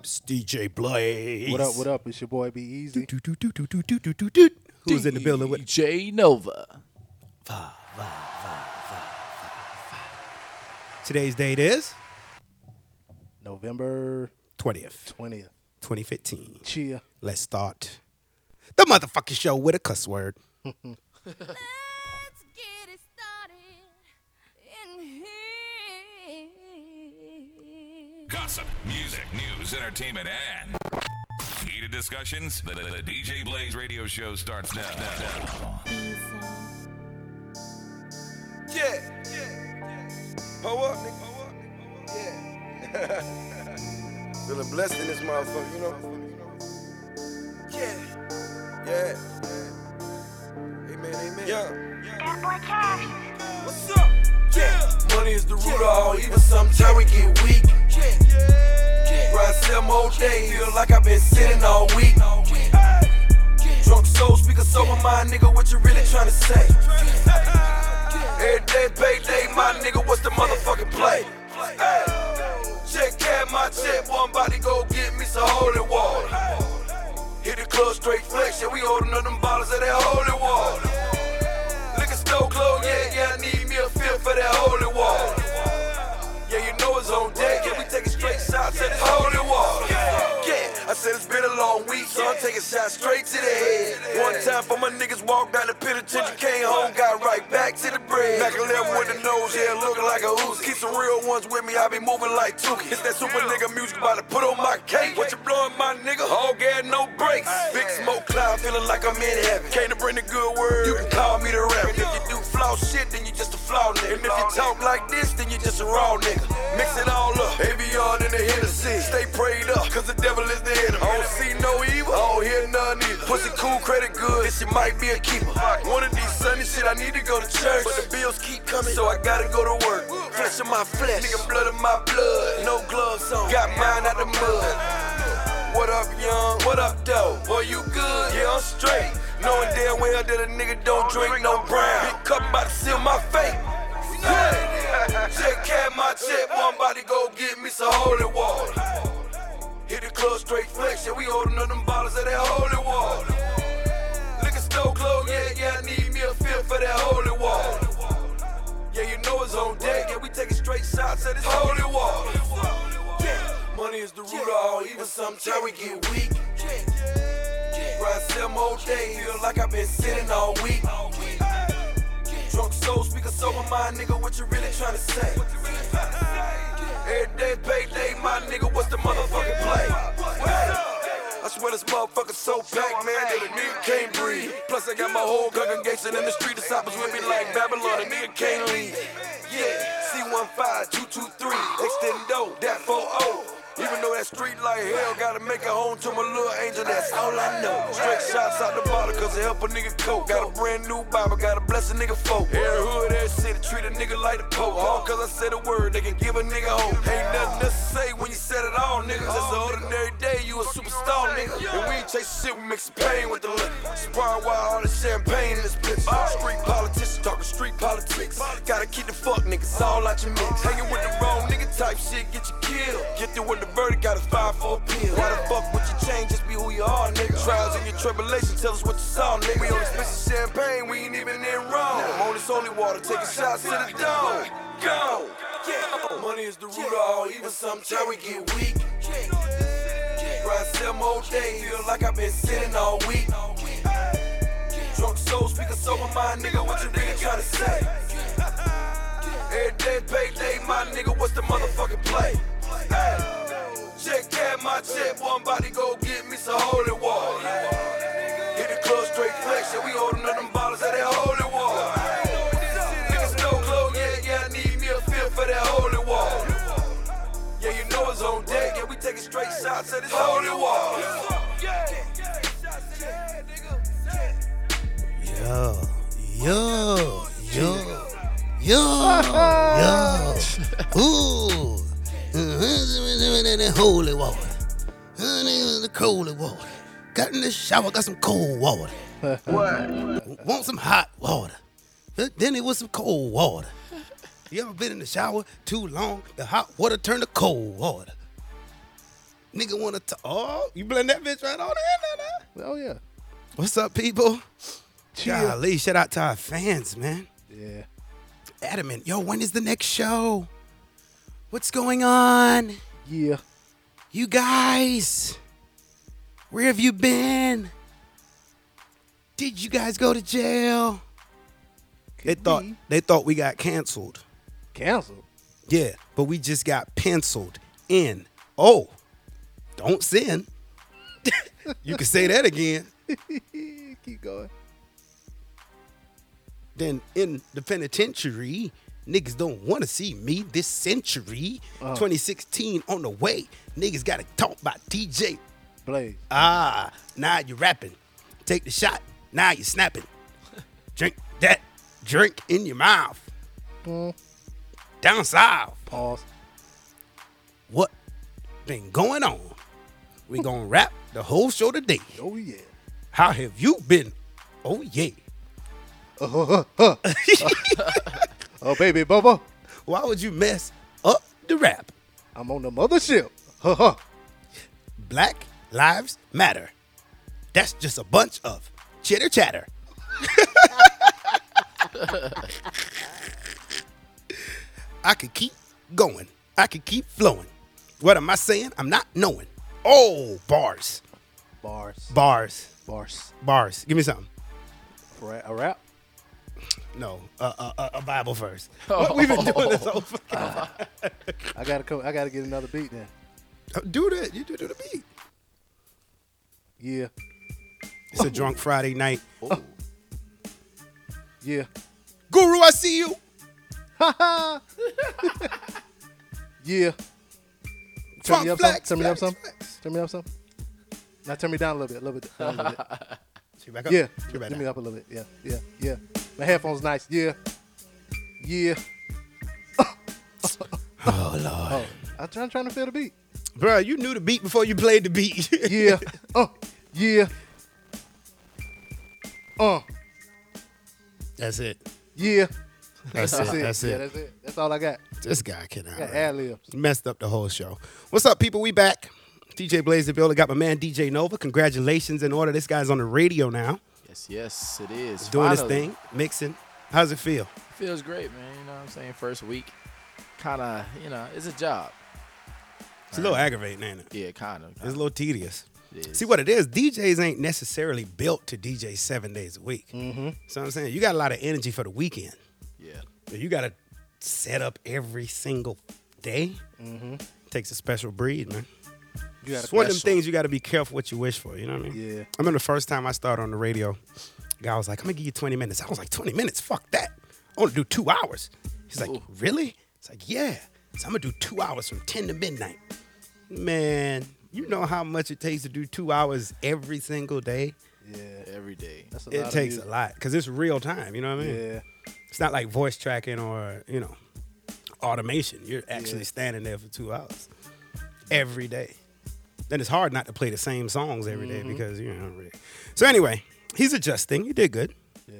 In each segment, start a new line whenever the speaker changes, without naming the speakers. It's DJ Blaze.
What up? What up? It's your boy Be Easy.
Doot, doot, doot, doot, doot, doot, doot, doot, doot. Who's in the building with?
E J Nova?
Today's date is
November
twentieth,
twentieth.
twenty fifteen.
Cheer.
Let's start the motherfucking show with a cuss word.
Let's get it started in here.
Gossip, music, news, entertainment, and heated discussions. The, the- the DJ Blaze radio show starts now.
Yeah. Pull up, nigga. Yeah. Feeling blessed in this motherfucker, you know? Yeah. Yeah. Amen, amen. Yeah. What's up? Yeah. Money is the root of all evil. Sometimes we get weak. Yeah. Grind some whole day. Feel like I've been sitting all week. Drunk soul, speaker sober mind, nigga. What you really tryna say? Every day, payday, my nigga, what's the motherfucking play? Hey, check out my check, one body go get me some holy water. Hit the club straight flex, yeah, we holding up them bottles of that holy water. Liquor store closed, yeah, yeah, I need me a fifth for that holy water. Yeah, you know it's on deck, yeah, we taking straight shots at this holy water. Yeah, I said it's been a long week, so I'm taking shots straight to the head. One time for my niggas walked down the penitentiary, came home, got right back to the bread. Back and left with the nose, yeah, looking like a ooze. Keep some real ones with me, I be moving like Tuki. It's that super nigga music about to put on my cake. What you blowing, my nigga? All gas, no brakes. Big smoke cloud, feeling like I'm in heaven. Came to bring the good word, you can call me the rapper. If you do flaw shit, then you just a flaw nigga. And if you talk like this, then you just a raw nigga. Mix it all up, Avion and the Hennessy. Stay prayed up, cause the devil is the enemy. I don't see no evil, I don't hear none either. Pussy cool, credit good, this shit might be a keeper. One of these sunny shit, I need to go to church. But the bills keep coming, so I gotta go to work. Flesh of my flesh, nigga, blood of my blood. No gloves on, got mine out the mud. What up, young? What up, though? Boy, you good? Yeah, I'm straight. Knowing damn well that a nigga don't drink no brown. Big cup about to seal my fate. Yeah. Check cat my check, one body go get me some holy water. Hit the club straight flex, yeah, we holding up them bottles of that holy water. Liquor store closed, yeah, yeah, I need me a fifth for that holy water. Yeah, you know it's on deck. Yeah, we taking straight shots at this holy water. Yeah. Money is the root of all evil. Sometimes we get weak. Grind some whole day. Feel like I've been sitting all week. Drunk soul, speaker sober mind, nigga. What you really tryna say? Every day payday, my nigga. What's the motherfucking play? Hey. I swear this motherfucker so packed, man, that a nigga can't breathe. Plus I got my whole congregation in the street, the stoppers with me like Babylon, a nigga can't leave. Yeah, C15223, extendo, that 40. Even though that street like hell, gotta make a home to my little angel, that's all I know. Straight shots out the bottle, cause it help a nigga cope. Got a brand new Bible, gotta bless a nigga folk. Every hood, every city, treat a nigga like the Pope. All cause I said a word, they can give a nigga hope. Ain't nothing to say when you said it all, nigga. Just an ordinary day, you a superstar, nigga. And we ain't chase shit, we mix pain with the liquor. Spar while all the champagne in this bitch. Street politicians talking street politics. Gotta keep the fuck niggas all out your mix. Hanging with the wrong nigga type shit, get you killed. Get through with the verdict, gotta five for a pill. Why the fuck would you change? Just be who you are, nigga. Trials and your tribulations, tell us what you saw, nigga. We on this bitch of champagne, we ain't even in Rome. I'm on this holy water, taking shots to the dome. Go! Yeah. Money is the root of all evil, sometimes we get weak. Grind some whole day, feel like I've been sitting all week. Drunk soul, speaking sober mind, nigga, what you really tryna say? Every day payday, my nigga, what's the motherfucking play? Hey, check out my check, one body go get me some holy water. Hit the club straight flex, yeah, we holding up them bottles of that holy water. Niggas no glow, yeah, yeah, I need me a fifth for that holy water. Yeah, you know it's on deck, yeah, we taking straight shots at this holy water.
Yo, yo, yo, yo, yo. Ooh. Mm-hmm. Holy water. Mm, The cold water. Got in the shower, got some cold water. Want some hot water. Then it was some cold water. You ever been in the shower too long? The hot water turned to cold water.
Nigga wanna talk. Oh, you blend that bitch right on in there. now.
Oh yeah.
What's up, people?
Chill.
Golly, shout out to our fans, man.
Yeah.
Adamant, yo, when is the next show? What's going on?
Yeah.
You guys, where have you been? Did you guys go to jail? They
Could
thought
be
they thought we got canceled.
canceled.
Yeah, but we just got penciled in. Oh, don't sin. you can say that again.
Keep going.
Then in the penitentiary, niggas don't want to see me this century.
Oh.
2016 on the way. Niggas got to talk by DJ.
Blaze.
Ah, now you rapping. Take the shot. Now you snapping. Drink that. Drink in your mouth.
Mm.
Down south.
Pause.
What been going on? We gonna wrap the whole show today.
Oh yeah.
How have you been? Oh yeah.
Oh baby Bubba.
Why would you mess up the rap?
I'm on the mothership. Ha ha.
Black Lives Matter. That's just a bunch of chitter chatter. I could keep going. I could keep flowing. What am I saying? I'm not knowing. Oh, bars.
Bars.
Bars.
Bars.
Bars. Give me something.
Ra- A rap.
No, uh, uh, uh, a Bible verse.
Oh.
What we've been doing this whole fucking
I gotta come. I gotta get another beat then.
Do that. You do, do the beat.
Yeah.
It's a drunk Friday night.
Yeah.
Guru, I see you.
Yeah. Turn
Funk
me up some.
flex,
Turn me up
flex,
some.
flex.
Turn me up some. Now turn me down a little bit. A little bit. down a little bit.
Turn back up.
Yeah.
Turn back
Turn me
down.
up a little bit. Yeah. Yeah. Yeah. My headphones nice. Yeah. Yeah.
Oh lord.
Oh, I'm trying, trying to feel the beat.
Bro, you knew the beat before you played the beat.
Yeah. Oh. Yeah. Oh.
that's it.
Yeah.
That's, it. That's
Yeah,
it.
that's it. That's all I got.
This guy cannot.
I got ad libs.
Messed up the whole show. What's up, people? We back. DJ Blaze the Builder got my man DJ Nova. Congratulations in order. This guy's on the radio now,
Yes, yes, it is.
doing his
Finally.
thing, mixing. How's it feel?
Feels great, man. You know what I'm saying? First week, kind of, you know, it's a job.
It's a little aggravating, ain't it?
Yeah, kind of.
It's a little tedious.
It
See
is.
what it is. DJs ain't necessarily built to DJ seven days a week. Mm-hmm. So I'm saying you got a lot of energy for the weekend.
Yeah.
But You got to set up every single day. Takes a special breed, man.
You got
It's one of them things you got to be careful what you wish for. You know what I mean?
Yeah.
I remember the first time I started on the radio, guy was like, "I'm gonna give you 20 minutes." I was like, "20 minutes? Fuck that! I want to do two hours." He's like,
Ooh.
"Really?" It's like, "Yeah." So I'm gonna do two hours from 10 to midnight. Man, you know how much it takes to do two hours every single day?
Yeah.
Every day.
That's a lot
It
of
takes a
music.
lot because it's real time. You know what I mean?
Yeah.
It's not like voice tracking or, you know, automation. You're actually
Yeah.
standing there for two hours every day. Then it's hard not to play the same songs every day because you're hungry. So anyway, he's adjusting. He did good.
Yeah.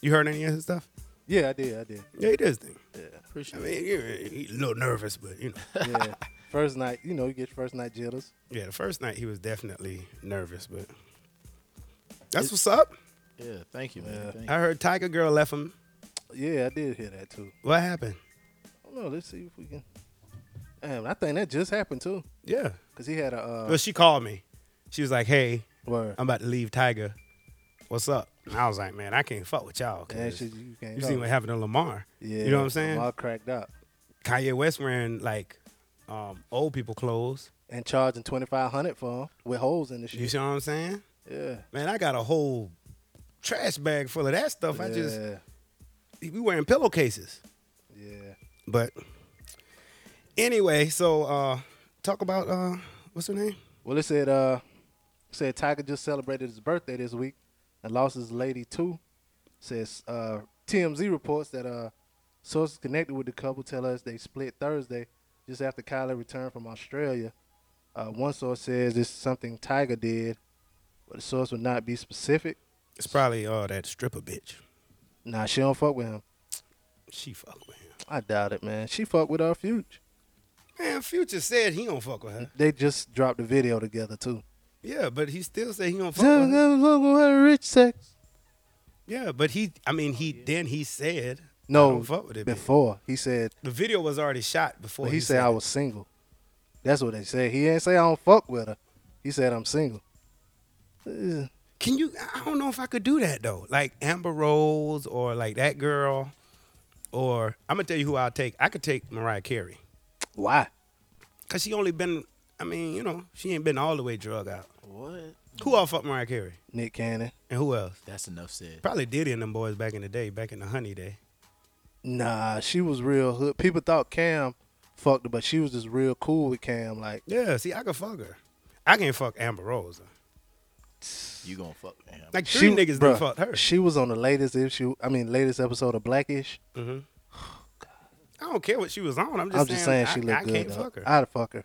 You heard any of his stuff?
Yeah, I did. I did.
Yeah, he did his thing. I
Appreciate it.
mean, he- he's a little nervous, but you know.
Yeah. first night, you know, you get your first night jitters.
Yeah, the first night he was definitely nervous, but that's what's up.
Yeah, thank you, man.
Yeah.
Thank
I
you.
heard Tiger Girl left him.
Yeah, I did hear that too.
What happened?
I don't know. Let's see if we can. Damn, I think that just happened too.
Yeah.
Cause he had a. Uh,
Well, she called me. She was like, hey,
word.
I'm about to leave Tiger. What's up? And I was like, man, I can't fuck with y'all. 'cause
Yeah, shit, you can't
you
go.
seen what happened to Lamar.
Yeah.
You know what I'm saying?
all cracked up
Kanye West wearing like um, old people clothes.
and charging twenty five hundred for 'em with holes in the
You
shit.
see what I'm saying?
yeah.
Man, I got a whole trash bag full of that stuff. I just
yeah.
we wearing pillowcases.
Yeah.
But anyway, so uh talk about uh what's her name?
Well, it said uh, it said Tiger just celebrated his birthday this week and lost his lady too. Says uh, TMZ reports that uh, sources connected with the couple tell us they split Thursday, just after Kylie returned from Australia. Uh, one source says it's something Tiger did, but the source would not be specific.
It's probably uh that stripper bitch.
Nah, she don't fuck with him.
She fuck with him.
I doubt it, man. She fuck with our future.
Man, Future said he don't fuck with her.
They just dropped the video together too.
Yeah, but he still said he don't fuck with her.
Rich sex.
Yeah, but he, I mean, he then he said I
No,
don't fuck with it. bitch.
before he said
The video was already shot before
he, said I
it.
was single. That's what they said. He ain't say I don't fuck with her. He said I'm single. Eh, Ugh.
Can you? I don't know if I could do that though. Like Amber Rose or like that girl, or I'm gonna tell you who I'll take. I could take Mariah Carey
Why?
because she only been. I mean, you know, she ain't been all the way drug out.
What?
Who all fuck Mariah Carey
Nick Cannon.
and who else?
That's enough said.
Probably Diddy and them boys back in the day, back in the Honey day.
Nah, she was real hood. People thought Cam fucked her, but she was just real cool with Cam. Like
Yeah, see, I could fuck her. I can't fuck Amber Rose. though.
You gonna fuck with him?
Like three niggas done
bruh,
fucked her.
She was on the latest issue. I mean, latest episode of Blackish.
I don't care what she was on. I'm just
I'm just saying,
saying,
she
I,
looked
I
good.
can't
though.
fuck her
I'd fuck her.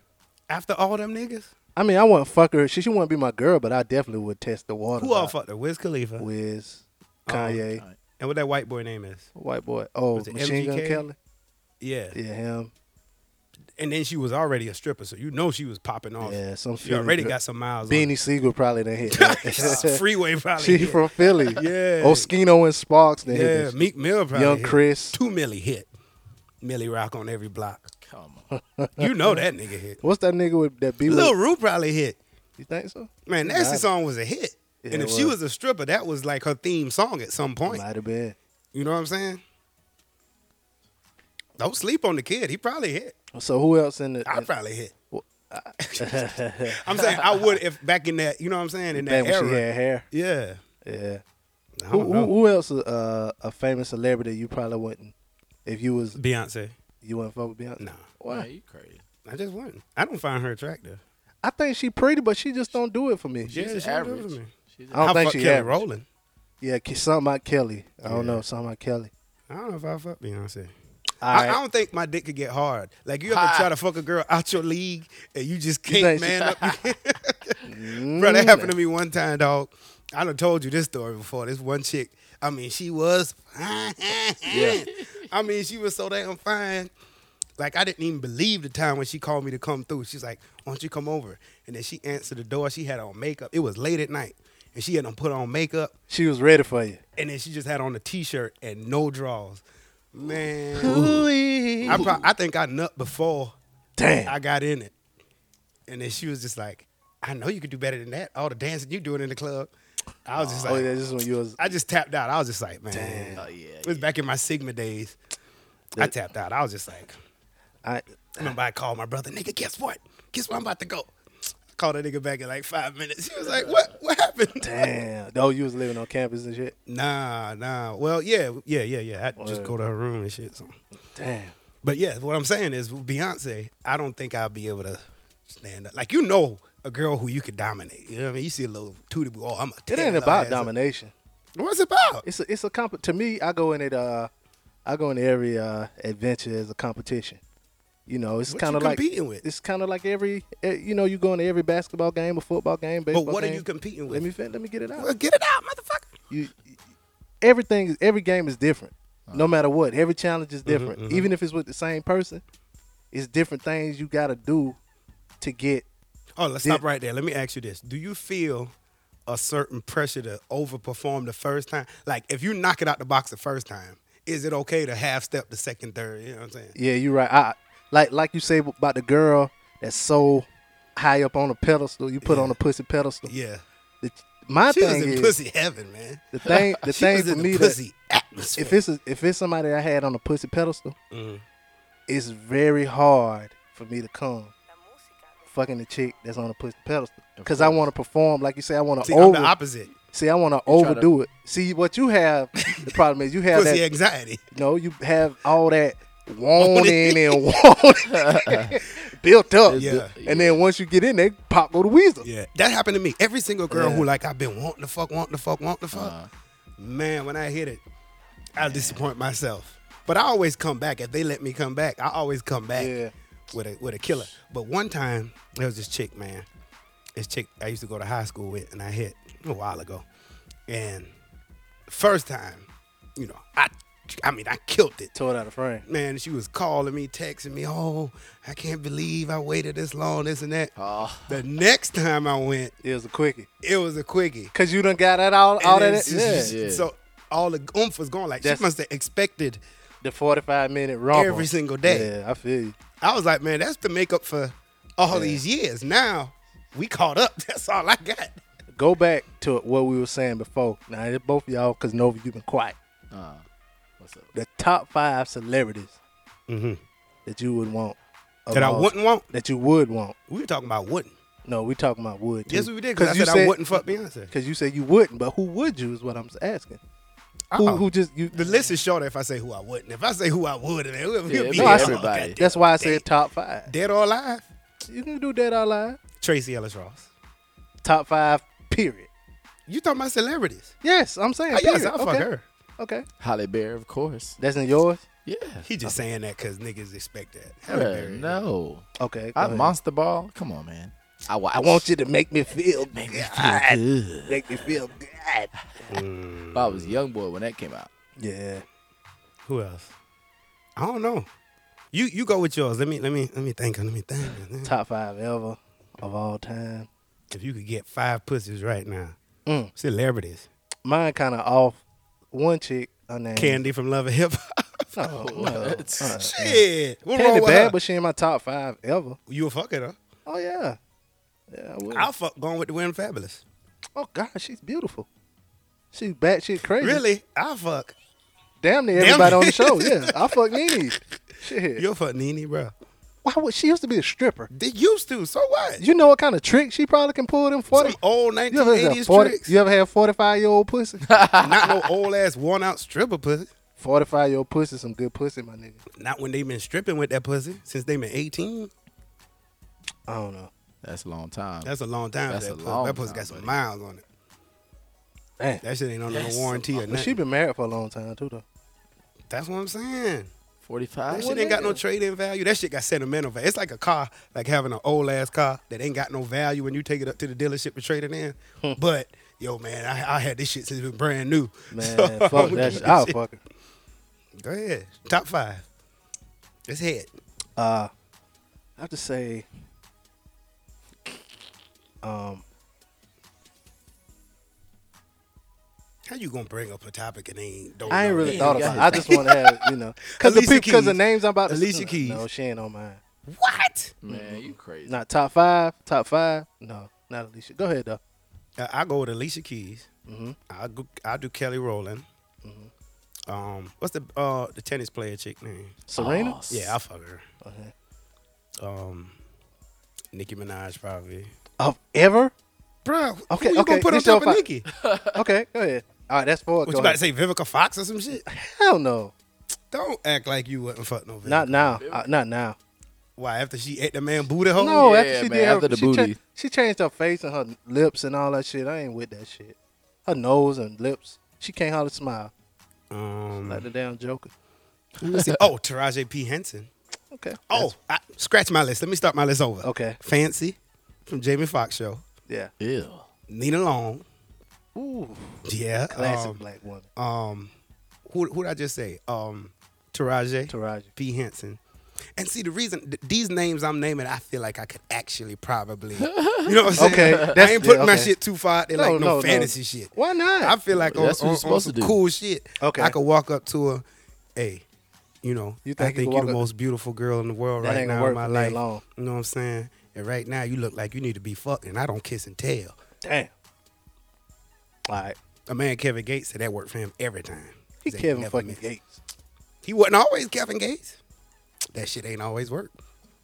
after all them niggas.
I mean, I wouldn't fuck her. She she wouldn't be my girl, but I definitely would test the water.
Who all fucked her? Wiz Khalifa
Wiz, Kanye,
Alright.
and what that white boy name is?
white boy. Oh,
Was it
Machine Gun
MGK?
Kelly.
Yeah.
Yeah, him.
and then she was already a stripper, so you know she was popping off.
Yeah, some
she
Philly
already
girl.
got some miles.
Beanie Siegel probably done hit.
on.
that.
freeway probably.
she
hit.
from Philly.
Yeah.
Oskino and Sparks done hit.
yeah,
that shit.
Meek Mill probably.
Young
hit.
Chris.
two Millie hit. Millie Rock on every block.
Come on.
You know that nigga hit.
What's that nigga with that be
Lil
with?
Rue probably hit.
You think so?
Man, Nasty
Might-
song was a hit.
Yeah,
and
it
if she
was.
was a stripper, that was like her theme song at some point.
Might have been.
You know what I'm saying? Don't sleep on the kid. He probably hit.
So who else in the?
I
in-
probably hit. I'm saying I would if back in that, you know what I'm saying, in
back
that
when she
era.
had hair.
Yeah.
Yeah.
I
Who,
don't
who,
know.
who else? Uh, a famous celebrity you probably wouldn't. If you was
Beyonce.
you wouldn't fuck with Beyonce.
No.
Why?
Man, you crazy?
I just wouldn't. I don't find her attractive.
I think she pretty, but she just don't do it for me.
Yeah,
She's
she don't do it
average.
to me.
She's
I don't
I
think
fuck
she
Kelly
average.
Rowland.
Yeah, Ke- something about Kelly. I don't
Yeah.
know something about Kelly.
I don't know if I fuck Beyonce.
All
I, I
right.
don't think my dick could get hard. Like you ever
Ha.
try to fuck a girl out your league and you just
think
can't
she-
man up. Bro, that happened to me one time, dog. I done told you this story before. This one chick, I mean, she was fine. I mean, she was so damn fine. Like I didn't even believe the time when she called me to come through. She's like, "Why don't you come over?" And then she answered the door. She had on makeup. It was late at night, and she had on put on makeup.
She was ready for you.
and then she just had on a t-shirt and no drawers. Man, I,
Ooh.
prob- I think I nut before
Damn.
I got in it, and then she was just like, "I know you could do better than that. All the dancing you doing in the club." I was just
oh
like,
yeah, this is when you was.
I just tapped out. I was just like, man,
Oh
it
yeah.
was back in my Sigma days. I tapped out. I was just like,
I,
I remember I called my brother, nigga, guess what? Guess where I'm about to go. I called that nigga back in like five minutes. He was like, what? What happened?
damn. Oh, you was living on campus and shit.
Nah, nah. Well, yeah, yeah, yeah, yeah. I just
Word.
go to her room and shit. So.
Damn.
But yeah, what I'm saying is with Beyonce, I don't think I'll be able to stand up. Like you know a girl who you could dominate. You know what I mean? You see a little tootie boo, oh I'm a
It ain't about domination.
What's it about?
It's a, it's a comp. To me, I go in it. Uh, I go into every uh adventure as a competition. You know, it's
What
kind of
you
like
competing with?
It's kind of like every. eh, You know, you go into every basketball game or football game, baseball
But what are
game.
you competing with?
Let me fin- let me get it out.
Well, get it out, motherfucker.
you everything is every game is different. No
Uh-huh.
matter what, every challenge is different. Even if it's with the same person, it's different things you got to do to get.
Oh, let's
Did-
stop right there. Let me ask you this. Do you feel a certain pressure to overperform the first time? Like if you knock it out the box the first time, is it okay to half step the second, third? You know what I'm saying?
Yeah, you're right. I like like you say about the girl that's so high up on a pedestal. You put on a pussy pedestal.
Yeah.
The- my
She was
thing
in
is
pussy heaven, man.
the thing the
she
thing
was
for
in the
me that
pussy atmosphere.
if it's a, if it's somebody I had on a pussy pedestal,
Mm-hmm.
it's very hard for me to come. Fucking the chick that's on a pussy pedestal, because I want to perform like you say. I want to
See, I'm
over.
the opposite.
See, I want to
to-
overdo it. See, what you have, the problem is you have
Pussy
that.
anxiety.
no, you have all that wanting and wanting built up.
Yeah.
And then once you get in, they pop go to Weasel.
Yeah, that happened to me. Every single girl
Yeah. Uh-huh.
who like I've been wanting to fuck, wanting to fuck, wanting to fuck. Man, when I hit it, I disappoint myself. But I always come back. If they let me come back, I always come back
Yeah.
with a with a killer. But one time there was this chick, man. This chick I used to go to high school with, and I hit a while ago. And first time, you know, I I mean, I killed it.
Tore it out of frame.
Man, she was calling me, texting me, oh, I can't believe I waited this long, this and that.
Oh,
The next time I went,
It was a quickie.
it was a quickie.
Cause you done got that all, all
And
that.
then
Yeah.
she-
Yeah.
So all the oomph was gone. Like
That's-
she must have expected.
The forty-five minute rumble
Every single day.
Yeah, I feel you.
I was like, man, that's the makeup for all these years. Now we caught up. That's all I got.
Go back to what we were saying before. Now, it's both of y'all, cause Nova, you've been quiet.
uh, what's up?
The top five celebrities that you would want. of
Mm-hmm. That I
all-
wouldn't want.
That you would want.
We were talking about wouldn't.
No, we talking about would.
Yes,
too.
we did. Because I
you
said, I wouldn't fuck Beyonce.
Cause you said you wouldn't, but who would you is what I'm asking. Who,
Uh-oh.
who just you?
Uh-uh. The list is shorter if I say who I wouldn't. If I say who I would, man, we'll, we'll
Yeah,
be here
no,
I
all
said-
goddamn-
That's why I said top five.
Dead or alive,
You can do that all live.
Tracy Ellis Ross.
Top five, period.
You talking about celebrities?
Yes, I'm saying.
Oh, yes,
period.
I'll fuck
okay.
her.
Okay,
Halle Berry, of course.
that's in yours.
Yeah.
He just saying that because niggas expect that. Halle
Yeah,
Berry.
no.
Okay,
I
go ahead.
Monster Ball. Come on, man. I, wa-
I want you to make me feel good.
Make me feel good.
Make me feel good.
If I was a young boy when that came out.
Yeah.
Who else? I don't know. You you go with yours. Let me let me let me think. Let me think.
Top five ever of all time.
If you could get five pussies right now,
Mm.
celebrities.
Mine kind of off. One chick, her name. Oh,
Candy from Love and Hip Hop.
No, no,
What?
uh,
Shit, what wrong
Candy
with
bad,
her?
but she in my top five ever.
You a fucker though.
Oh yeah. Yeah, I would.
I'll fuck going with the Wind Fabulous.
oh God, she's beautiful. She's batshit crazy.
Really, I'll fuck.
Damn near
Damn
everybody on the
near.
show. Yeah, I fuck Nene. Shit.
You'll fuck Nene, bro.
Why would she used to be a stripper?
They used to. So what?
You know what kind of trick she probably can pull them forty.
Some old
You ever, had
1980s
40,
tricks.
you ever had 45 year old pussy?
Not no old ass worn out stripper pussy.
45 year old pussy, some good pussy, my nigga.
Not when they been stripping with that pussy since they been 18.
I don't know.
That's a long time.
That's a long time. for
That's
that
a
pussy.
long
That pussy
time,
got some
buddy.
miles on it.
Damn.
That shit ain't under no
That's
warranty or
But
nothing.
she been married for a long time, too, though.
That's what I'm saying. That
45?
shit ain't got no trade in value. That shit got sentimental value. It's like a car, like having an old ass car that ain't got no value when you take it up to the dealership and trade it in. but yo, man, I, I had this shit since it was brand new.
Man,
So,
fuck that shit. I'll fuck her.
Go ahead. Top five. It's head.
Uh, I have to say, um,
How you gonna bring up a topic and they ain't don't
I ain't
know?
really
Damn,
thought
you
about it.
got
I just want to have, you know, because the,
Alicia
peop- 'cause the
Keys.
names I'm about to
Alicia Keys.
No, she ain't on mine.
it. What?
Man,
Mm-hmm.
you crazy.
Not top five, top five. No, not Alicia. Go ahead, though.
Uh, I go with Alicia Keys.
Mhm.
I go, I do Kelly Rowland. Um, what's the uh the tennis player chick name?
Serena?
Oh,
Yeah, I fuck her.
Okay.
Um, Nicki Minaj probably.
Of ever?
Bro,
Okay,
who you
okay,
gonna put on
it's your
top of
fi-
Nicki?
Okay, go ahead. All right, that's four.
What
Go
you about to
ahead.
say, Vivica Fox or some shit?
Hell no.
Don't act like you wasn't fuck no Vivica.
Not now. Uh, not now.
Why after she ate the man booty hole?
No,
Oh, yeah,
after she
man,
did
after
her,
the
she, cha-
booty.
she changed her face and her lips and all that shit. I ain't with that shit. Her nose and lips. She can't hardly smile like
Um,
the damn Joker.
let's see. oh, Taraji P Henson.
Okay.
Oh, I, scratch my list. Let me start my list over.
Okay.
Fancy from Jamie Foxx show.
Yeah.
Ew.
Nina Long.
Ooh.
Yeah.
Classic
Um,
black woman.
um, who who did I just say? Um, Taraji.
Taraji.
P Henson. And see the reason th- these names I'm naming, I feel like I could actually probably, you know what I'm saying?
Okay,
I
that's-
ain't putting
yeah,
my
okay.
shit too far. They like no, fantasy shit.
Why not?
I feel like on,
That's what
on,
you're
on
supposed
some
to do.
cool shit.
Okay.
I could walk up to her, hey, you know,
You think
I think
you could
you're
walk
the
up-
most beautiful girl in the world
That
right
ain't gonna
now in
work
my
for me
life.
long.
You know what I'm saying? And right now you look like you need to be fucked, and I don't kiss and tell.
Damn. All right.
A man Kevin Gates said that worked for him every time.
He
Said
Kevin
never
fucking
missed.
Gates.
He wasn't always Kevin Gates. That shit ain't always work.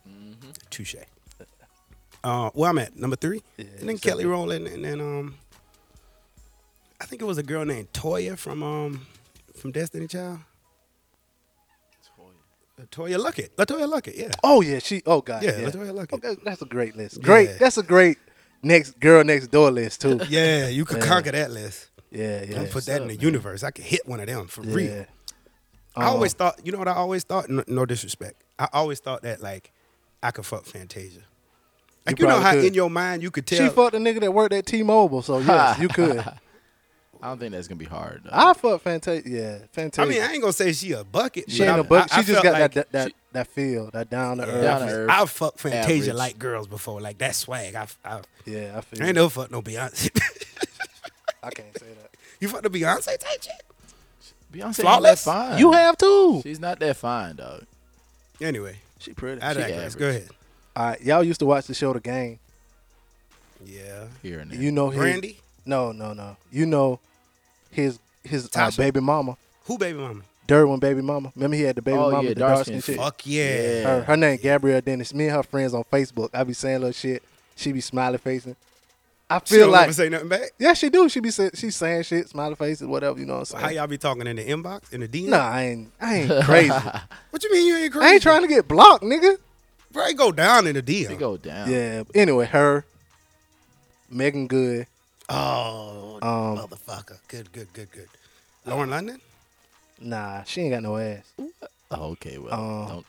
Mm-hmm.
Touche. Uh, where I'm at number three,
Yeah,
and then
exactly.
Kelly Rowland, and then um, I think it was a girl named Toya from um from Destiny Child. Latoya Luckett. Latoya Luckett. Yeah.
Oh yeah, she. Oh god.
Yeah,
Yeah.
Latoya Luckett.
Oh, that- that's a great list. Great.
Yeah.
That's a great next girl next door list too.
Yeah, you could
Yeah.
conquer that list.
Yeah. Yeah.
Don't put that in the universe. I could hit one of them for
yeah.
real. I
Um,
always thought, you know what I always thought? No, no disrespect. I always thought that like I could fuck Fantasia. Like you, know
probably
how
could.
in your mind you could tell
She fucked a nigga that worked at T-Mobile, so yes, you could.
I don't think that's gonna be hard. though.
I fuck Fantasia. Yeah, Fantasia.
I mean, I ain't gonna say she a bucket.
she
but
ain't
I-
a buck.
I- I
She
felt
just got
like-
that that
she-
that feel, that down to
Down
earth.
to earth.
I fuck Fantasia
Average.
like girls before, like that swag. I, I,
Yeah, I feel.
I ain't never fucked no Beyonce.
I can't say that.
you fucked a Beyonce type chick?
Beyonce ain't that
Flawless?
fine.
You have too.
She's not that fine, dog.
Anyway,
She pretty.
I
she
digress. Go
average.
ahead.
All right, y'all used to watch the show The Game.
Yeah.
Here and there.
You know his
Brandy?
No, no, no. You know his his uh,
Tasha.
baby mama,
Who baby mama?
Derwin baby mama. Remember he had the baby
Oh,
mama,
yeah,
the dark
dark-skinned
skin shit.
Fuck yeah.
Yeah.
Her, her name Gabrielle Dennis. Me and her friends on Facebook. I be saying little shit. She be smiley facing. I
She
feel
don't
like
never say nothing back.
yeah, she do. She be say, she saying shit, smiley faces, whatever. You know what I'm
How
saying?
y'all be talking in the inbox, in the DM?
Nah, I ain't I ain't crazy. I
What you mean you ain't crazy?
ain't trying to get blocked, nigga.
Bro, go down in the
She
DM.
go down.
Yeah. but Anyway, her, Megan Good.
Oh,
Um,
motherfucker. Good, good, good, good. Lauren London?
Nah, she ain't got no ass.
Oh, okay. Well,
Um,
don't.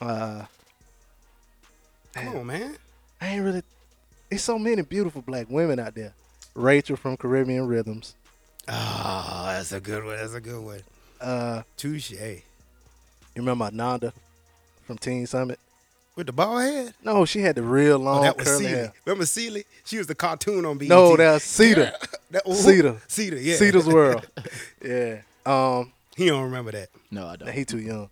Uh,
Come on, man.
I ain't really. It's so many beautiful black women out there. Rachel from Caribbean Rhythms.
Oh, that's a good one. That's a good one.
Uh,
Touche.
you remember Ananda from Teen Summit?
With the bald head?
No, she had the real long
Oh, that was
curly
Celia.
hair.
Remember Celia? She was the cartoon on BET.
No, that's Cedar.
that oh,
Cedar.
Cedar, yeah.
Cedar's World. Yeah. Um,
He don't remember that.
No, I
nah,
don't.
he too young.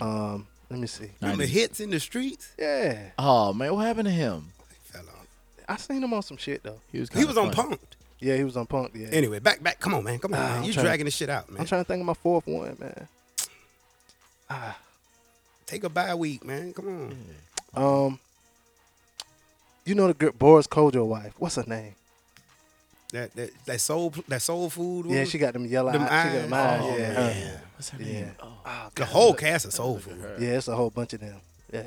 Um, let me see.
Remember hits in the streets?
Yeah,
Oh man, what happened to him?
Fell off.
I seen him on some shit though.
He was.
He was on
pump.
Punked.
Yeah, he was on Punk. Yeah.
Anyway, back, back. Come on, man. Come on,
Ah,
man.
I'm
You
trying-
dragging this shit out, man.
I'm trying to think of my fourth one, man.
Take a bye week, man. Come on.
Um, you know the girl, Boris Kojo wife. What's her name?
That, that that soul that soul food.
Yeah,
one?
she got them yellow
Them
eyes. She got them
eyes.
eyes. yeah,
Oh,
her.
man.
What's her
yeah.
name? Oh,
the whole cast of soul food.
Yeah, it's a whole bunch of them. Yeah.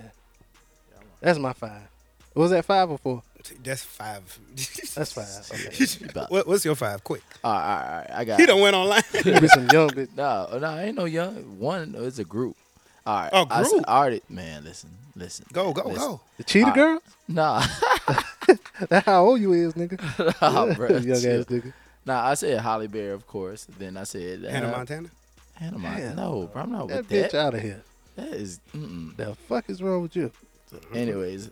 That's my five. Was that five or four?
That's five.
That's five. Okay.
What, what's your five? Quick.
all right, all right, all right, I got.
He
it.
done went online.
You be some young bitch.
No, no, ain't no young one. It's a group. All right.
A
I s-
group?
all right, man. Listen, listen.
go go
listen.
go.
The cheetah girl?
Nah,
That's how old you is, nigga.
nah, bro.
young ass
chill.
nigga.
Nah, I said Holly Berry, of course. Then I said uh,
Hannah Montana.
Hannah Mon-
Hell
No, bro, I'm not
That
with
bitch
that.
out of here.
that is. Mm-mm.
The fuck is wrong with you?
Mm-hmm.
Anyways,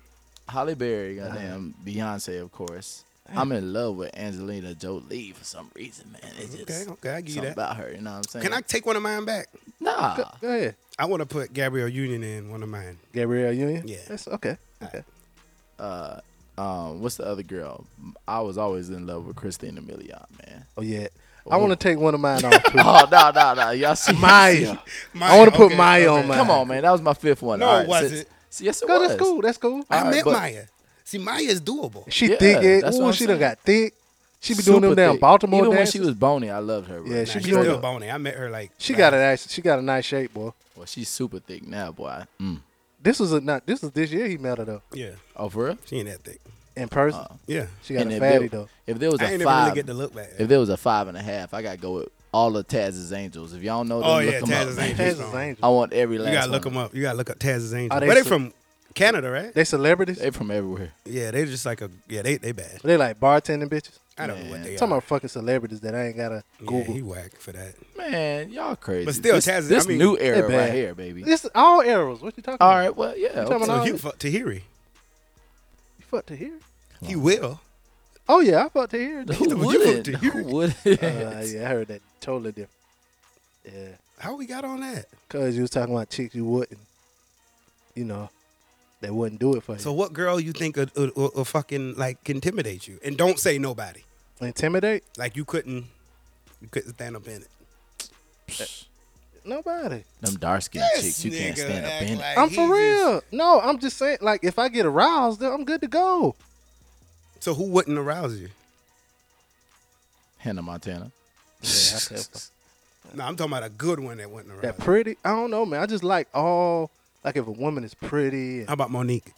Holly Berry, goddamn
Uh-huh.
Beyonce, of course. I'm in love with Angelina Jolie for some reason, man. It's just
Okay, okay, I give you
something
that.
about her. You know what I'm saying?
Can I take one of mine back?
Nah.
Go ahead.
I want to put Gabrielle Union in one of mine.
Gabrielle Union?
Yeah.
That's okay. Okay.
Um, what's the other girl? I was always in love with Christina Milian, man.
Oh, yeah. I want to take one of mine off, too.
Oh no, no, no! Y'all see
Maya. I want to put Maya on mine.
Come on, man. That was my fifth one.
No,
All
it
right,
wasn't.
since- so yes, it
No,
was.
that's cool. That's cool.
I
All right,
met
but-
Maya. See, Maya is doable.
She
Yeah,
thick as.
that's what
Ooh,
I'm
she done
saying.
got thick. She be doing them
Super
damn
thick.
Baltimore
Even
dances.
when she was bony, I loved her. Bro.
Yeah,
Nah,
she
she's
be doing
still
them.
bony. I met her like
She
last-
got a nice. She got a nice shape, boy.
Well, she's super thick now, boy. Mm.
This was a not. This was this year he met her though
Yeah,
Oh, for real?
she ain't that thick.
in person.
Uh,
Yeah,
she got a
if
fatty
there,
though.
if there was
I
a
ain't never really
five,
get to look back.
if there was a five and a half, I gotta go with all of Taz's Angels. If y'all know them,
Oh
look
yeah,
them
Taz's
up. man.
Angels.
Taz's
song.
I
Angel.
want every last.
You gotta look
one.
them up. You gotta look up Taz's Angels.
they
But they
so-
from Canada, right?
They celebrities.
They from everywhere.
Yeah, they just like a yeah. They they bad.
They like bartending bitches.
I don't know what they
Talking
are.
about fucking celebrities that I ain't gotta
Yeah,
Google.
he whack for that.
Man, y'all crazy.
But still,
this,
Taz's- I
this
mean-
new era
bad.
right here, baby.
This all arrows. What you talking
All
about?
right, well,
talking
yeah. okay.
about-
So
No.
he fuck Tahiri.
You fuck to here?
He will.
Oh yeah, I fuck to here.
You
Who
fuck
wouldn't?
Tahiri.
Who wouldn't?
uh, yeah, I heard that totally different. Yeah,
How we got on that?
cause you was talking about chicks you wouldn't, you know, they wouldn't do it for you.
So what girl you think would, would, would, would fucking like intimidate you? And don't say nobody.
intimidate
Like you couldn't, you couldn't stand up in it.
nobody.
Them dark skinned chicks, you can't stand up in it.
I'm for real. No, I'm just saying. Like if I get aroused, then I'm good to go.
so who wouldn't arouse you?
Hannah Montana.
Yeah, I feel-
No, I'm talking about a good one that wouldn't arouse.
that
you.
pretty. I don't know, man. I just like all like if a woman is pretty. And,
How about Monique?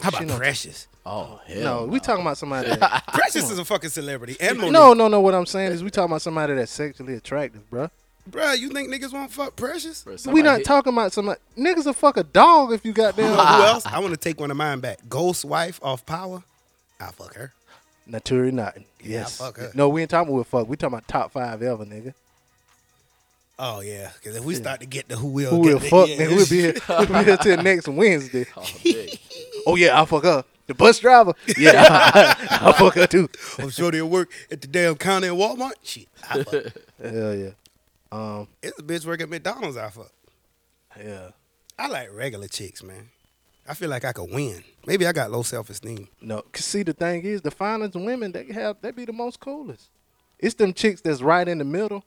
How
She
about
know-
Precious?
Oh hell.
no, we talking about somebody. That,
Precious is a fucking celebrity. And Monique.
no, no, no. What I'm saying is we talking about somebody that's sexually attractive, bruh.
Bruh, you think niggas won't fuck Precious?
Bro,
we
somebody
not
hit-
talking about somebody. Niggas will fuck a dog if you got
You
them.
know who else? I want to take one of mine back. Ghost wife off power. I'll fuck her.
Naturi not. Yes.
fuck her.
No, we ain't talking about fuck. We talking about top five ever, nigga.
Oh yeah, because if we start to get to who will,
Who
get
will
the-
fuck?
yeah,
nigga, we'll be here. We'll be here till next Wednesday.
Oh, dick.
Oh yeah, I fuck her. The bus driver. Yeah, I, fuck her too.
I'm sure they'll work Oh, at the damn counter at Walmart. Shit, I fuck.
Hell yeah.
it's a bitch work at McDonald's. I fuck.
Yeah.
I like regular chicks, man. I feel like I could win. Maybe I got low self esteem.
No, 'cause see the thing is, the finest women they have, they be the most coolest. It's them chicks that's right in the middle.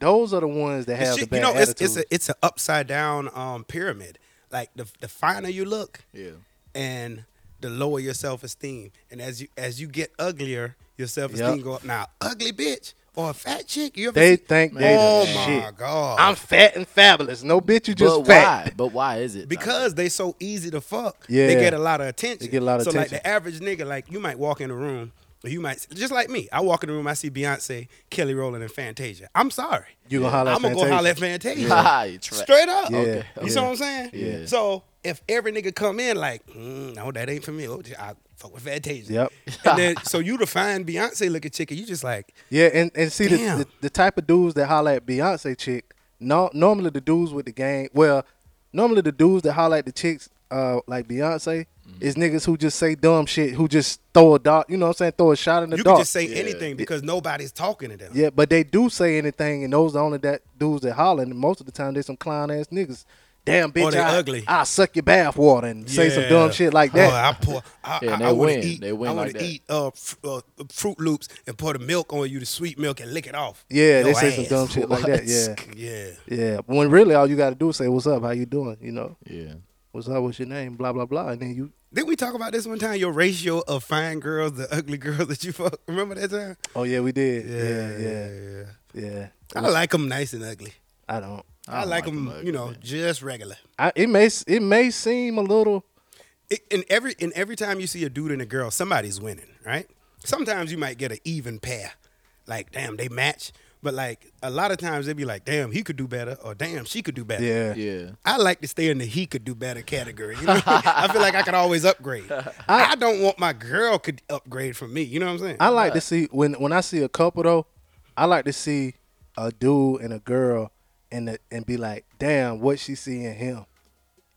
Those are the ones that have the bad
you know, it's
attitude.
it's a it's an upside down um, pyramid. Like the the finer you look,
Yeah.
and the lower your self esteem. And as you as you get uglier, your self esteem
Yep.
go up. Now, ugly bitch or a fat chick, you ever
they
see-
think they
oh
the
my
shit.
god,
I'm fat and fabulous. No bitch, you just
but
fat.
why? But why is it?
because they so easy to fuck.
Yeah.
they get a lot of attention.
They get a lot of
so like
attention.
the average nigga, like you might walk in the room. or You might just like me. I walk in the room. I see Beyonce, Kelly Rowland, and Fantasia. I'm sorry.
You gonna holler at
I'm gonna go
Fantasia.
holler at Fantasia.
Yeah. You tra-
Straight up.
Yeah, Okay,
You
okay.
see what I'm saying?
Yeah.
So if every nigga come in like, mm, no, that ain't for me. Oh, I fuck with Fantasia.
Yep.
And then so you define Beyonce looking chicken. You just like
Yeah, and, and see the,
Damn.
the the type of dudes that holler at Beyonce chick. No, normally the dudes with the game. Well, normally the dudes that holler at the chicks, uh, like Beyonce,
Mm.
is niggas who just say dumb shit, who just throw a dot. You know what I'm saying? Throw a shot in the
you
dark.
can just say anything because nobody's talking to them.
Yeah, but they do say anything, and those are only that dudes that holler. And most of the time, they some clown ass niggas. Damn bitch,
they
I,
ugly.
I suck your bath water and say some dumb
Yeah.
shit like
Oh,
that.
I pour. I,
Yeah,
I,
they
I wanna
win.
Eat,
They win
I want
like that.
to eat uh, fr- uh, fruit loops and pour the milk on you, the sweet milk, and lick it off.
yeah, they
Your
say some
ass.
dumb shit like that. Yeah,
Yeah.
yeah. When really all you got to do is say, "What's up? How you doing?" You know,
Yeah.
"What's up? What's your name?" Blah blah blah, and then you.
Didn't we talk about this one time? Your ratio of fine girls to ugly girls that you fuck. Remember that time?
Oh yeah, we did. Yeah,
yeah.
yeah, yeah.
I like them nice and ugly.
I don't.
I, like
don't like 'em
them,
ugly,
you know, just regular.
I, it may s- it may seem a little.
It, and every and every time you see a dude and a girl, somebody's winning, right? Sometimes you might get an even pair, like damn they match, but like a lot of times they'd be like, damn he could do better or damn she could do better.
Yeah.
Yeah.
I like to stay in the he could do better category. You know? I feel like I could always upgrade. I, don't want my girl could upgrade from me. You know what I'm saying?
I like to see when when I see a couple though, I like to see a dude and a girl and the, and be like, damn, what she see in him.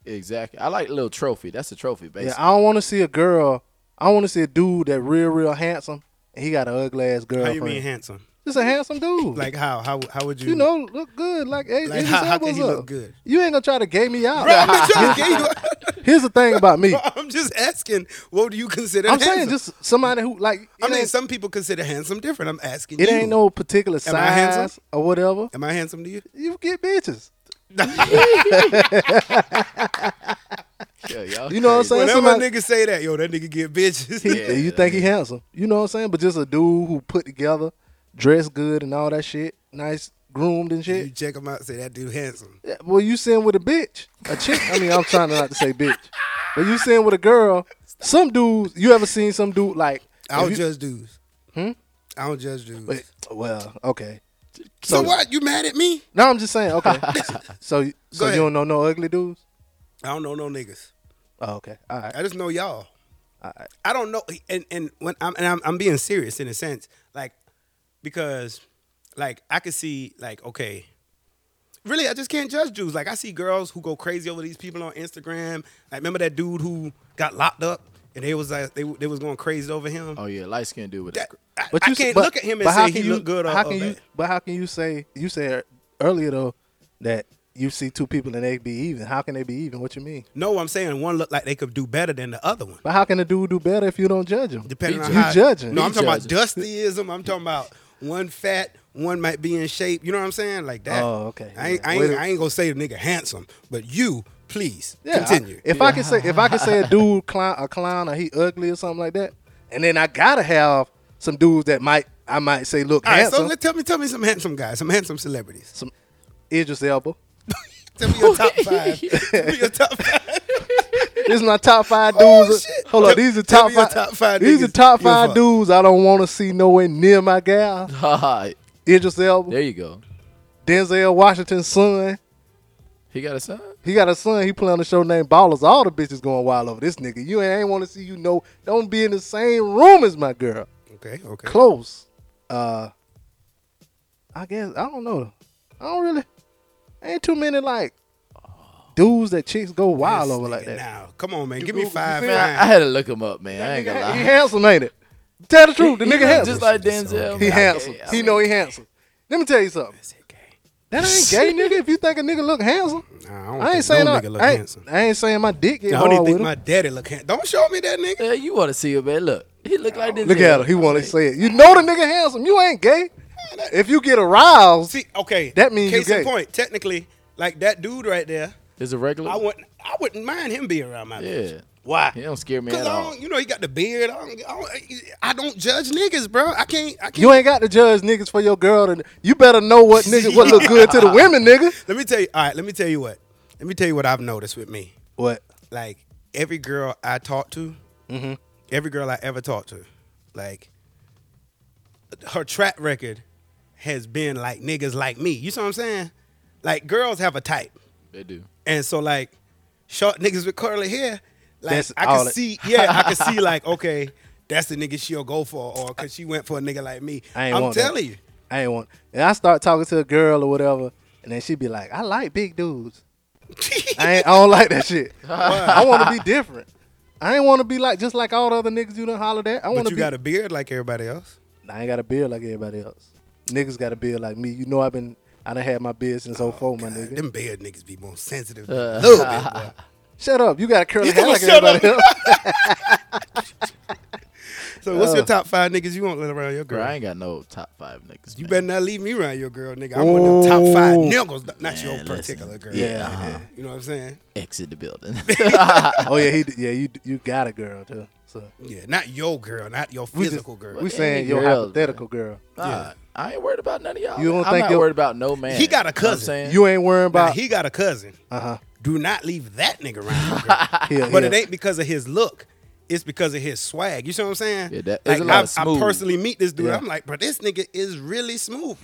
Exactly. I like little trophy. That's a trophy, basically.
Yeah, I don't want to see a girl. I want to see a dude that real real handsome and he got an ugly ass girl.
how you mean handsome?
Just a handsome dude.
Like how? How how would you?
you know, look good. Like, hey,
Like,
Idris
how- how can
Elba's
he look
up.
good?
You ain't gonna try to gay me out.
Bro, I'm, just trying to get you-
Here's the thing about me.
bro, I'm just asking. What do you consider?
I'm saying
handsome?
just somebody who like.
I
it
mean,
ain't-
some people consider handsome different. I'm asking
It
you.
ain't no particular
Am I handsome?
size or whatever.
Am I handsome to you?
You get bitches.
Yeah, y'all
You know what I'm
crazy.
saying?
Whenever
Somebody-
a nigga say that, yo, that nigga get bitches.
He-
Yeah,
you think he handsome. You know what I'm saying? But just a dude who put together, dressed good and all that shit, nice groomed and
you
shit.
check him out, say that dude handsome.
Yeah, Well, you sitting with a bitch, a chick. I mean, I'm trying not to say bitch, but you sitting with a girl. Some dudes, you ever seen some dude like?
I don't
if you-
judge dudes. Hmm? I don't judge dudes.
but- well, okay.
so,
so-
what? You mad at me?
No, I'm just saying. Okay, so so
ahead.
you don't know no ugly dudes?
I don't know no niggas.
Oh, okay, all right.
I just know y'all. I don't know, and and when I'm and I'm, I'm being serious in a sense, like because like I could see like okay, really I just can't judge dudes. Like I see girls who go crazy over these people on Instagram. Like remember that dude who got locked up and they was like they they was going crazy over him.
Oh yeah, light skinned dude with
That-
a
I,
But
I
you s-
can't
but-
look at him and
but how
say he
can you-
look good or,
How
or
can you?
bad.
But how can you say you said earlier though that you see two people and they be even? How can they be even? What you mean?
No, I'm saying one looked like they could do better than the other one.
But how can a dude do better if you don't judge him?
Depending
Be
on
ju-
how
you judging.
No, I'm
Be
talking about
judging.
dustyism. I'm talking about one fat, one might be in shape. You know what I'm saying? Like that.
Oh, okay.
I ain't, I
Yeah.
ain't, I ain't gonna say the nigga handsome, but you, please
Yeah, I-
continue.
if I can say if I can say a dude clown a clown or he ugly or something like that, and then I gotta have some dudes that might I might say look
All right, so
handsome.
let, tell me, tell me some handsome guys, some handsome celebrities.
some Idris Elba.
Tell me your top five. tell me your top five.
This is my top five
Oh,
dudes.
shit.
Hold on,
Tell-
these are
tell
top
me your
five.
top five
these are
niggas
top
you
five
fuck.
dudes I don't want to see nowhere near my gal.
Alright,
Idris Elba,
There you go.
Denzel Washington's son.
He got a son?
He got a son. He play on a show named Ballers. All the bitches going wild over this nigga. You ain't want to see you know. Don't be in the same room as my girl.
Okay, okay.
close. Uh, I guess I don't know. I don't really. Ain't too many like dudes that chicks go wild
This
over like
nigga
that.
Now, come on, man.
You
Give me
Google-
five.
you
fine.
feel
I, I had to look him up, man. I ain't
Nigga,
gonna
he
lie.
handsome, ain't it? Tell the truth, the
He
nigga
look
handsome.
Just like
It's
Denzel.
he
man.
handsome.
Okay, I
he
mean,
know he handsome. Let me tell you something.
Is it gay?
That ain't gay, nigga. If you think a nigga look handsome,
Nah, I don't
I ain't
think
saying
no
I,
nigga look
I, ain't,
handsome.
I ain't saying my dick get
I
hard
don't even
with
think
him.
my daddy look handsome. Don't show me that nigga.
Yeah, you want to see him, man. Look, he look like this.
Look
nigga.
at him. He want to say it. You know the nigga handsome. You ain't gay. If you get aroused,
See, okay.
That means you
case in
gay.
point. Technically, like that dude right there,
Is a regular.
I wouldn't, I wouldn't mind him being around my bitch.
Yeah.
Why?
He don't scare me
Because
at
I
all.
don't, you know, he got the beard. I don't, I don't, I don't judge niggas, bro. I can't. I can't.
You ain't got to judge niggas for your girl. And you better know what nigga what look good to the women, nigga.
let me tell you. All right. Let me tell you what. Let me tell you what I've noticed with me.
What?
Like every girl I talk to,
Mm-hmm.
every girl I ever talked to, like her track record has been like niggas like me. You see what I'm saying? Like girls have a type.
They do.
And so like short niggas with curly hair, like
That's
I
all
can
it-
see, yeah, I can see like okay, that's the nigga she'll go for, or cause she went for a nigga like me.
I ain't
I'm
want that.
telling you,
I ain't want. And I start talking to a girl or whatever, and then she be like, "I like big dudes. I ain't. I don't like that shit. I want to be different. I ain't want to be like just like all the other niggas you done hollered at. I want
but
to
you
be.
got a beard like everybody else.
I ain't got a beard like everybody else. Niggas got a beard like me. You know I've been. I done had my beard since
Oh,
04, my nigga.
Them beard niggas be more sensitive.
Uh.
than a little bit, boy.
Shut up. You got a curly
You
hair
gonna
like
shut
everybody else.
So what's
Oh.
your top five niggas you want let around your
Bro,
girl?
I ain't got no top five niggas.
You
man.
better not leave me around your girl, nigga. I'm one of them top five
Oh.
niggas, not your
Man,
particular
listen.
girl.
Yeah,
uh-huh.
You know what I'm saying?
exit the building.
oh yeah, he. d- Yeah, you. d- You got a girl too. So.
Yeah, not your girl, not your
We just-
physical girl.
We
But
saying
any
your
girls,
hypothetical girl.
Nah, I ain't worried about none of y'all.
You don't
I'm
think
not
your-
worried about no man.
He got a
You know what I'm
cousin.
saying?
You ain't worrying
Now,
about.
he got a cousin.
uh huh.
Do not leave that nigga around. your girl.
Yeah,
But
yeah.
it ain't because of his look. It's because of his swag. You see what I'm saying?
Yeah, that-
like,
there's a lot
I,
of
I
smooth.
personally meet this dude.
Yeah.
I'm like, bro, this nigga is really smooth.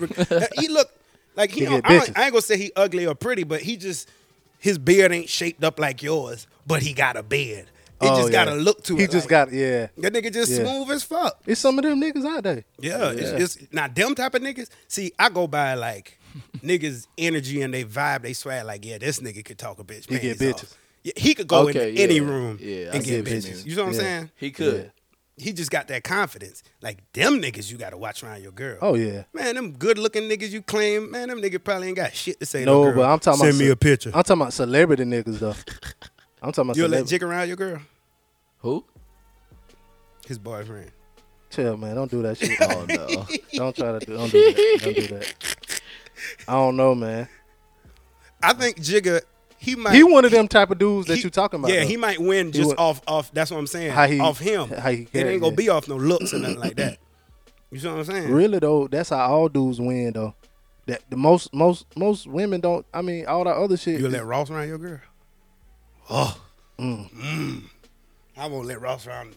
he look like he.
He
don't-
get
I,
bitches.
don't, I ain't gonna say he ugly or pretty, but he just his beard ain't shaped up like yours. But he got a beard. It
Oh,
just
yeah.
got a look to it.
He just
like,
got yeah.
that nigga just
Yeah.
smooth as fuck.
It's some of them niggas out there.
Yeah, It's, it's not them type of niggas. See, I go by like niggas' energy and they vibe, they swag. Like, yeah, this nigga could talk a bitch.
He get
panties
bitches.
off. Yeah, he could go
Okay,
into any
yeah.
room
Yeah, I
and get,
get
bitches.
bitches.
You know what
Yeah.
I'm saying?
he could.
He just got that confidence. Like them niggas, you got to watch around your girl.
Oh yeah.
man, them good looking niggas you claim, man, them nigga probably ain't got shit to say. to
No,
a girl.
but I'm talking.
Send
about
me
ce-
a picture.
I'm talking about celebrity niggas though. I'm talking about
You'll let
celebrity.
Jig around your girl,
Who?
his boyfriend.
Chill, man. Don't do that shit.
Oh no.
don't try to do. Don't do that. Don't do that. I don't know, man.
I think Jigga, he might.
He one of them type of dudes that
he-
you talking about.
Yeah,
though.
he might win just
would-
off off. That's what I'm saying.
How he-
off him.
how he
it
carry,
ain't gonna
yeah.
be off no looks or nothing like that. You see what I'm saying?
Really though, that's how all dudes win though. That the most most most women don't. I mean, all that other shit.
You
is-
let Ross around your girl? Oh, Mm. I won't let Ross around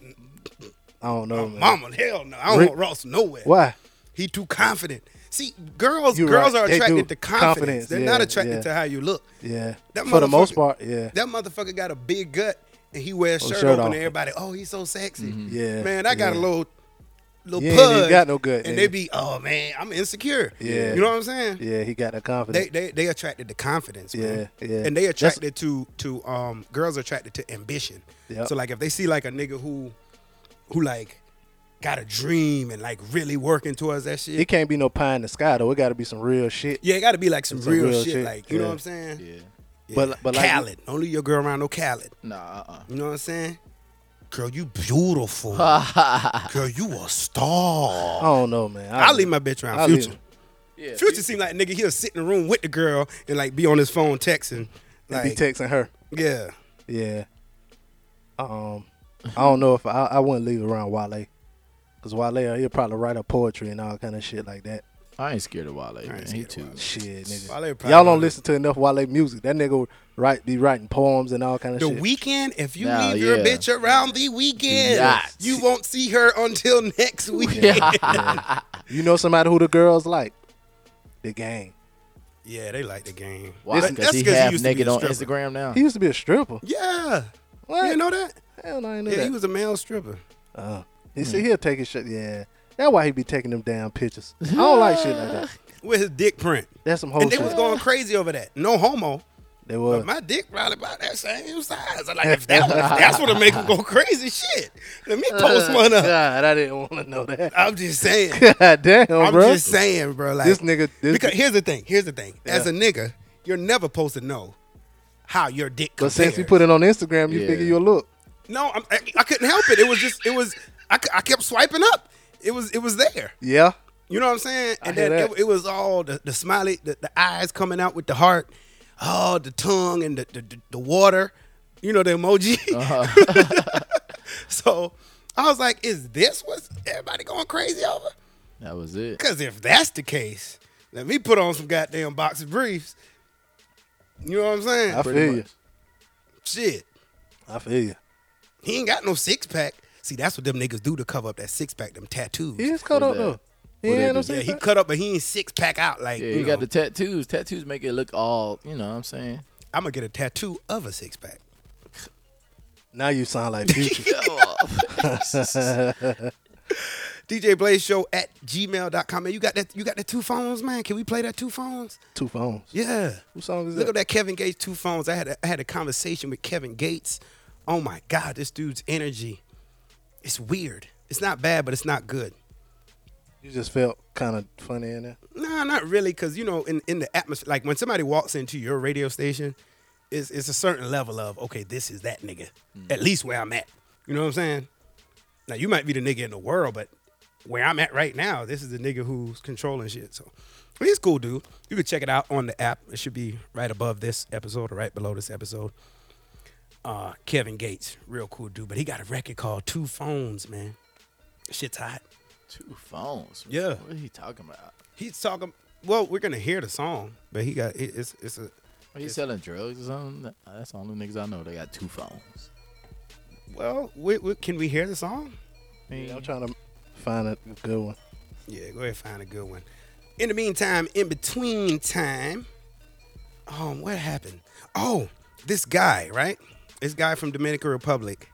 I don't know, man.
Mama. Hell no, I don't
Rick-
want Ross nowhere.
Why?
He too confident. See, girls,
You
girls
right.
are
They
attracted to
do.
confidence.
Confidence,
They're not
yeah,
attracted
yeah.
to how you look.
Yeah.
That
For the most
motherfucker-
part, yeah.
That motherfucker got a big gut and he wears
Oh,
shirt,
shirt
open
off.
and everybody, oh, he's so sexy.
Yeah,
Man, I got
yeah.
a little little
You ain't even
pud.
got no gut,
And
nigga.
they be, oh man, I'm insecure.
Yeah.
You know what I'm saying?
yeah, he got that
They,
confidence.
they they attracted to confidence, man.
Yeah, yeah.
And they
That's-
attracted to to um girls are attracted to ambition.
Yep.
So like if they see like a nigga who who like got a dream and like really working towards that shit.
it can't be no pie in the sky though. It got to be some real shit.
yeah, it got to be like some,
Some
real,
real
shit,
shit,
like you know
yeah.
what I'm saying?
Yeah.
But but like
Khaled, don't leave your girl around no Khaled.
Nah. Uh-uh.
You know what I'm saying? Girl, you beautiful. Girl, you a star.
I don't know, man. I
I'll
don't
leave
know.
my bitch around
I'll leave
Future.
him.
Yeah.
Future seem like a nigga. He'll sit in the room with the girl and like be on his phone texting.
And
Like,
be texting her.
yeah,
Yeah. Um, I don't know if I I wouldn't leave around Wale, cause Wale uh, he'll probably write up poetry and all kind of shit like that.
I ain't scared of Wale, man. He
scared of
too.
Shit, nigga.
Wale probably
Y'all
wrote
don't
it.
listen to enough Wale music. That nigga would write be writing poems and all kind of
the
shit.
weekend. If you
Nah,
leave your
yeah.
bitch around the weekend,
not.
you won't see her until next weekend. Yeah,
Yeah. You know somebody who the girls like? The gang.
they like the game.
Why?
That's-
Because
that's
he
'cause
half
used to be
naked
a
on
stripper.
Instagram now.
He used to be a stripper.
Yeah,
What?
you know that?
Hell, no, I ain't knew
Yeah,
that.
he was a male stripper.
Uh, he said he'll take his shit. Yeah, That's why he be taking them damn pictures. I don't like shit like that.
with his dick print.
That's some whole
And they
Oh, shit.
was going crazy over that. No homo.
they was.
But my dick probably about that same size. Like if that, if that's what'll make them go crazy. Shit. Let me
Uh,
post one up.
God, I didn't want to know that.
I'm just saying.
God damn,
I'm
bro.
just saying, bro. Like
This nigga- this-
because here's the thing. Here's the thing. As a
Yeah.
nigga, you're never supposed to know how your dick.
but since you
compares.
put it on Instagram, you
Yeah.
figure you'll look.
no, I'm, I, I couldn't help it. It was just. It was. I, cou- I kept swiping up. It was. It was there.
Yeah.
You know what I'm saying? And
hear
then it,
that.
it was all the, the smiley, the, the eyes coming out with the heart, oh, the tongue and the the, the, the water, you know, the emoji. so I was like, is this what's everybody going crazy over?
That was it.
Because if that's the case, let me put on some goddamn box of briefs. You know what I'm saying?
I
Pretty
feel you.
much.
Shit.
I feel you.
He ain't got no six pack. See, that's what them niggas do to cover up that six pack, them tattoos.
He is cut up
What's
though.
that?
He
What they
ain't no
do?
yeah,
six
he
pack.
cut up, but he ain't six pack out. Like,
Yeah,
you,
you
know,
got the tattoos. Tattoos make it look all, you know what I'm saying?
I'm gonna get a tattoo of a six pack.
Now you sound like Future.
DJ Blaze Show at gmail.com. Man, you got that you got the two phones, man. Can we play that two phones?
Two phones.
Yeah.
What song is
Look
that?
at that Kevin Gates two phones. I had a, I had a conversation with Kevin Gates. Oh my God, this dude's energy. It's weird. It's not bad, but it's not good.
You just felt kind of funny in there.
Nah, not really, because you know, in, in the atmosphere, like when somebody walks into your radio station, it's it's a certain level of okay, this is that nigga. At least where I'm at. You know what I'm saying? Now you might be the nigga in the world, but where I'm at right now, this is the nigga who's controlling shit. So I mean, it's cool, dude. You can check it out on the app. It should be right above this episode or right below this episode. Uh, Kevin Gates, real cool dude, but he got a record called Two Phones, man. Shit's hot.
Two phones.
Yeah.
What are he talking about?
He's talking. Well, we're gonna hear the song, but he got it, it's it's a
Are you selling drugs or something? That's the only niggas I know. They got two phones.
well. We, we, can we hear the song?
I'm trying to find a good one.
Yeah, go ahead and find a good one. In the meantime, in between time, um, what happened? Oh, this guy, right? This guy from Dominican Republic.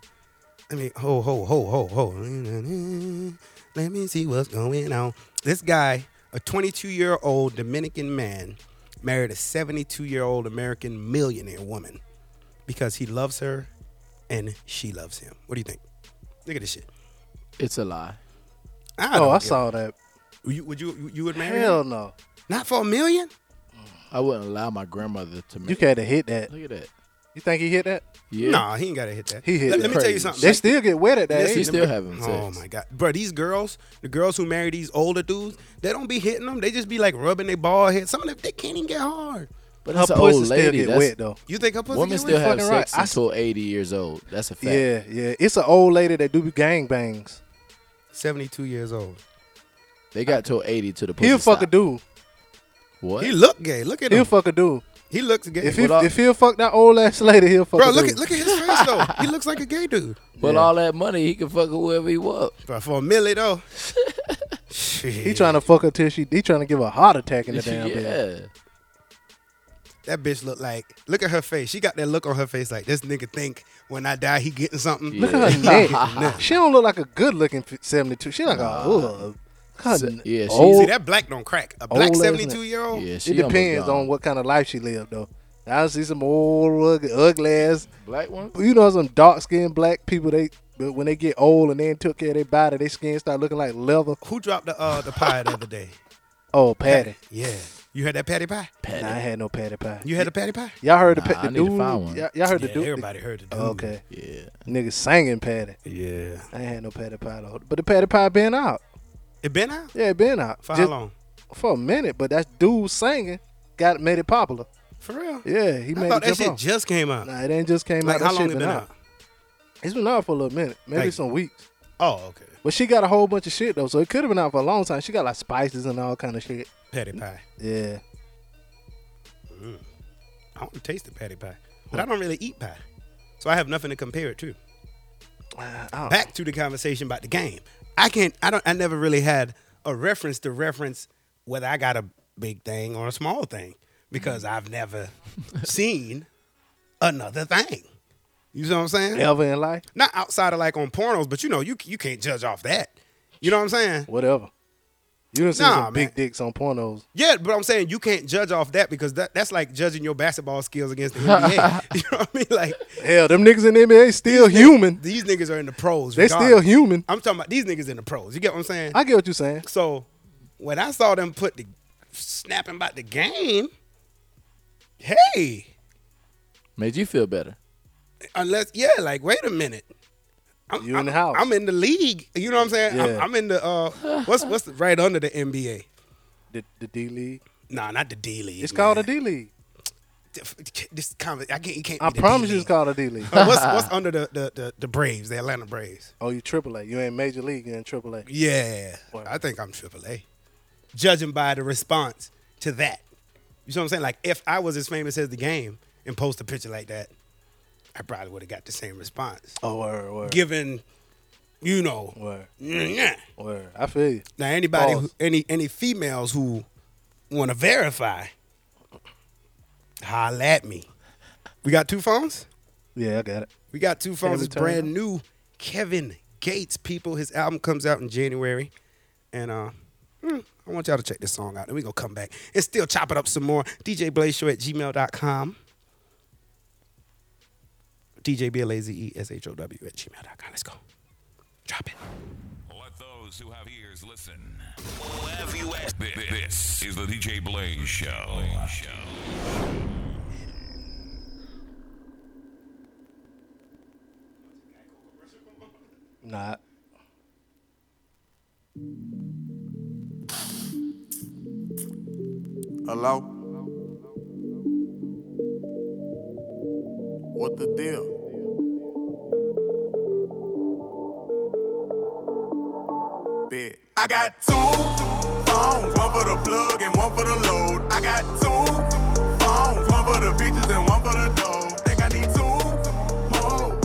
I mean, ho, ho, ho, ho, ho. Let me see what's going on. This guy, a 22 year old Dominican man, married a 72 year old American millionaire woman because he loves her and she loves him. What do you think? Look at this shit.
It's a lie.
I
Oh,
don't
I
give-
saw that.
Would you would you, you would marry him?
Hell no.
Not for a million?
I wouldn't allow my grandmother to
You
make.
can't hit that.
Look at that.
You think he hit that?
Yeah.
Nah, he ain't gotta hit that.
He hit
Let,
that.
let me tell you
Crazy.
something.
They still get wet at that.
Listen,
He
age.
still having sex.
Oh my god, bro! These girls, the girls who marry these older dudes, they don't be hitting them. They just be like rubbing their bald head. Some of them they can't even get hard.
But
Her
it's an
pussy
old
still
lady.
get
That's,
wet though.
You think her pussy?
women
get
still
wet?
have
fucking
sex
right. I s-
until 80 years old. That's a fact.
Yeah, yeah. It's an old lady that do gang bangs.
Seventy-two years old.
They got till 80 to the pussy
He'll fuck a
stop.
dude.
What?
He look gay. Look at him.
He'll fuck a dude.
he looks gay.
If he
What up?
if he'll fuck that old ass lady, he'll fuck.
bro,
a
look
dude.
at look at his face though. He looks like a gay dude.
With
Yeah.
all that money, he can fuck whoever he want.
Bro, for a milli though. Shit.
He trying to fuck her till she. He trying to give her a heart attack in the damn bed.
yeah.
that bitch look like. Look at her face. She got that look on her face like this nigga think when I die he getting something.
Look at her neck. she don't look like a good looking seventy two. She like a ugh. Her
So-
n-
yeah, she's-
old-
See that black don't crack. A black
Old ass
seventy-two year old.
Yeah, she
it
almost
depends
gone.
on what kind of life she lived though. I see some old ugly, ugly ass
Black one?
you know some dark skinned black people they but when they get old and they ain't took care of their body, their skin start looking like leather.
Who dropped the uh the pie the other day?
Oh, patty.
Yeah. You had that patty pie?
Nah, I had no patty pie.
You had a patty pie?
Y'all heard the,
Nah,
pa-
I
the
need to
dude?
find one.
Y'all, y'all heard
Yeah,
the dude?
everybody heard the dude.
Okay.
Yeah.
Niggas singing patty.
Yeah.
I ain't had no patty pie though. But the patty pie been out.
It been out?
Yeah, it been out.
For
Just
how long?
For a minute, but that dude singing got made it popular.
For real?
Yeah, he
I
made
thought that
it jump
shit
off.
just came out.
Nah, it ain't just came
like
out.
how
that
long
shit
it been out?
It's been out for a little minute, maybe
Like-
some weeks.
Oh, okay.
But she got a whole bunch of shit though, so it could have been out for a long time. She got like spices and all kind of shit.
Patty pie.
Yeah.
I want to taste the patty pie. But I don't really eat pie. So I have nothing to compare it to.
I don't-
Back to the conversation about the game. I can't I don't I never really had a reference to reference whether I got a big thing or a small thing. Because I've never seen another thing. You see what I'm saying?
Ever in life?
not outside of like on pornos, but you know, you you can't judge off that. You know what I'm saying?
Whatever. You done seen
Nah, man.
some big dicks on pornos.
Yeah, but I'm saying you can't judge off that because that, that's like judging your basketball skills against the NBA. you know what I mean? Like
Hell, them niggas in the NBA still human.
these niggas are in the pros.
They still
regardless.
human.
I'm talking about these niggas in the pros. You get what I'm saying?
I get what you're saying.
So when I saw them put the snapping about the game, hey,
Made you feel better.
unless yeah, like wait a minute. I'm,
You in
I'm-
the house.
I'm in the league. You know what I'm saying? I'm-
Yeah.
I'm, in the uh, what's what's the, right under the NBA?
The, the D League.
Nah, not the D league.
It's called a
man.
D League.
D- This comment, I can't. You can't.
I
be the
promise you
D-League.
it's called a D League.
Uh, what's what's under the, the the the Braves, the Atlanta Braves?
Oh, you triple A. You ain't major league, you in triple A.
Yeah, I think I'm AAA. Judging by the response to that, you see what I'm saying? Like if I was as famous as the game and post a picture like that, I probably would have got the same response.
Oh, word, word.
Given, you know,
word,
yeah.
word. I feel you.
Now anybody, who,
Pause.
any any females who want to verify, holla at me. We got two phones.
Yeah, I got it.
We got two
we
phones. It's
turn it
brand
on?
new. Kevin Gates, people. His album comes out in January, and uh, mm, I want y'all to check this song out. And we gonna come back and still chop it up some more. DJ Blaze Show at gmail.com. DJ B L A Z E S H O W at gmail.com. Let's go. Drop it.
Let those who have ears listen. Thi- This is the DJ Blaze Show.
Nah.
Hello? What the deal? Bit. I got two phones, one for the plug and one for the load. I got two phones, one for the bitches and one for the dough. Think I need two more.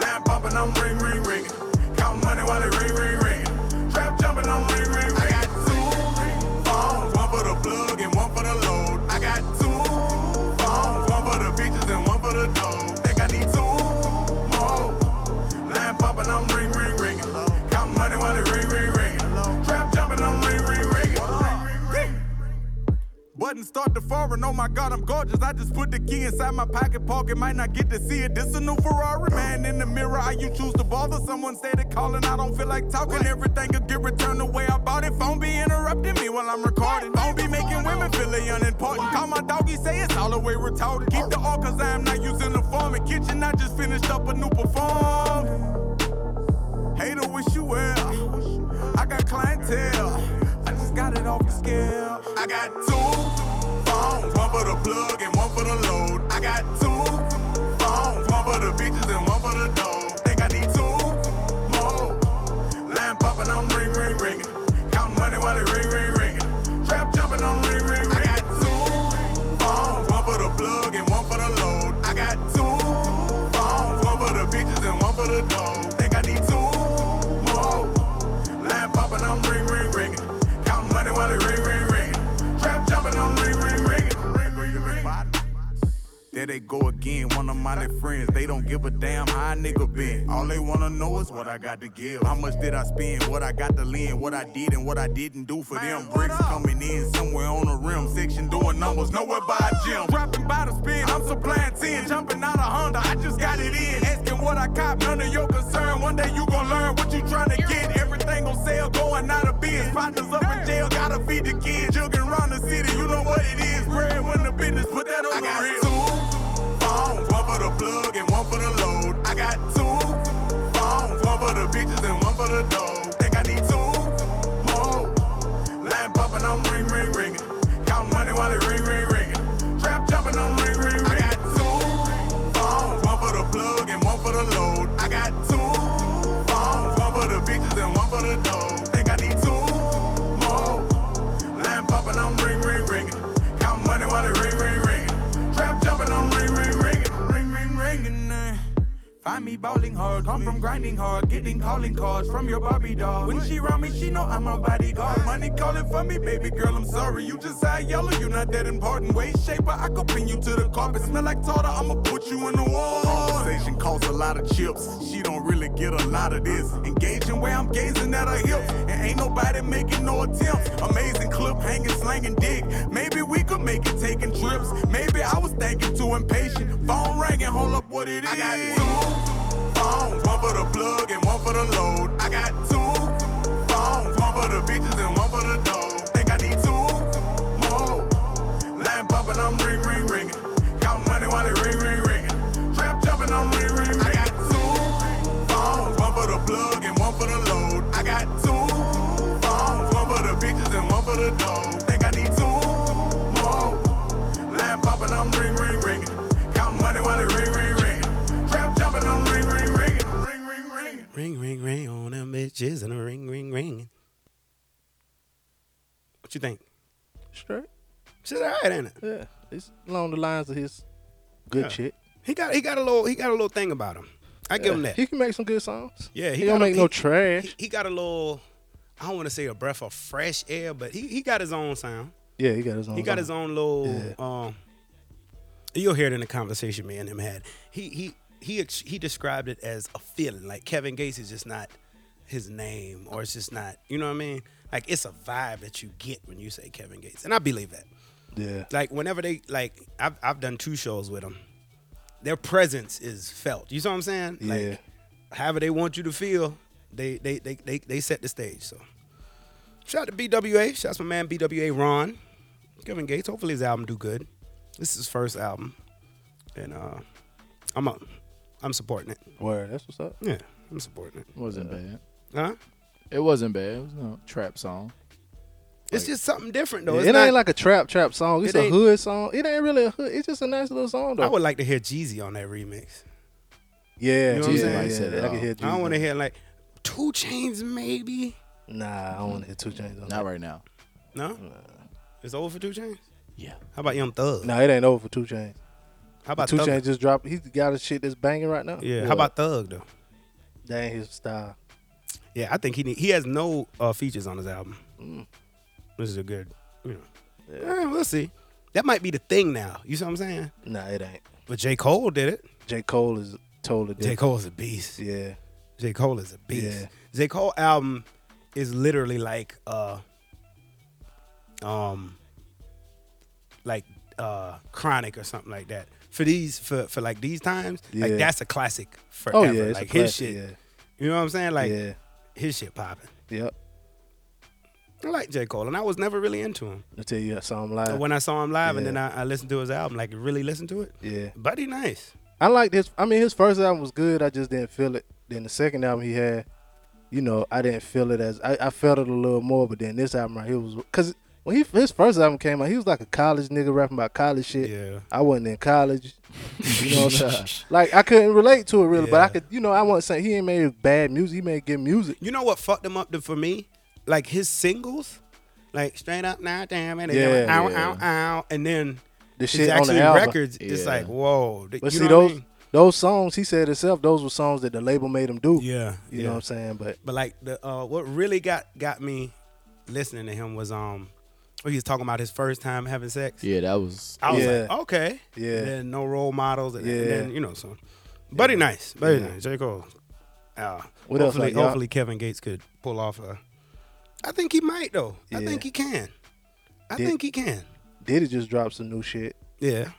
Lamp popping, I'm ring, ring, ringing. Count money while it ring, ring, ringing. Trap jumping, I'm ring, ring, ringing. I got two phones, one for the plug and one for the load. I got two phones, one for the bitches and one for the dough. Think I need two more. Line poppin', I'm ring, ring, ringin'. Count money while it ring, ring, ringin'. Trap jumpin', I'm ring, ring, ringin'. Ring, ring, ring. Button start to foreign. Oh my god, I'm gorgeous. I just put the key inside my pocket. Pocket might not get to see it. This a new Ferrari. Man in the mirror, how you choose to bother? Someone said it calling. I don't feel like talking. Everything could get returned the way I bought it. Phone be interrupting me while I'm recording. Phone be making women feel they unimportant. Call my doggy, say it's all the way retarded. Keep the all cause I am not using the form. In kitchen, I just finished up a new performance. Hater wish you well. I got clientele. I just got it off the scale. I got two phones, one for the plug and one for the load. I got two phones, one for the bitches and one for the dough. Think I need two more. Line popping, I'm ring, ring, ringing. Count money while it ring, ring, ringing. Trap jumping, I'm ring, ring, ringing. I got two phones, one for the plug and one for the load. I got two phones, one for the bitches and one for the dough. Think I need two more. Line poppin', I'm ring, ring, ringin'. Count money while it ring, ring, ringin'. Trap jumpin', I'm ring, ring, ringin'. Ring, ring, ring. There they go again, one of my little friends. They don't give a damn how a nigga been. All they wanna know is what I got to give. How much did I spend? What I got to lend? What I did and what I didn't do for them. Bricks coming in somewhere on the rim. Section doing numbers, nowhere by a gym. Dropping by the spin, I'm supplying 10. Jumping out of Honda, I just got it in. Asking what I cop, none of your concern. One day you gon' learn what you trying to get. Everything on sale, going out of biz. Partners up in jail, gotta feed the kids. Jugging around the city, you know what it is. Bread when the business, put that on the real phones, one for the plug and one for the load. I got two phones, one for the bitches and one for the dough. Think I need two more. Line popping, I'm ring, ring, ringing. Count money while it ring, ring, ringing. Trap jumping, I'm ring, ring, ringing. I got two phones, one for the plug and one for the load. I got two phones, one for the bitches and one for the dough. Think I need two more. Line popping, I'm ring, ring, ringing. Count money while it ring, ring, ringing. Trap jumping, I'm ring, ring, ringing. Ring, ring, ringing. uh. Find me bowling hard, come from grinding hard, getting calling cards from your Barbie doll. When she round me, she know I'm a bodyguard. Money calling for me, baby girl, I'm sorry. You just high yellow, you not that important. Weight shaper, I could pin you to the carpet. Smell like tartar, I'ma put you in the wall. Conversation costs a lot of chips. She don't really get a lot of this. Engaging where I'm gazing at her hips, and ain't nobody making no attempts. Amazing clip hanging, slanging dick. Maybe we could make it taking trips. Maybe I was thinking too impatient. Phone ringing, hold up, what it is? I got two phones, one for the plug and one for the load. I got two phones, one for the bitches and one for the dough. Think I need two more. Line popping, I'm ring, ring, ringing. Count money while it ring, ring, ringing. Trap jumping, I'm ring, ring, ringing. I got two phones, one for the plug and one for the load. I got two phones, one for the bitches and one for the dough. Think I need two more. Line popping, I'm ring, ring, ringing. Count money while it ring, ring, ringing. Trap jumping, I'm ring, ring, ringing. Ring, ring, ringing.
Ring, ring, ring on them bitches and a ring, ring, ring. What you think?
Straight.
Shit, all right, ain't it?
Yeah. It's along the lines of his good shit.
He got, he got a little, he got a little thing about him. I give him that.
He can make some good songs.
Yeah,
He,
he
don't
got a-
make no
he-
trash.
He, he got a little, I don't want to say a breath of fresh air, but he, he got his own sound.
yeah, he got his own.
He got his own little. Um, you'll hear it in the conversation me and him had. He he he ex- he described it as a feeling. Like Kevin Gates is just not his name, or it's just not. You know what I mean? Like it's a vibe that you get when you say Kevin Gates, and I believe that.
Yeah.
Like whenever they like, I've I've done two shows with them. Their presence is felt. You see what I'm saying?
Yeah.
Like however they want you to feel, they they they they, they set the stage. So shout out to BWA. Shout out to my man BWA Ron. Kevin Gates. Hopefully his album do good. This is his first album. And uh I'm a, I'm supporting it.
Word. That's what's up.
Yeah, I'm supporting it.
Wasn't bad.
Huh?
It wasn't bad. It was no trap song.
It's just something different though.
it
It's not-
ain't like a trap trap song. It's
It
a
ain't-
hood song. It ain't really a hood. It's just a nice little song though.
I would like to hear Jeezy on that remix. You
yeah,
know what I'm
yeah,
saying?
yeah,
Like
said
yeah,
it
I can
all.
hear.
I
Jeezy.
don't want to hear like Two Chains maybe.
Nah, I don't want to hear two chains. On
Not
that.
right now.
No, it's over for Two Chains.
Yeah.
How about Young Thug?
Nah, it ain't over for two chains.
How about
Two
Thug?
chains just dropped. He got a shit that's banging right now.
Yeah. How about Thug though?
That ain't his style.
Yeah, I think he need, he has no uh, features on his album.
Mm.
This is a good, you know. Eh, we'll see. That might be the thing now. You see what I'm saying?
Nah, it ain't.
But J Cole did it.
J Cole is totally
J
different.
Cole is a beast.
Yeah,
J Cole is a beast.
Yeah.
J Cole album is literally like uh um like uh chronic or something like that. For these for for like these times,
Yeah.
like that's a classic forever.
Oh, yeah, it's a
like his
classic,
shit.
yeah.
You know what I'm saying? Like
yeah,
his shit popping.
yep.
I like J Cole, and I was never really into him.
Until you saw him live.
But when I saw him live, and
Uh, yeah.
then I, I listened to his album, like really listened to it.
Yeah.
buddy, nice.
I liked his. I mean, his first album was good. I just didn't feel it. Then the second album he had, you know, I didn't feel it as I, I felt it a little more. But then this album right here was because when he his first album came out, he was like a college nigga rapping about college shit.
Yeah.
I wasn't in college. You know, what I'm saying? like I couldn't relate to it really. But I
Yeah.
could, you know, I wasn't saying he ain't made bad music. He made good music.
You know what fucked him up to, for me? Like his singles, like straight up now, damn, and
Yeah,
then ow,
yeah.
ow, ow, and then
The
his
shit on
actually
the album.
records. It's
Yeah.
like whoa. th-
But
you
see
know what I
those
mean?
those songs he said himself. Those were songs that the label made him do.
Yeah,
you
yeah.
know what I'm saying. But
But like the uh, what really got got me listening to him was um, when he was talking about his first time having sex.
Yeah, that was.
I was
Yeah.
like, okay.
Yeah.
And then no role models. And,
Yeah.
and then, you know, so. Buddy nice. Buddy nice. J. Cole. Uh,
What else,
hopefully,
like, y'all-
hopefully Kevin Gates could pull off a. I think he might, though. I
Yeah.
think he can. I
Did-
think he can.
Diddy just dropped some new shit.
Yeah.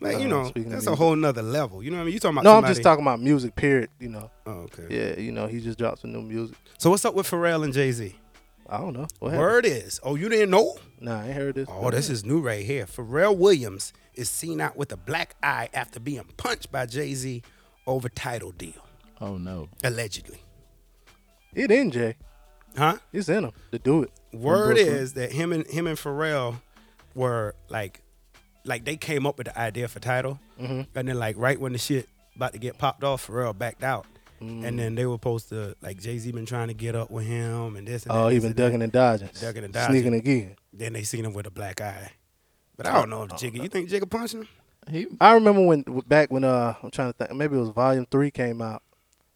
Like, you
Uh,
know,
speaking of
that's a
music.
whole nother level. You know what I mean? You talking about
No, I'm
somebody-
just talking about music. Period. You know.
Oh, okay.
Yeah, you know, he just dropped some new music.
So what's up with Pharrell and Jay Z?
I don't know. What happened?
Word is. Oh, you didn't know?
Nah, I ain't heard this.
Oh, this is new right here. Pharrell Williams is seen out with a black eye after being punched by Jay Z over title deal.
Oh no.
allegedly.
it in Jay.
Huh?
It's in him to do it.
Word
Brooklyn.
is that him and him and Pharrell were like, like they came up with the idea for title,
Mm-hmm.
and then like right when the shit about to get popped off, Pharrell backed out,
Mm.
and then they were supposed to like Jay Z been trying to get up with him and this and
Oh,
that,
he
this
been
and that.
ducking and dodging,
Ducking and dodging.
sneaking again.
Then they seen him with a black eye, but I
Oh,
don't know if Jigga. You think Jigga punched him?
He
I remember when back when uh I'm trying to think maybe it was Volume Three came out,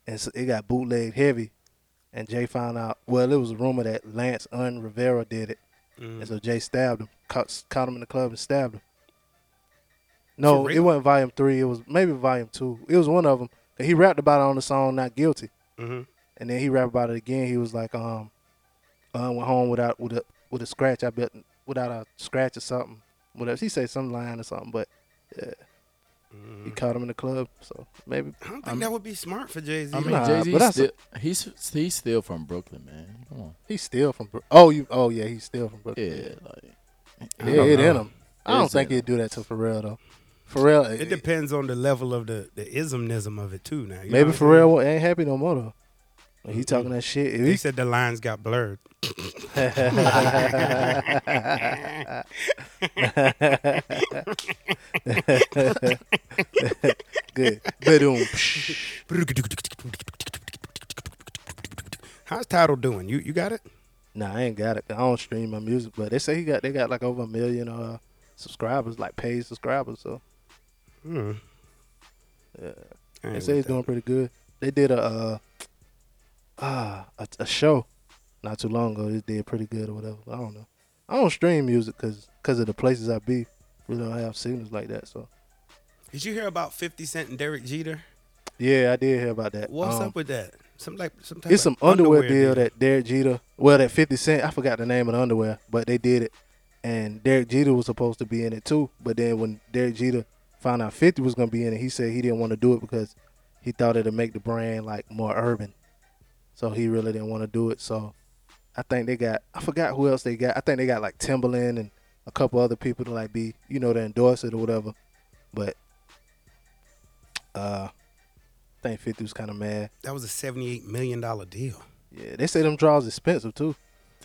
and s- it got bootlegged heavy, and Jay found out. Well, it was a rumor that Lance Un Rivera did it, and
Mm.
so Jay stabbed him, caught, caught him in the club and stabbed him. No,
For
it
real?
wasn't Volume Three. It was maybe Volume Two. It was one of them. He rapped about it on the song "Not Guilty."
Mm-hmm.
And then he rapped about it again. He was like, um, uh, went home without with a with a scratch. I bet without a scratch or something. Whatever he said, some line or something. But yeah,
Mm-hmm.
he caught him in the club. So maybe
I don't think that would be smart for Jay Z.
I mean,
Nah,
Jay Z
but that's
still he's he's still from Brooklyn, man. Come on,
he's still from. Bro- Oh, you. Oh yeah, he's still from Brooklyn.
yeah, like
Yeah, it in him. I don't
It's
think
in
he'd do that to Pharrell though. Pharrell, eh,
it depends on the level of the the ismnism of it too. Now, you know
maybe
what I'm saying?
Pharrell ain't happy no more though. When He talking that shit. If
He
he,
said the lines got blurred.
good. Boom.
How's title doing? You you got it?
nah, I ain't got it. I don't stream my music, but they say he got they got like over a million uh subscribers, like paid subscribers. So
Hmm. I
Uh,
ain't
they
with
say he's
that.
doing pretty good. They did a uh ah a, a show not too long ago. They did pretty good or whatever. I don't know. I don't stream music because of the places I be. We don't have signals like that. So
Did you hear about Fifty Cent and Derek Jeter?
yeah, I did hear about that.
What's
Um,
up with that? Some like some type
It's
of
some underwear, deal that Derek Jeter, well, that 50 Cent, I forgot the name of the underwear, but they did it. And Derek Jeter was supposed to be in it too. But then when Derek Jeter found out 50 was going to be in it, he said he didn't want to do it because he thought it'd make the brand like more urban. So he really didn't want to do it. So I think they got, I forgot who else they got. I think they got like Timberland and a couple other people to like be, you know, to endorse it or whatever. But uh, I think 50 was kind of mad.
That was a seventy-eight million dollar deal.
Yeah, they say them draws expensive too.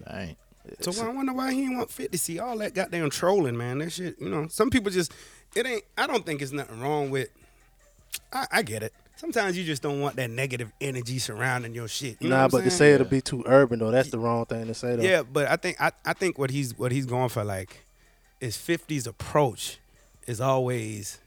dang.
So why- I wonder why he didn't want Fifty. See all that goddamn trolling, man. That shit, you know. Some people just it ain't. I don't think it's nothing wrong with. I, I get it. Sometimes you just don't want that negative energy surrounding your shit. You know
nah,
what I'm
but to
saying?
say it'll be too urban though, that's the wrong thing to say though.
Yeah, but I think I, I think what he's what he's going for like is 50's approach is always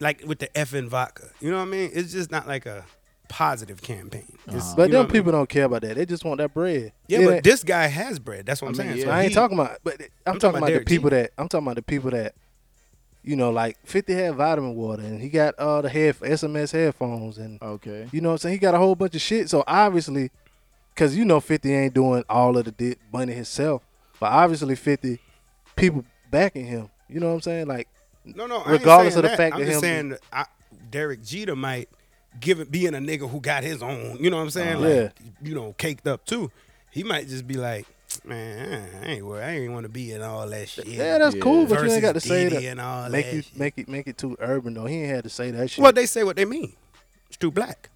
like with the effing vodka. You know what I mean? It's just not like a positive campaign. It's-
Uh-huh. But
you know what
them
I mean?
people don't care about that. They just want that bread.
Yeah,
It
but
ain't-
this guy has bread. That's what I'm
I mean,
saying.
yeah.
So
I ain't
he-
talking about. But I'm,
I'm talking
talking about the
Derek
people
Jeter.
that I'm talking about the people that, you know, like 50 had vitamin water and he got all the head SMS headphones and
Oh.
Okay,
you know what I'm saying. He got a whole bunch of shit. So obviously, because you know 50 ain't doing all of the di- money himself, but obviously 50 people backing him. You know what I'm saying? Like
No, no. I ain't
Regardless
saying
of the fact
I'm
that
just
him-
saying that I, Derek Jeter might give it being a nigga who got his own. You know what I'm saying?
Uh-huh.
like, You know, caked up too. He might just be like, man, I ain't worried. I ain't want to be in all that shit.
yeah, that's cool, but you
Versus
ain't got to say
Diddy
that.
and all
make
that
you
shit.
make it make it too urban though. He ain't had to say that shit.
Well, they say what they mean. It's too black.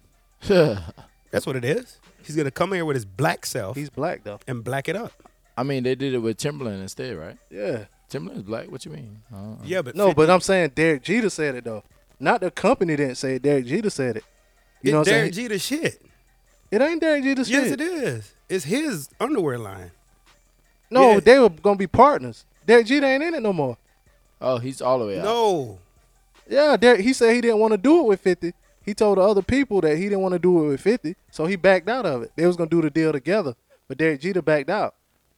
I
That's what it is. He's gonna come here with his black self
He's black though.
and black it up.
mean they did it with Timberland instead, right?
Yeah.
Timberland's black. What you mean? Uh,
Yeah, but
No,
50
but I'm saying Derek Jeter said it though. Not the company didn't say it. Derek Jeter said it. You know what
it's
I'm
Derek
saying?
Jeter shit.
it ain't Derek Jeter's
Yes, it
shit.
is. It's his underwear line.
No,
Yeah.
they were gonna be partners. Derek Jeter ain't in it no more.
oh, he's all the way out.
No,
Yeah, Derek, he said he didn't want to do it with 50. He told the other people that he didn't want to do it with 50, so he backed out of it. They was gonna do the deal together, but Derek Jeter backed out.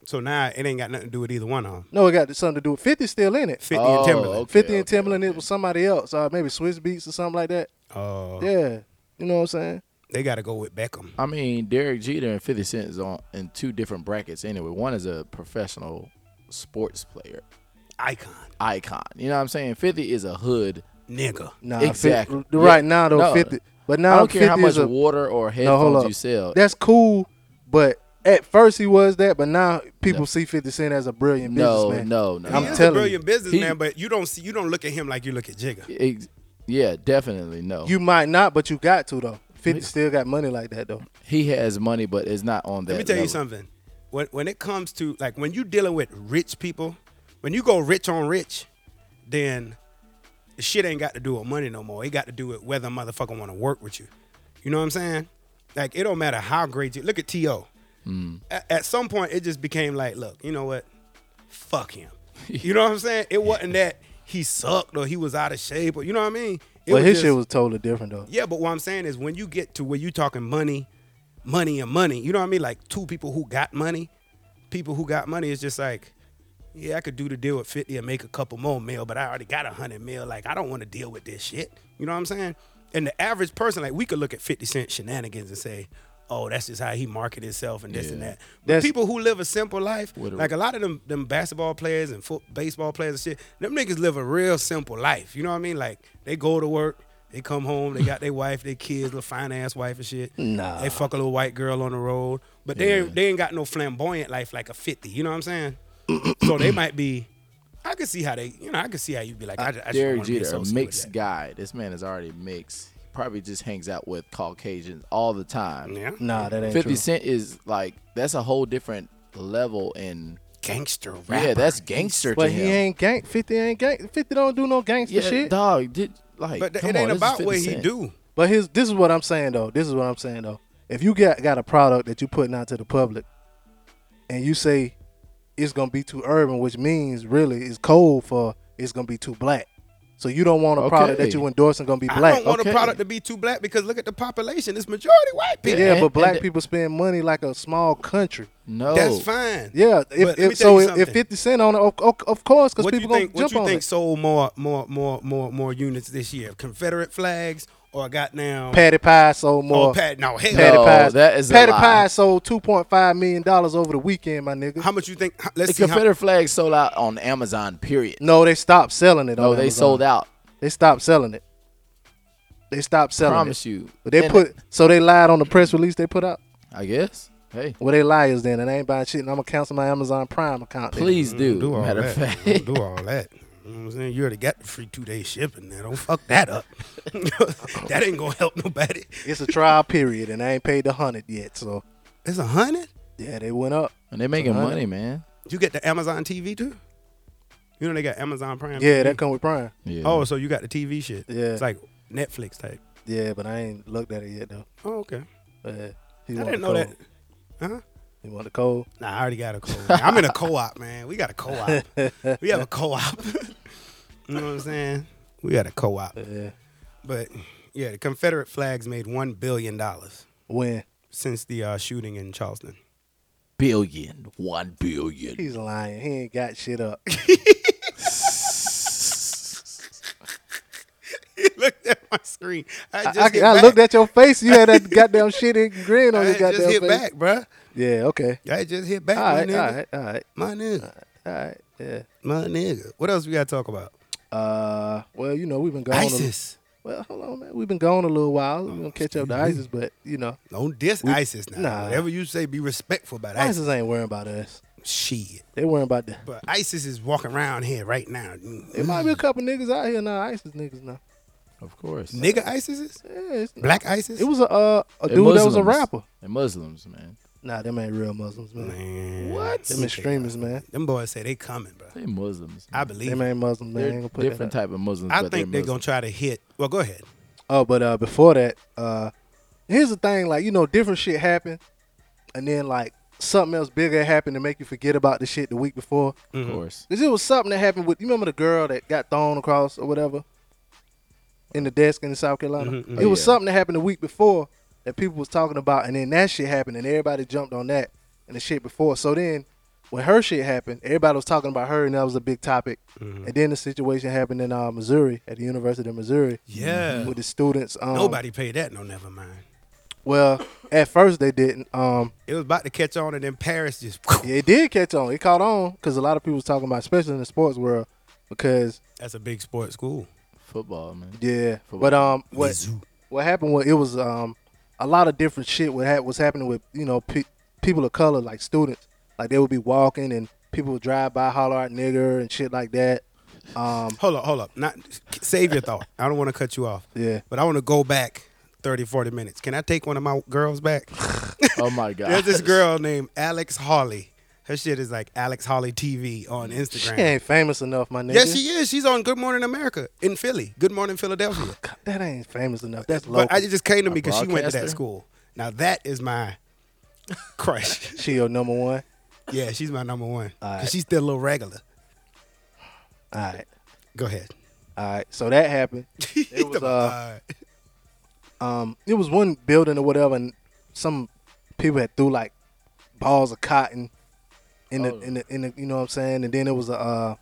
so now it ain't got nothing to do with either one of them.
No, it got something to do with 50 still in it.
50
Oh,
and Timberland.
okay,
50 and
okay,
Timberland,
okay.
it was somebody else, uh, maybe Swiss Beats or something like that.
Oh,
Yeah, you know what I'm saying?
they got to go with Beckham.
I mean, Derek Jeter and 50 Cent is on in two different brackets anyway. One is a professional sports player
Icon.
icon. You know what I'm saying? 50 is a hood.
Nigga.
Nah,
Exactly.
fif- right
Yeah.
now though,
No.
fifty. But
I
now
don't care how
50
much
is a,
water
no,
or
hold
headphones
up.
you sell.
That's cool, but at first he was that, but now people see Fifty Cent as a brilliant
no,
businessman.
no, no,
I'm
He's a
telling you.
brilliant businessman,
He-
but you don't see, you don't look at him like you look at Jigga.
Ex- yeah, definitely no.
you might not, but you got to though. Fifty still got money like that though.
he has money, but it's not on that.
Let me tell you
level.
something. When when it comes to like when you dealing with rich people, when you go rich on rich, then the shit ain't got to do with money no more. It got to do with whether a motherfucker want to work with you. You know what I'm saying? Like it don't matter how great you look at To. At, at some point, it just became like, look, you know what? Fuck him. You know what I'm saying? It wasn't that he sucked or he was out of shape or you know what I mean. It
But his
just-
shit was totally different though.
yeah, but what I'm saying is when you get to where you talking money, money and money, you know what I mean? Like two people who got money, people who got money is just like, yeah, I could do the deal with 50 and make a couple more mil, but I already got a hundred mil. Like I don't want to deal with this shit. You know what I'm saying? and the average person, like we could look at Fifty Cent shenanigans and say, "Oh, that's just how he marketed himself and this and that." But
That's-
people who live a simple life,
With a-
like a lot of them, them basketball players and foot, baseball players and shit, them niggas live a real simple life. You know what I mean? Like they go to work. They come home, they got their wife, their kids, little fine ass wife and shit.
Nah.
They fuck a little white girl on the road. But they ain't they ain't got no flamboyant life like a 50. You know what I'm saying? so they might be I could see how they, you know, I could see how you'd be like, I, just- I just
Derek
want to be
Jeter, a
associated
mixed
with that.
guy. This man is already mixed. He probably just hangs out with Caucasians all the time.
Yeah,
Nah, that ain't
50
true.
Cent is like that's a whole different level in
gangster rapper.
yeah, that's gangster
But
to
he
him.
ain't gang. Fifty ain't gang. Fifty don't do no gangster
yeah,
shit.
dog. Did, like,
But th-
come
it
on,
ain't
this is
about
50
what he
Cent.
do.
But his this is what I'm saying though. This is what I'm saying though. If you got got a product that you putting out to the public, and you say it's gonna be too urban, which means really it's cold for it's gonna be too black. So you don't want a product that
Okay.
you endorsing gonna be
I
black.
don't want
okay.
a product to be too black because look at the population. It's majority white people.
Yeah,
And-
but black
and-
people spend money like a small country.
No,
That's fine.
Yeah,
But let
if,
me
if,
tell
so
you
if, if
something.
Fifty Cent on it, of, of, of course, because
What you
people gonna
think? What
jump
you
on
think
it.
sold more, more, more, more, more units this year? Confederate flags or goddamn?
Patty Pie sold more.
oh, Pat, no, hell.
Patty
No,
Pie.
that is a
Patty
lie.
Pie sold two point five million dollars over the weekend, my nigga.
How much you think? how- Let's
the
see. how-
Confederate flag sold out on Amazon. Period.
No, they stopped selling it.
No,
on
they
Amazon.
sold out.
They stopped selling it. They stopped selling.
Promise
it.
you.
But they
And-
put so they lied on the press release they put out.
I guess. Hey,
Well, they liars then, and I ain't buying shit. And I'm gonna cancel my Amazon Prime account. then.
please do.
Mm-hmm. do all
matter of
that.
fact,
Don't do all that. You know what I'm saying? You already got the free two day shipping now. Don't fuck that up. that ain't gonna help nobody.
It's a trial period, and I ain't paid the hundred yet. So
It's a hundred.
yeah, they went up.
and they're making
Right.
money, man.
You get the Amazon TV too. You know they got Amazon Prime.
Yeah,
TV?
that come with Prime.
Yeah.
Oh, so you got the TV shit.
Yeah.
It's like Netflix type.
Yeah, but I ain't looked at it yet though.
Oh, okay.
But, uh, he
I
want
didn't
the
know that.
code.
Huh?
He want the code.
Nah, I already got a co-op. I'm in a co-op, man. We got a co-op. we have a co-op. you know what I'm saying? We got a co-op.
Yeah.
But yeah, the Confederate flags made one billion dollars
When
since the uh, shooting in Charleston.
billion, one billion.
he's lying, he ain't got shit up.
looked at my screen. I
I,
just
I,
hit
I
back.
looked at your face. You had that goddamn shit in grin
I
on your
had
goddamn
just hit
face.
back, bruh.
Yeah. Okay.
I had just hit back.
All
my
right. All
nigga.
right. All right.
My nigga.
All right. Yeah.
My nigga. What else we gotta talk about?
Uh, well, you know, we've been gone.
ISIS.
A, well, hold on, man. We've been gone a little while. We're gonna catch up to ISIS, but you know,
Don't diss ISIS now.
nah.
Whatever you say, be respectful about ISIS.
ISIS ain't worrying about us.
Shit.
They worrying about the.
But ISIS is walking around here right now.
It might be a couple niggas out here now. ISIS niggas now.
Of course.
Nigga ISIS is?
Yeah, it's,
Black ISIS?
It was a uh, a
They're
dude that was a
Muslims.
rapper.
They're Muslims, man.
Nah, them ain't real Muslims, man.
Man.
What?
Them extremists, man.
Them boys say they coming, bro.
They're Muslims.
I believe.
Them
it.
ain't Muslims, man. I
They're
ain't gonna put that
different
up.
type of Muslims.
I
but
think
they're
they're gonna
Muslims.
try to hit. Well, go ahead.
Oh, but uh, before that, uh, here's the thing. Like you know, different shit happened, and then like something else bigger happened to make you forget about the shit the week before.
Of course.
Cause it was something that happened with you remember the girl that got thrown across or whatever in the desk in South Carolina. It was
yeah.
something that happened the week before that people was talking about, and then that shit happened, and everybody jumped on that and the shit before. So then when her shit happened, everybody was talking about her, and that was a big topic. And then the situation happened in uh, Missouri at the University of Missouri.
Yeah.
with the students. Um,
Uh. Nobody paid that. No, never mind.
Well, at first they didn't. Um,
It was about to catch on, and then Paris just.
it did catch on. It caught on because a lot of people was talking about, especially in the sports world, because
That's a big sports school.
Football, man.
Yeah,
For
but
what?
um, what what happened was it was um a lot of different shit what ha- was happening with you know pe- people of color like students like they would be walking and people would drive by holler at nigger and shit like that. Um,
Hold up, hold up. Not save your thought. I don't want to cut you off.
Yeah.
But I want to go back 30, 40 minutes. Can I take one of my girls back?
Oh my god.
There's this girl named Alex Hawley. Her shit is like Alex Hawley TV on
she
Instagram.
ain't famous enough, my nigga.
Yes, she is. She's on Good Morning America in Philly. Good Morning Philadelphia.
That ain't famous enough. That's local.
but I, it just came to me because she went to
broadcaster?
that school. Now that is my crush.
she your number one.
yeah, she's my number one. 'Cause
right.
She's still a little regular.
All right,
Go ahead.
all right. So that happened. It was uh,
Alright.
um, it was one building or whatever, and some people had threw like balls of cotton in
Oh.
the in the in the you know what I'm saying, and then it was a uh,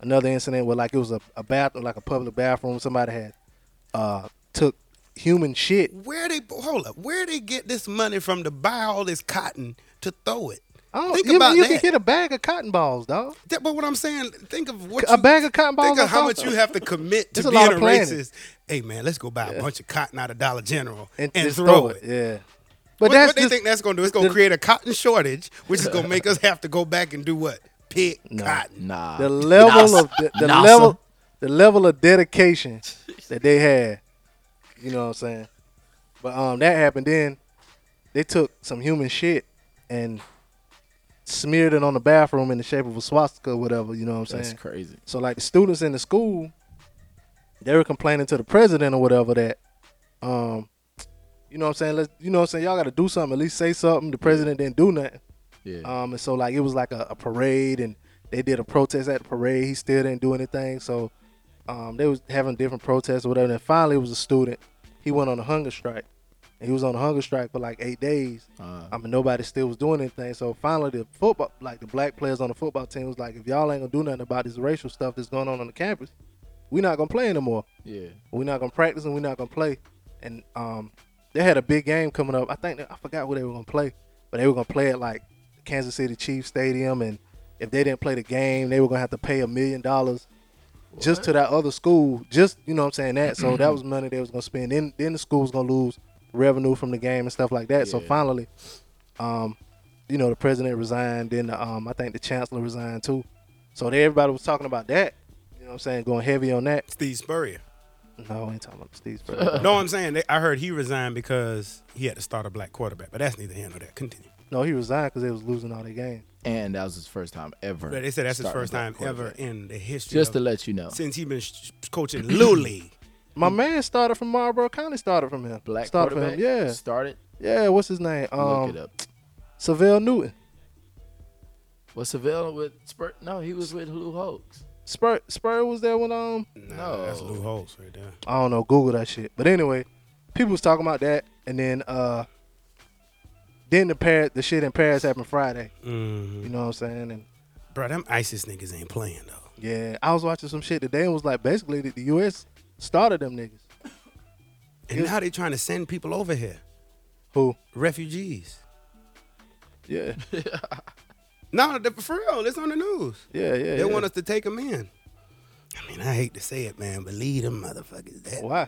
another incident where like it was a, a bathroom like a public bathroom somebody had uh took human shit.
Where they hold up? Where they get this money from to buy all this cotton to throw it?
I don't
think
you,
about
you
that.
can get a bag of cotton balls, dog.
That- But what I'm saying, think of what
A
you-
bag of cotton balls
Think of
is
how much
awesome.
you have to commit to
It's a
being
lot
a
of planning.
racist. Hey man, let's go buy a bunch of cotton out of Dollar General and,
just
throw it.
Yeah.
But
But
what,
that's
what they
just-
think that's gonna do? It's gonna create a cotton shortage, which is gonna make us have to go back and do what? Pick cotton.
Nah.
the level of the, the
Nasa.
level the level of dedication that they had. You know what I'm saying? But um that happened then they took some human shit and smeared it on the bathroom in the shape of a swastika or whatever, you know what I'm saying?
That's crazy.
So like the students in the school, they were complaining to the president or whatever that, um, you know what I'm saying? Let's, you know what I'm saying? Y'all got to do something. At least say something. The president didn't do nothing.
Yeah.
Um, and so like it was like a, a parade, and they did a protest at the parade. He still didn't do anything. So, um, they was having different protests or whatever. And finally, it was a student. He went on a hunger strike. And he was on a hunger strike for like eight days. I mean, nobody still was doing anything. So finally, the football, like the black players on the football team, was like, if y'all ain't gonna do nothing about this racial stuff that's going on on the campus, we're not gonna play anymore.
yeah.
We're not gonna practice and we're not gonna play. And um, they had a big game coming up. I think that, I forgot where they were gonna play, but they were gonna play at like Kansas City Chiefs Stadium. And if they didn't play the game, they were gonna have to pay a million dollars just to that other school. Just you know what I'm saying that. So that was money they was gonna spend. Then then the school was gonna lose revenue from the game and stuff like that. So finally, um, you know the president resigned. Then um, I think the chancellor resigned too. So they, everybody was talking about that. You know what I'm saying? Going heavy on that.
Steve Spurrier.
No, I ain't talking about Steve's brother.
No, I'm saying they, I heard he resigned because he had to start a black quarterback, but that's neither here nor there. Continue.
No, he resigned because they was losing all their games.
And that was his first time ever.
But they said that's his
starting
first
black
time ever
quarterback.
in the history.
Just
of-
to let you know,
since he been sh- coaching little league.
My man started from Marlboro County. Started from him.
Hmm. black
started from
quarterback.
him. Yeah,
Started.
yeah. What's his name?
Look it
Um,
up.
Savell Newton.
Was Seville with Spurt? No, he was with Lou Holtz.
Spur Spur was there when um
no,
That's Lou Holtz right there.
I don't know, Google that shit. But anyway, people was talking about that, and then uh, then the Paris, the shit in Paris happened Friday.
Mm-hmm.
You know what I'm saying? And
Bro, them ISIS niggas ain't playing though.
yeah, I was watching some shit today and was like, basically, the, the U.S. started them niggas.
And now they trying to send people over here,
Who?
refugees.
Yeah,
No, that- for real, it's on the news.
yeah, yeah.
They
yeah.
want us to take them in. I mean, I hate to say it, man, but leave them motherfuckers. That
Why?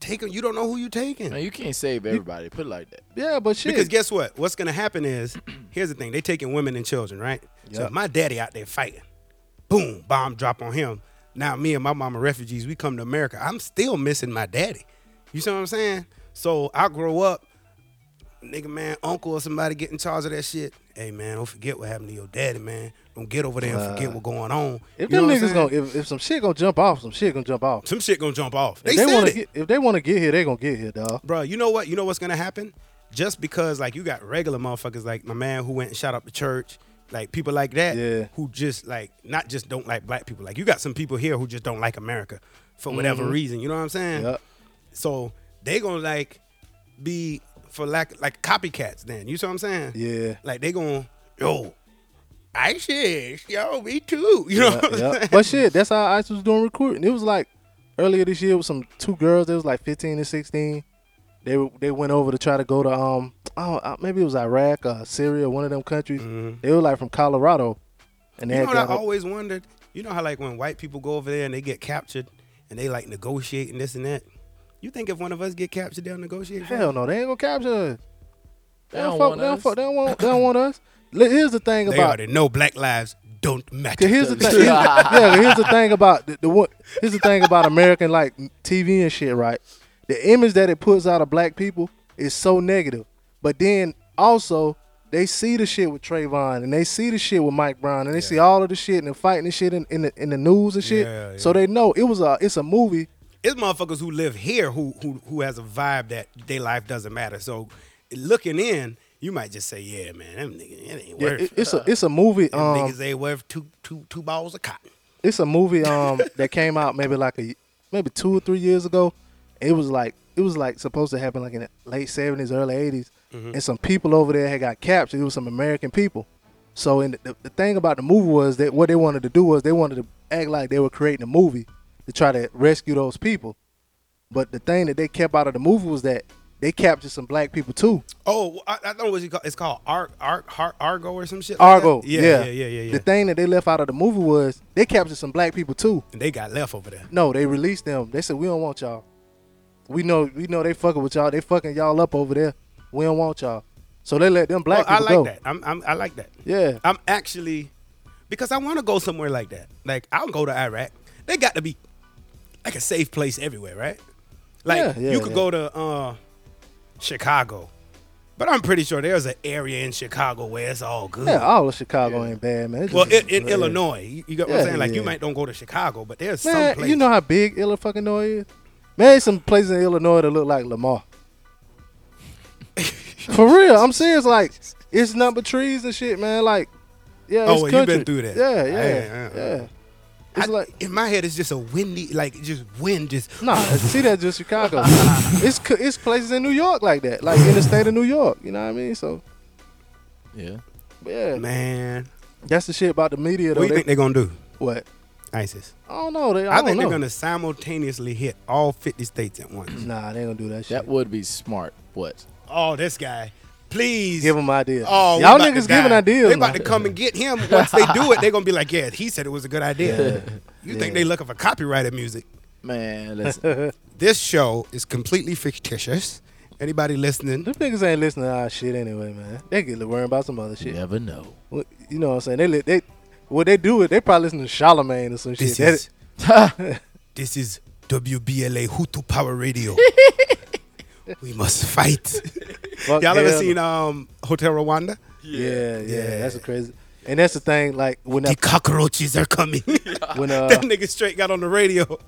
Take them. You don't know who you taking.
Man, you can't save everybody. Put it like that.
Yeah, but shit.
Because guess what? What's gonna happen is, here's the thing: they taking women and children, right? So if my daddy out there fighting, boom, bomb drop on him. Now me and my mama refugees, we come to America. I'm still missing my daddy. You see what I'm saying? So I grow up, nigga, man, uncle or somebody get in charge of that shit. Hey man, don't forget what happened to your daddy, man. Don't get over there and forget what's going on.
if
You know
them
what I'm
niggas
saying?
gonna, if, if some shit gonna jump off, some shit gonna jump off.
some shit gonna jump off. They,
if they
said
wanna
it.
get, if they want to get here, they gonna get here, dog.
bro. You know what? You know what's gonna happen? Just because like you got regular motherfuckers like my man who went and shot up the church, like people like that,
Yeah.
who just like not just don't like black people. Like you got some people here who just don't like America for whatever reason. You know what I'm saying?
Mm-hmm. Yup.
So they gonna like be for lack like copycats. Then you see what I'm saying?
Yeah.
Like they gonna yo. ISIS, yo, me too. You know, what I'm
Yeah.
saying?
But shit, that's how ICE was doing recruiting. It was like earlier this year with some two girls. They was like 15 and 16. They were- they went over to try to go to um oh uh, maybe it was Iraq or Syria, one of them countries. They were like from Colorado, and they
Mm-hmm. You know
had
what I
got-
always wondered? You know how like when white people go over there and they get captured and they like negotiate and this and that? You think if one of us get captured, they'll negotiate? bro?
hell no, they ain't gonna capture us. They,
don't
don't, fuck, they
want
don't
us.
fuck. They don't want. They don't want us. Look, Here's the thing
They
about.
already know black lives don't matter.
'cause Here's the thing. yeah, here's the thing about the, the one. Here's the thing about American like TV and shit, right? The image that it puts out of black people is so negative. But then also they see the shit with Trayvon and they see the shit with Mike Brown and they see all of the shit and the fighting and shit in, in the in the news and shit.
Yeah, yeah.
So they know it was a it's a movie.
it's motherfuckers who live here who who who has a vibe that their life doesn't matter. So looking in, you might just say, yeah, man, them niggas, it ain't
Yeah,
worth
it- it's a it's a movie.
them
Um,
niggas ain't worth two two two balls of cotton.
it's a movie um that came out maybe like a maybe two or three years ago. It was like it was like supposed to happen like in the late seventies, early 80s
Mm-hmm.
and some people over there had got captured. It was some American people. So in the, the thing about the movie was that what they wanted to do was they wanted to act like they were creating a movie to try to rescue those people. But the thing that they kept out of the movie was that they captured some black people too.
Oh, I, I know what it's called. It's called Ar, Ar, Har- Argo or some shit. like that?
Argo.
Yeah,
yeah,
yeah, yeah, yeah. yeah.
The thing that they left out of the movie was they captured some black people too.
and they got left over there.
No, they released them. They said we don't want y'all. We know we know they fucking with y'all. They fucking y'all up over there. We don't want y'all. So they let them black
oh, I
people
like
go.
that. I'm, I'm, I like that.
Yeah.
I'm actually because I want to go somewhere like that. Like I'll go to Iraq. They got to be like a safe place everywhere, right? Like
Yeah, yeah,
you could
yeah.
go to uh, Chicago, but I'm pretty sure there's an area in Chicago where it's all good.
Yeah, all of Chicago ain't bad, man. It's
well,
just-
in, in
yeah.
Illinois, you, you got what I'm
Yeah,
saying. Like you
yeah.
might don't go to Chicago, but there's some
Man,
place.
you know how big Illinois fucking is? Man, there's some places in Illinois that look like Lamar. For real, I'm serious. Like, it's nothing but trees and shit, man. Like, yeah,
Oh,
it's
well, you been
country.
through that.
Yeah,
Yeah,
yeah,
yeah.
yeah. It's
I-
like,
in my head, it's just a windy, like just wind, just
nah, see that just Chicago. it's co- it's places in New York like that, like in the state of New York. You know what I mean? So,
Yeah.
but yeah,
man.
that's the shit about the media though.
What do you
They-
think they're gonna do,
what?
ISIS?
I don't know. They, I,
I,
don't
think
know.
they're gonna simultaneously hit all 50 states at once.
Nah, they ain't gonna do that shit.
That would be smart. What?
oh, this guy. Please.
give them ideas.
Oh, we
y'all
about to
niggas
die.
giving ideas.
They about
now.
to come and get him. Once they do it, they're gonna be like, "Yeah, he said it was a good idea." You think they looking for copyrighted music?
Man, listen.
This show is completely fictitious. Anybody listening?
Them niggas ain't listening to our shit anyway, man. They get to worrying about some other
you
shit.
never know.
What- You know what I'm saying? They li- they what they do is they probably listen to Charlemagne or some shit.
This
That-
is this is WBLA Hutu Power Radio. we must fight.
fuck
Y'all ever
hell.
seen um Hotel Rwanda?
Yeah, yeah, That's a crazy. And that's the thing, like when
The
that,
cockroaches are coming.
when uh
that nigga straight got on the radio.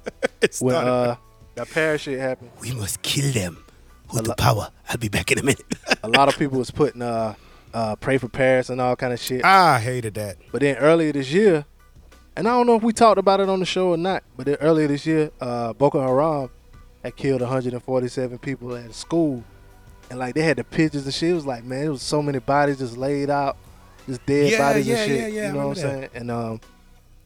It
when
started.
uh that Paris shit happened,
we must kill them. Who the power? I'll be back in a minute.
a lot of people was putting uh uh pray for Paris and all kind of shit.
I hated that.
But then earlier this year, and I don't know if we talked about it on the show or not, but then earlier this year, uh, Boko Haram had killed 147 people at a school. And like they had the pictures and shit. It was like, man, it was so many bodies just laid out, just dead
Yeah,
bodies
yeah,
and shit.
yeah, yeah, I
you know what I'm
remember
saying? And um,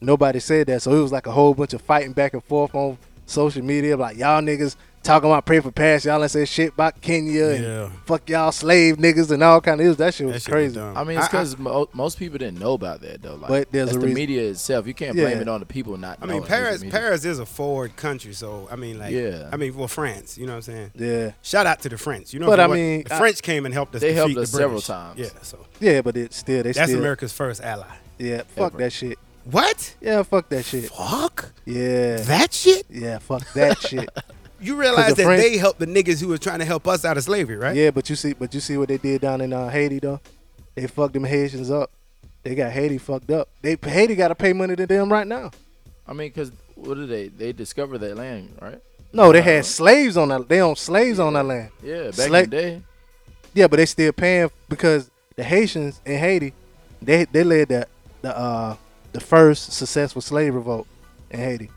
nobody said that. So it was like a whole bunch of fighting back and forth on social media. Like, y'all niggas talking about pray for Paris. Y'all ain't say shit about Kenya
Yeah.
and fuck y'all slave niggas and all kind of. It was, that shit was
That shit was
crazy.
dumb.
I mean, it's because mo- most people didn't know about that though. Like,
But there's
that's
a
the
reason-
media itself. You can't blame
Yeah.
it on the people not.
I mean,
knowing. It's the
Paris.
media.
Paris is a forward country, so I mean, like,
Yeah.
I mean, well, France. You know what I'm saying?
Yeah.
Shout out to the French. You know, if
But
it
I
wasn't-
mean,
the
I-
French came and helped us.
They helped
defeat
us
the
several
British.
times.
Yeah, so
Yeah, but it still, they
that's
still.
America's first ally.
Yeah, fuck
Ever.
that shit.
What?
Yeah, fuck that shit.
Fuck
Yeah.
that shit.
yeah, fuck that shit.
You realize
the
that
French-
they helped the niggas who were trying to help us out of slavery, right?
Yeah, but you see but you see what they did down in uh, Haiti though? They fucked them Haitians up. They got Haiti fucked up. They Haiti gotta pay money to them right now.
I mean, because what did they? They discovered that land, right?
No, they
Uh,
had slaves on that they own slaves on that land.
Yeah, back
Sla-
in the day.
Yeah, but they still paying because the Haitians in Haiti, they they led the the uh the first successful slave revolt in Haiti,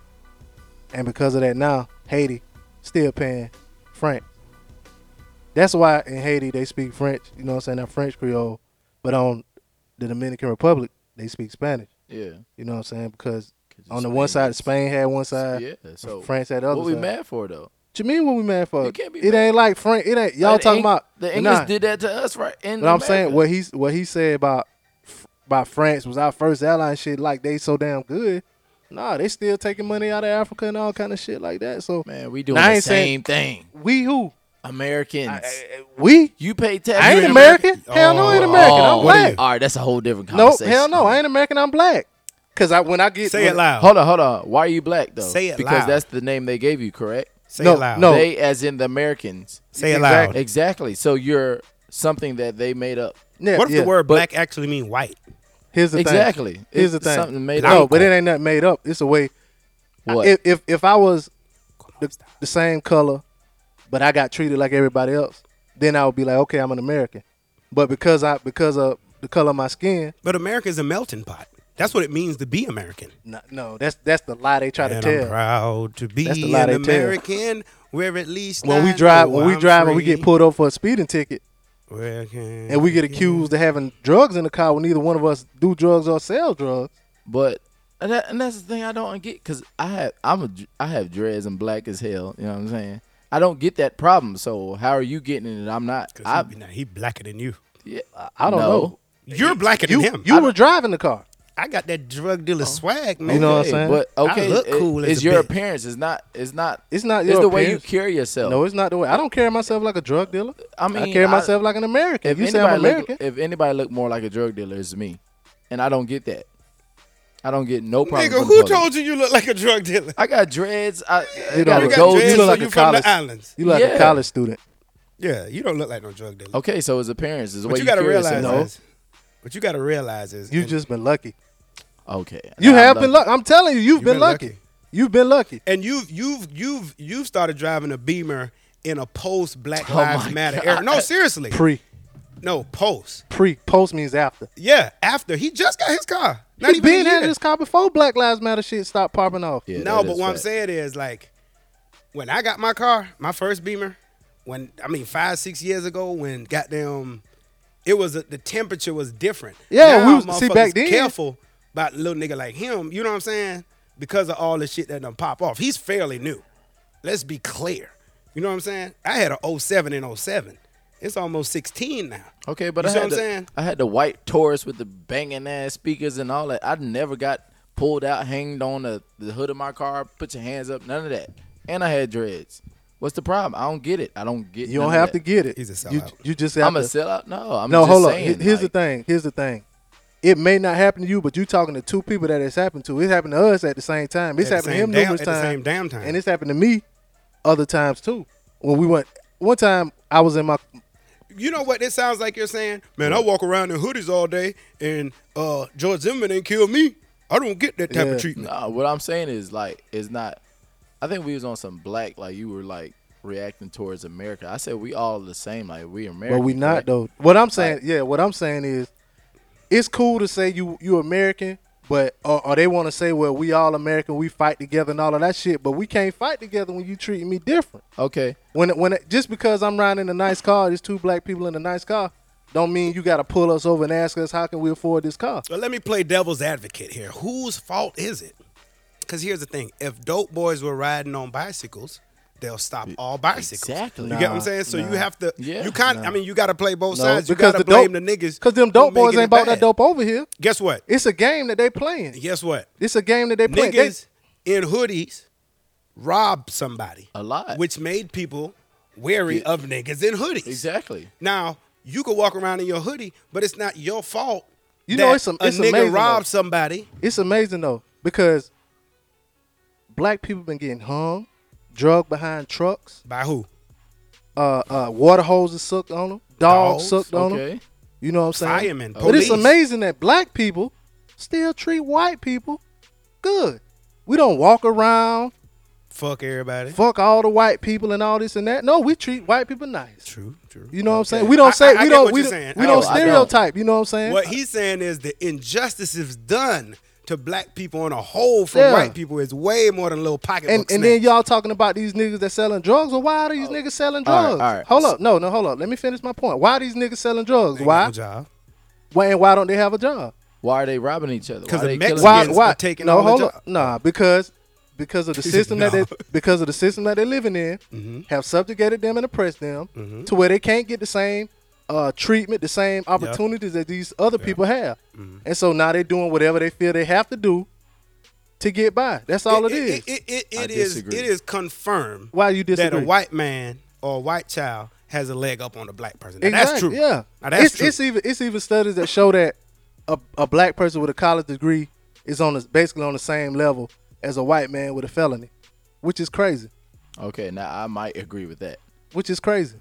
and because of that, now Haiti still paying French. That's why in Haiti they speak French. You know what I'm saying? That French Creole, but on the Dominican Republic they speak Spanish.
Yeah.
You know what I'm saying? Because
'Cause it's
on the one
Spain.
side Spain had one side,
yeah. So
Uh, France had the other
What we
side.
mad for though?
What you mean what we mad for?
You can't be
it
mad.
ain't like French. It ain't y'all
Like, the
talking
Eng-
about
the
Nah.
English did that to us, right? In
But I'm saying
America.
what he's what he said about about France was our first ally and shit. Like they so damn good. Nah, they still taking money out of Africa and all kind of shit like that. So
Man, we doing
I
the
ain't
same
saying-
thing.
we who
Americans.
we?
you pay tax.
I ain't
You
American. Hell no, I ain't American.
Oh,
I'm black.
All right, that's a whole different
Nope.
conversation.
Hell no, I ain't American. I'm black. Cause I when I get
Say
when-
it loud.
Hold on, hold on. Why are you black though?
Oh. Say it
because
loud.
that's the name they gave you, correct?
Say
No,
it loud.
no.
They, as in the Americans.
Say it
Exactly.
loud.
Exactly. So you're something that they made up.
Yeah,
What if
yeah.
the word
but-
black actually mean white?
Here's the
Exactly.
thing. Here's the
It's
thing.
something made
no,
up.
but it ain't nothing made up. It's a way.
What?
If if, if I was the, the same color, but I got treated like everybody else, then I would be like, okay, I'm an American. But because I because of the color of my skin,
But America is a melting pot. That's what it means to be American.
no, no that's that's the lie they try
and
to
I'm
tell.
proud to be
That's the lie
an
they tell.
American. Where at least
When
I
we drive,
know
when we
I'm
drive, and we get
free.
pulled over for a speeding ticket,
Where can
and we get accused of having drugs in the car when neither one of us do drugs or sell drugs.
But and, that, and that's the thing I don't get because I have I'm a, I have dreads and black as hell. You know what I'm saying? I don't get that problem. So how are you getting it? and I'm not.
'Cause
I,
he, nah, he blacker than you.
yeah,
I don't
no.
know.
You're blacker
You,
than him.
you were driving the car.
I got that drug dealer swag, man.
You know what I'm
Okay,
saying?
But okay,
look
it-
cool as
it's
a
your
bitch.
appearance. It's not. It's not.
It's not
it's
your
the way you
appearance.
carry yourself.
No, it's not the way. I don't carry myself like a drug dealer.
I mean,
I carry
I-
myself like an American.
if
you say
anybody
I'm American,
Look, if anybody look more like a drug dealer, it's me, and I don't get that. I don't get no problem.
Nigga, who told you you look like a drug dealer?
I got dreads. I, I
You
got
don't-
You got
gold.
dreads, so
you look like
you
a
from
college-
the islands.
you like
yeah.
a college student.
Yeah, you don't look like no drug
Oh,
dealer.
Okay, so his appearance is the way
But you
you
gotta
carry
realize
yourself.
is, what you gotta realize is,
You've
and-
just been lucky.
Okay,
You
Nah, I'm
have been lucky. I'm telling you, you've, been,
been
lucky.
lucky.
You've been lucky.
and you've you've you've you've started driving a Beamer in a post Black
Oh
Lives
my
Matter era. No,
God.
seriously,
Pre,
no post.
pre, post means after.
Yeah, after he just got his car, not
He's
even
been
a year.
had this car before Black Lives Matter shit stopped popping off.
Yeah,
no,
that
but
is
what I'm
fact.
saying is like when I got my car, my first Beamer, when I mean five six years ago, when goddamn, it was a, the temperature was different.
Yeah,
Now
we was- see, back
motherfuckers
then-
careful about little nigga like him. You know what I'm saying? Because of all the shit that done pop off, he's fairly new. Let's be clear. You know what I'm saying? I had a 07 and 07. It's almost 16 now.
Okay, but
You
I
see what
had
I'm
the,
saying?
I had the white Taurus with the banging ass speakers and all that. I never got pulled out, hanged on the, the hood of my car, put your hands up, none of that. And I had dreads. What's the problem? I don't get it. I don't get.
You don't have to get it.
He's a
You,
sellout.
you just have
I'm a
to-
sellout. No, I'm
No,
Just
hold
saying,
on. Here's
like,
the thing. Here's the thing. It may not happen to you, but you talking to two people that it's happened to. It happened to us at the same time. It's
At the
happened to
same
him
damn-
numerous
at the
times.
same damn time.
And it's happened to me other times too. When we went one time I was in my
You know what this sounds like you're saying? Man, I walk around in hoodies all day and uh George Zimmerman didn't kill me. I don't get that type
Yeah.
of treatment.
Nah, what I'm saying is like it's not. I think we was on some black like you were like reacting towards America. I said we all the same. Like we American.
But we not
correct?
though. What I'm saying, yeah, what I'm saying is, it's cool to say you you American, but uh, or, or they want to say, well, we all American, we fight together and all of that shit. But we can't fight together when you treating me different.
Okay.
When it- when it, just because I'm riding in a nice car, there's two black people in a nice car, don't mean you got to pull us over and ask us how can we afford this car.
But let me play devil's advocate here. Whose fault is it? Because here's the thing: if dope boys were riding on bicycles, they'll stop all bicycles.
Exactly.
You get what
Nah,
I'm saying? So
nah.
you have to.
Yeah.
you can't. I mean, you got to play both
No,
sides. You got to blame the niggas.
because them
who
dope boys
making it
ain't bought that
bad.
dope over here.
Guess what?
It's a game that they playing.
Guess what?
It's a game that they playing. They-
niggas in hoodies robbed somebody
A lot.
which made people wary of niggas in hoodies.
Exactly.
Now you could walk around in your hoodie, but it's not your fault.
You know,
that
it's some-
a
it's
nigga
amazing,
robbed
though.
somebody.
it's amazing though because black people been getting hung, drugged behind trucks,
By who?
uh, uh, water hoses sucked on them,
Dogs,
dogs, sucked on
Okay.
them. You know what I'm saying?
Firemen,
But it's
police.
amazing that black people still treat white people good. We don't walk around,
Fuck everybody.
fuck all the white people and all this and that. No, we treat white people nice.
True, true.
You know what I'm saying? We don't
I-
say
I- I
we
get
don't
what
we,
you're
don't-
saying.
we
I
don't
don't- I don't.
stereotype. You know what I'm saying?
What he's saying is the injustices done to black people on a whole from
Yeah.
white people is way more than little pocketbook
and, and then y'all talking about these niggas that selling drugs. Well, why are these niggas selling
all right,
drugs?
all right.
Hold up, no, no, hold up. Let me finish my point. Why are these niggas selling drugs? Why? Why and why don't they have a job?
Why are they robbing each other?
'Cause the
Why are they
Mexicans-
killing
Why?
Skins
Why?
are taking all
no,
the
hold
job.
up. Nah, because because of the system
No.
that they because of the system that they're living in have subjugated them and oppressed them to where they can't get the same uh, treatment, the same opportunities that these other people have, and so now they're doing whatever they feel they have to do to get by. That's all it is.
It, it, it,
I
it is. It
disagree.
is confirmed.
Why you
That a
disagree?
white man or a white child has a leg up on a black person. Now, That's
Exactly,
true.
Yeah,
Now, that's
it's,
true.
it's even it's even studies that show that a, a black person with a college degree is on the, basically on the same level as a white man with a felony, which is crazy.
Okay, now I might agree with that.
Which is crazy.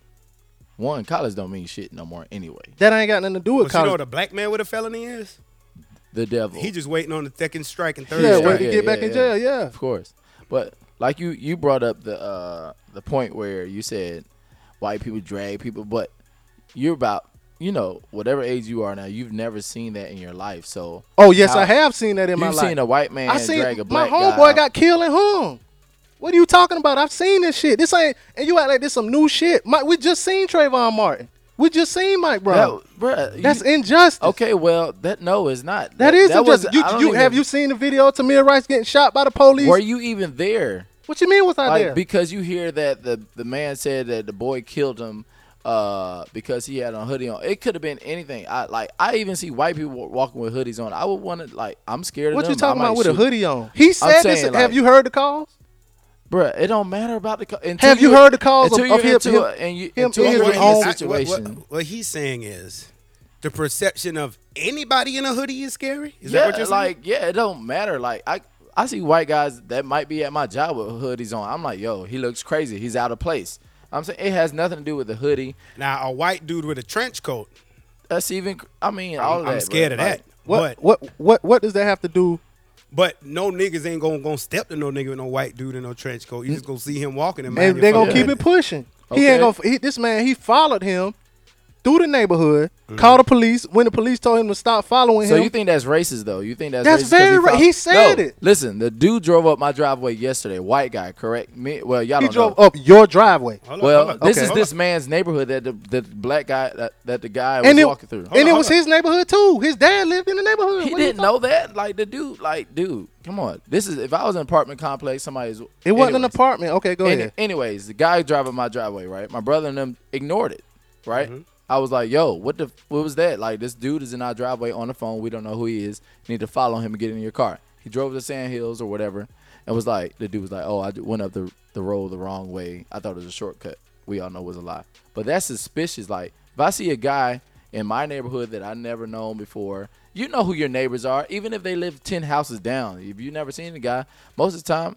One, college don't mean shit no more anyway.
That ain't got nothing to do with
but you know
college.
what a black man with a felony is?
The devil.
He just waiting on the second strike and third
yeah,
strike.
wait to get back in jail. Yeah.
Of course. But like you you brought up the uh the point where you said white people drag people, but you're about you know, whatever age you are now, you've never seen that in your life. So
Oh yes,
how-
I have seen that in my
You've
life.
seen a white man
I seen
drag a
my
black
homeboy
guy.
got killed and hung. What are you talking about? I've seen this shit. This ain't and you act like this some new shit. Mike, we just seen Trayvon Martin. We just seen Mike Brown.
That, bruh, you-
That's injustice.
Okay, well, that no, it's not.
That is
that
injustice.
I
You,
don't
you
even-
have you seen the video of Tamir Rice getting shot by the police?
Were you even there?
What you mean? What's out
like
there?
because you hear that the the man said that the boy killed him uh because he had a hoodie on it could have been anything i like i even see white people wa- walking with hoodies on i would want to like i'm scared of
what you
them. I
talking
might
about with a
shoot.
hoodie on? He said this.
saying,
have
like-
you heard the calls?
Bruh, it don't matter about the. Co- until
Have you heard the calls
until
of- of
you're
him-
into
him-
a- and you,
him
until
in
you're
his
in a
own-
situation?
What, what- what he's saying is the perception of anybody in a hoodie is scary. Is
yeah,
that what you're saying?
like yeah, it don't matter. Like I, I see white guys that might be at my job with hoodies on. I'm like, yo, he looks crazy. He's out of place. I'm saying it has nothing to do with the hoodie.
Now a white dude with a trench coat,
That's even. I mean, all of that.
I'm scared
bruh.
of that.
Like,
What,
But
what what what does that have to do?
but no niggas ain't gonna gonna step to no nigga with no white dude in no trench coat. You just gonna see him walking and
And
mind
Mm. they
your
gonna
fucking
keep it pushing. He
Okay.
ain't gonna. He, this man, he followed him through the neighborhood,
Mm-hmm.
called the police. When the police told him to stop following
So
him,
you think that's racist though? You think that's
That's
racist 'cause
very ra-
found-
he said
No,
it.
Listen, the dude drove up my driveway yesterday. White guy, correct? Me? Well, y'all
he
don't
drove
know.
up your driveway,
Hold on,
Well,
hold on,
this
okay.
is this man's neighborhood that the, the black guy that, that the guy was
and it,
walking through.
on,
and it
hold
was
on.
his neighborhood too. His dad lived in the neighborhood.
He
What are you
didn't
talking-
know that. Like the dude, like dude, come on. This is if I was in an apartment complex, somebody's.
It wasn't an
anyways.
apartment. Okay, go
Any-
ahead.
anyways, the guy driving my driveway, right? My brother and them ignored it, right?
Mm-hmm.
I was like, "Yo, what the? What was that? Like, this dude is in our driveway on the phone. We don't know who he is. need to follow him and get in your car." He drove to Sand Hills or whatever, and was like, "The dude was like, oh, I d- went up the the road the wrong way. I thought it was a shortcut. We all know was a lie, but that's suspicious. Like, if I see a guy in my neighborhood that I never known before, you know who your neighbors are, even if they live ten houses down. If you never seen the guy, most of the time."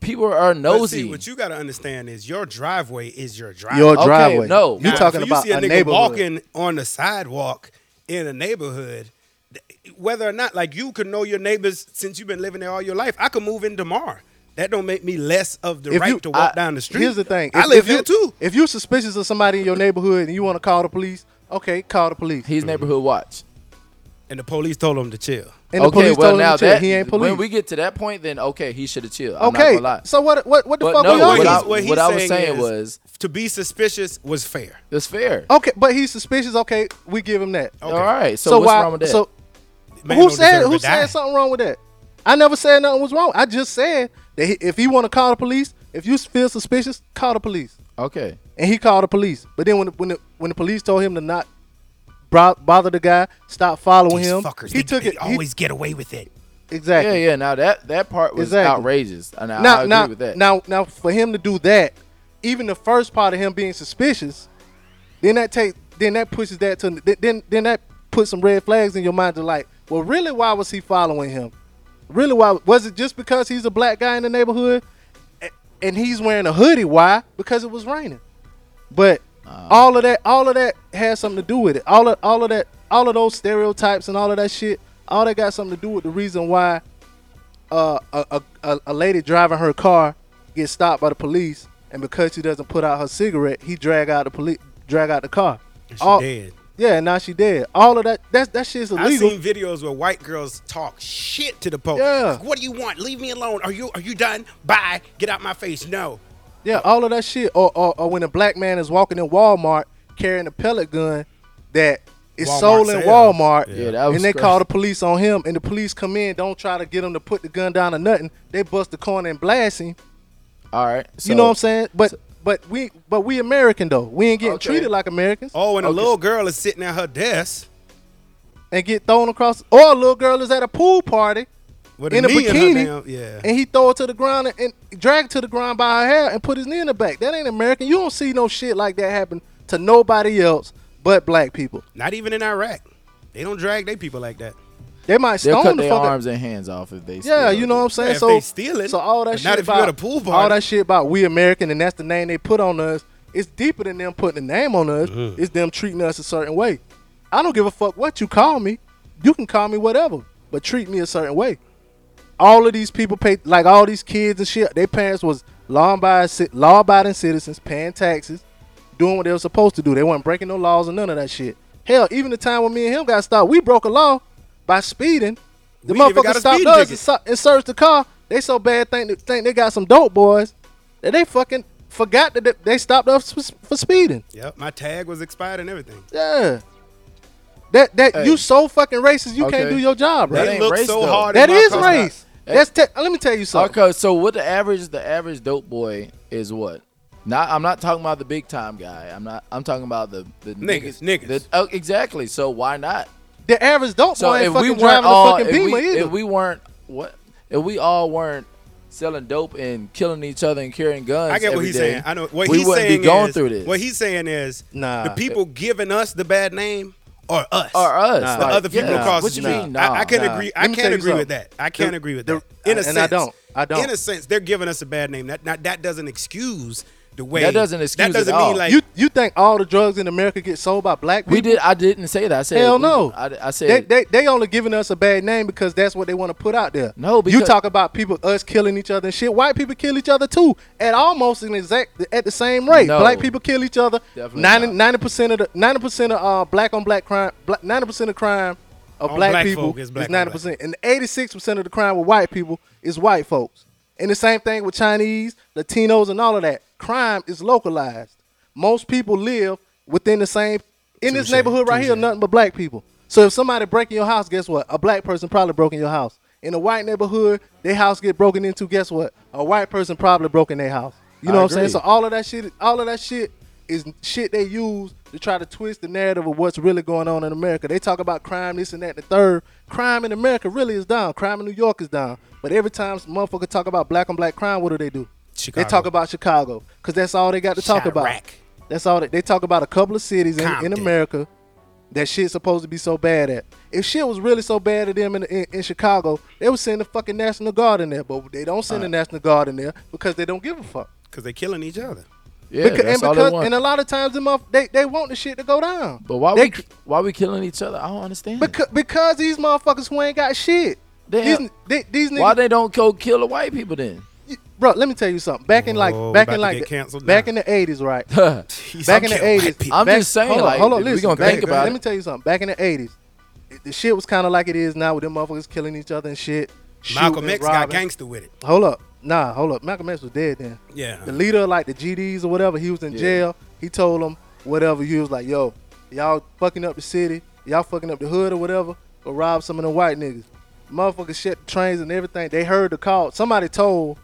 People are
But
nosy.
see, what you gotta understand is your driveway is your driveway.
Your
Okay,
driveway.
no.
you
Nah,
Now,
talking
so
about
you see a, nigga
neighborhood?
walking on the sidewalk in a neighborhood? th- Whether or not, like you could know your neighbors since you've been living there all your life. I could move in tomorrow. That don't make me less of the
If
right
you-
to walk
I-
down the street.
Here's the thing.
I
If-
live
if you-
here too.
If you're suspicious of somebody in your neighborhood and you want to call the police, okay, call the police.
Mm-hmm.
He's neighborhood watch.
And the police told him to chill.
And the police told him to chill. he ain't police.
When we get to that point, then okay, he should have chilled. I'm not
okay,
gonna lie.
so what? What? What the
But
fuck?
no,
we
what
arguing?
I- what I was saying
is
was-
to be suspicious was fair.
That's fair.
okay, but he's suspicious. Okay, we give him that.
All right. So,
so
what's
why?
wrong with that?
So
Man
who
don't
said?
deserve
Who
to die.
said something wrong with that? I never said nothing was wrong. I just said that he, if he want to call the police, if you feel suspicious, call the police.
okay.
and he called the police. But then when the, when the, when the police told him to not bro- bother the guy, stop following
These
him,
fuckers,
he
they,
took
they
it. he-
Always get away with it.
exactly.
Yeah, yeah. Now that that part was
Exactly.
outrageous, and I, I
Now,
agree
now,
with that.
now, now, for him to do that, even the first part of him being suspicious, then that take, then that pushes that to, then- then, then that puts some red flags in your mind to like, well, really, why was he following him? Really, why was it just because he's a black guy in the neighborhood, A- and he's wearing a hoodie? Why? Because it was raining. But all of that, all of that has something to do with it. All of, all of that, all of those stereotypes and all of that shit, all that got something to do with the reason why uh, a, a, a, a lady driving her car gets stopped by the police, and because she doesn't put out her cigarette, he drag out the police, drag out the car.
she dead.
Yeah, and now she dead. All of that, that that shit's
I've
illegal.
seen videos where white girls talk shit to the police.
Yeah.
Like, what do you want? Leave me alone. Are you are you done? Bye. Get out my face. No.
yeah, all of that shit. Or, or, or when a black man is walking in Walmart carrying a pellet gun that is
Walmart
sold in
sale.
Walmart,
Yeah, that was
and they
crazy.
call the police on him, and the police come in, don't try to get him to put the gun down or nothing. They bust the corner and blast him.
All right.
you know what I'm saying? But but we but we American though. We ain't getting
Okay.
treated like Americans.
Oh, and a little girl is sitting at her desk
and get thrown across. Or a little girl is at a pool party
with
in
a,
a
knee
bikini,
In her damn, yeah.
and he throw her to the ground and, and drag her to the ground by her hair and put his knee in the back. That ain't American. You don't see no shit like that happen to nobody else but black people.
Not even in Iraq. They don't drag their people like that.
They might
They'll
stone
cut
the
their
fuck out-
arms and hands off if they.
Yeah,
steal
you know what I'm saying.
Yeah, if
so
they steal it,
so all that
but
shit
not if you
about
at a pool
all
party.
that shit about we American and that's the name they put on us. It's deeper than them putting a name on us. It's them treating us a certain way. I don't give a fuck what you call me. You can call me whatever, but treat me a certain way. All of these people pay like all these kids and shit. Their parents was law-abiding, law-abiding citizens, paying taxes, doing what they were supposed to do. They weren't breaking no laws or none of that shit. Hell, even the time when me and him got stopped, we broke a law by speeding. The
We ain't even got
motherfuckers
a
stopped
speeding
us
ticket.
and, so- and searched the car. They so bad think think they got some dope boys that they fucking forgot that they- they stopped us for, for speeding.
Yep. My tag was expired and everything.
Yeah, that that
Hey.
you so fucking racist. You
Okay.
can't do your job,
That
right?
ain't
they look
race,
so
though.
hard.
That
in my
is
car.
race. That's te- let me tell you something.
Okay, so what the average the average dope boy is what? Not I'm not talking about the big time guy. I'm not I'm talking about the the
Niggas, niggas.
the- oh, exactly. So why not?
The average dope
So
boy ain't
if we
fucking
weren't
driving
all
a
if
fucking Beamer
we,
either.
if we weren't what if we all weren't selling dope and killing each other and carrying guns.
I get what
every
he's
day,
saying. I know what
we
he's
wouldn't
saying
be going
is-
through this.
What he's saying is
Nah.
the people giving us the bad name are us.
or us,
Nah.
The
like,
other people
yeah,
across
What
the
you
street.
mean?
I-
Nah,
I, can
nah.
agree. I
Let me tell
can't
you
agree with
something.
that. I can't
The-
agree with
the-
that. In a
and
sense,
I don't. I don't.
In a sense, they're giving us a bad name. That not, that doesn't excuse the way.
That doesn't excuse
That
at
doesn't
all.
mean like
you you think all the drugs in America get sold by black people?
We did. I didn't say that. I said
Hell
we-
no.
I, I said
they, they they only giving us a bad name because that's what they want to put out there.
No, because-
you talk about people us killing each other and shit. White people kill each other too at almost an exact at the same rate.
No.
Black people kill each other.
Definitely
90 percent of the ninety percent of uh, black on black crime. Ninety percent of crime of
On
black,
black
people
folk is black on
ninety percent, and eighty six percent of the crime with white people is white folks. And the same thing with Chinese, Latinos, and all of that. Crime is localized. Most people live within the same in this
Touche,
neighborhood right here.
touche.
Nothing but black people. So if somebody break in your house, guess what? A black person probably broke in your house. In a white neighborhood, their house get broken into. Guess what? A white person probably broke in their house. You know what
I
I'm saying?
agree.
So all of that shit, all of that shit is shit they use to try to twist the narrative of what's really going on in America. They talk about crime, this and that, the third. Crime in America really is down. Crime in New York is down. But every time some motherfucker talk about black on black crime, what do they do?
Chicago.
They talk about Chicago because that's all they got to talk about.
Chirac.
That's all they, they talk about. A couple of cities in, in
Compton.
America that shit's supposed to be so bad at. If shit was really so bad at them in, in, in Chicago, they would send the fucking National Guard in there. But they don't send the National Guard in there because they don't give a fuck.
because they're killing each other.
yeah,
Because-
that's
and
all they
because-
want.
and a lot of times them motherf- they they want the shit to go down.
but why
they,
we why we killing each other? I don't understand.
because, because these motherfuckers who ain't got shit.
Damn.
These, they, these
why
niggas,
they don't go kill the white people then?
bro. Let me tell you something. Back in like
Whoa, we
back
about
in
to
like
get canceled
back
now.
in the eighties, right?
Jeez,
back
I'm killing
in the
white
eighties.
people.
I'm just saying,
hold on,
like,
hold on,
if we
listen,
gonna
back-
think about
Let
it-
me tell you something. Back in the eighties, the shit was kind of like it is now with them motherfuckers killing each other and shit.
Malcolm
shooting,
X got
robbing.
gangster with it.
Hold up, nah, hold up. Malcolm X was dead then.
Yeah.
The leader, of, like the GDs or whatever, he was in jail. He told them whatever. He was like, "Yo, y'all fucking up the city. Y'all fucking up the hood or whatever. Go rob some of them white niggas." Motherfuckers shut the trains and everything. They heard the call. Somebody told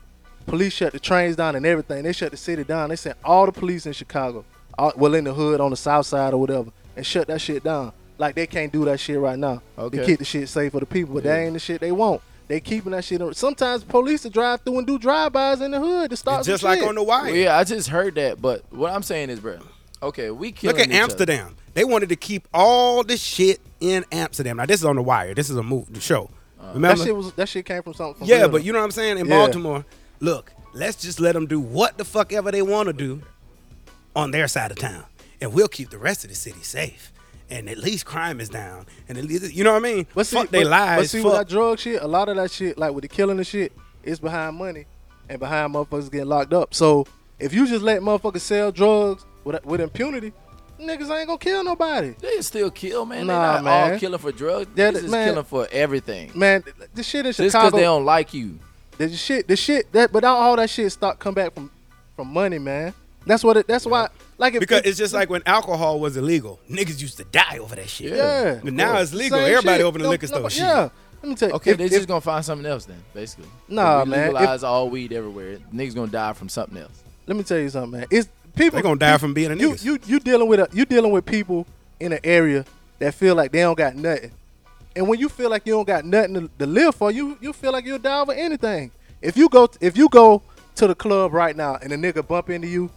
police shut the trains down and everything. They shut the city down. They sent all the police in Chicago, all, well in the hood on the south side or whatever, and shut that shit down. Like they can't do that shit right now.
Okay.
They keep the shit safe for the people, but that ain't the shit they want. They keeping that shit. Sometimes police will drive through and do drive-bys in the hood to start
It's
some
just like
shit.
on the
Well,
wire.
yeah, I just heard that, but what I'm saying is, bro. Okay, we killing.
Look at
each other.
Amsterdam. They wanted to keep all the shit in Amsterdam. Now this is on the wire. This is a move the show. Remember?
Uh, That shit was that shit came from something. From
yeah,
Little.
but you know what I'm saying? In
Yeah.
Baltimore, look, let's just let them do what the fuck ever they want to do on their side of town, and we'll keep the rest of the city safe. And at least crime is down. And at least you know what I mean?
but see,
fuck they
but-
lies.
But see,
fuck.
with that drug shit, a lot of that shit, like with the killing and shit, is behind money and behind motherfuckers getting locked up. So if you just let motherfuckers sell drugs with with impunity, niggas ain't gonna kill nobody.
They still kill, man.
Nah,
they not all
man.
killing for drugs.
Yeah,
They're just
man.
killing for everything.
Man, th- th- this shit in
just because
Chicago.
they don't like you.
the shit, the shit that, but all- all that shit start come back from from money, man. That's what it. That's why, like, if
because
if-
it's just like when alcohol was illegal, niggas used to die over that shit.
Yeah.
yeah.
But now it's legal.
Same
Everybody
shit.
open the
No-
liquor store.
nobody-
shit.
Yeah, let me tell you.
Okay,
if-
they
if-
just gonna find something else then, basically.
Nah,
If we
man, if-
Legalize all weed everywhere. Niggas gonna die from something else.
let me tell you something, man. It's people
They gonna die from being a
you
nigga.
you you dealing with a, you dealing with people in an area that feel like they don't got nothing, and when you feel like you don't got nothing to, to live for, you you feel like you'll die over anything. If you go if you go to the club right now and a nigga bump into you,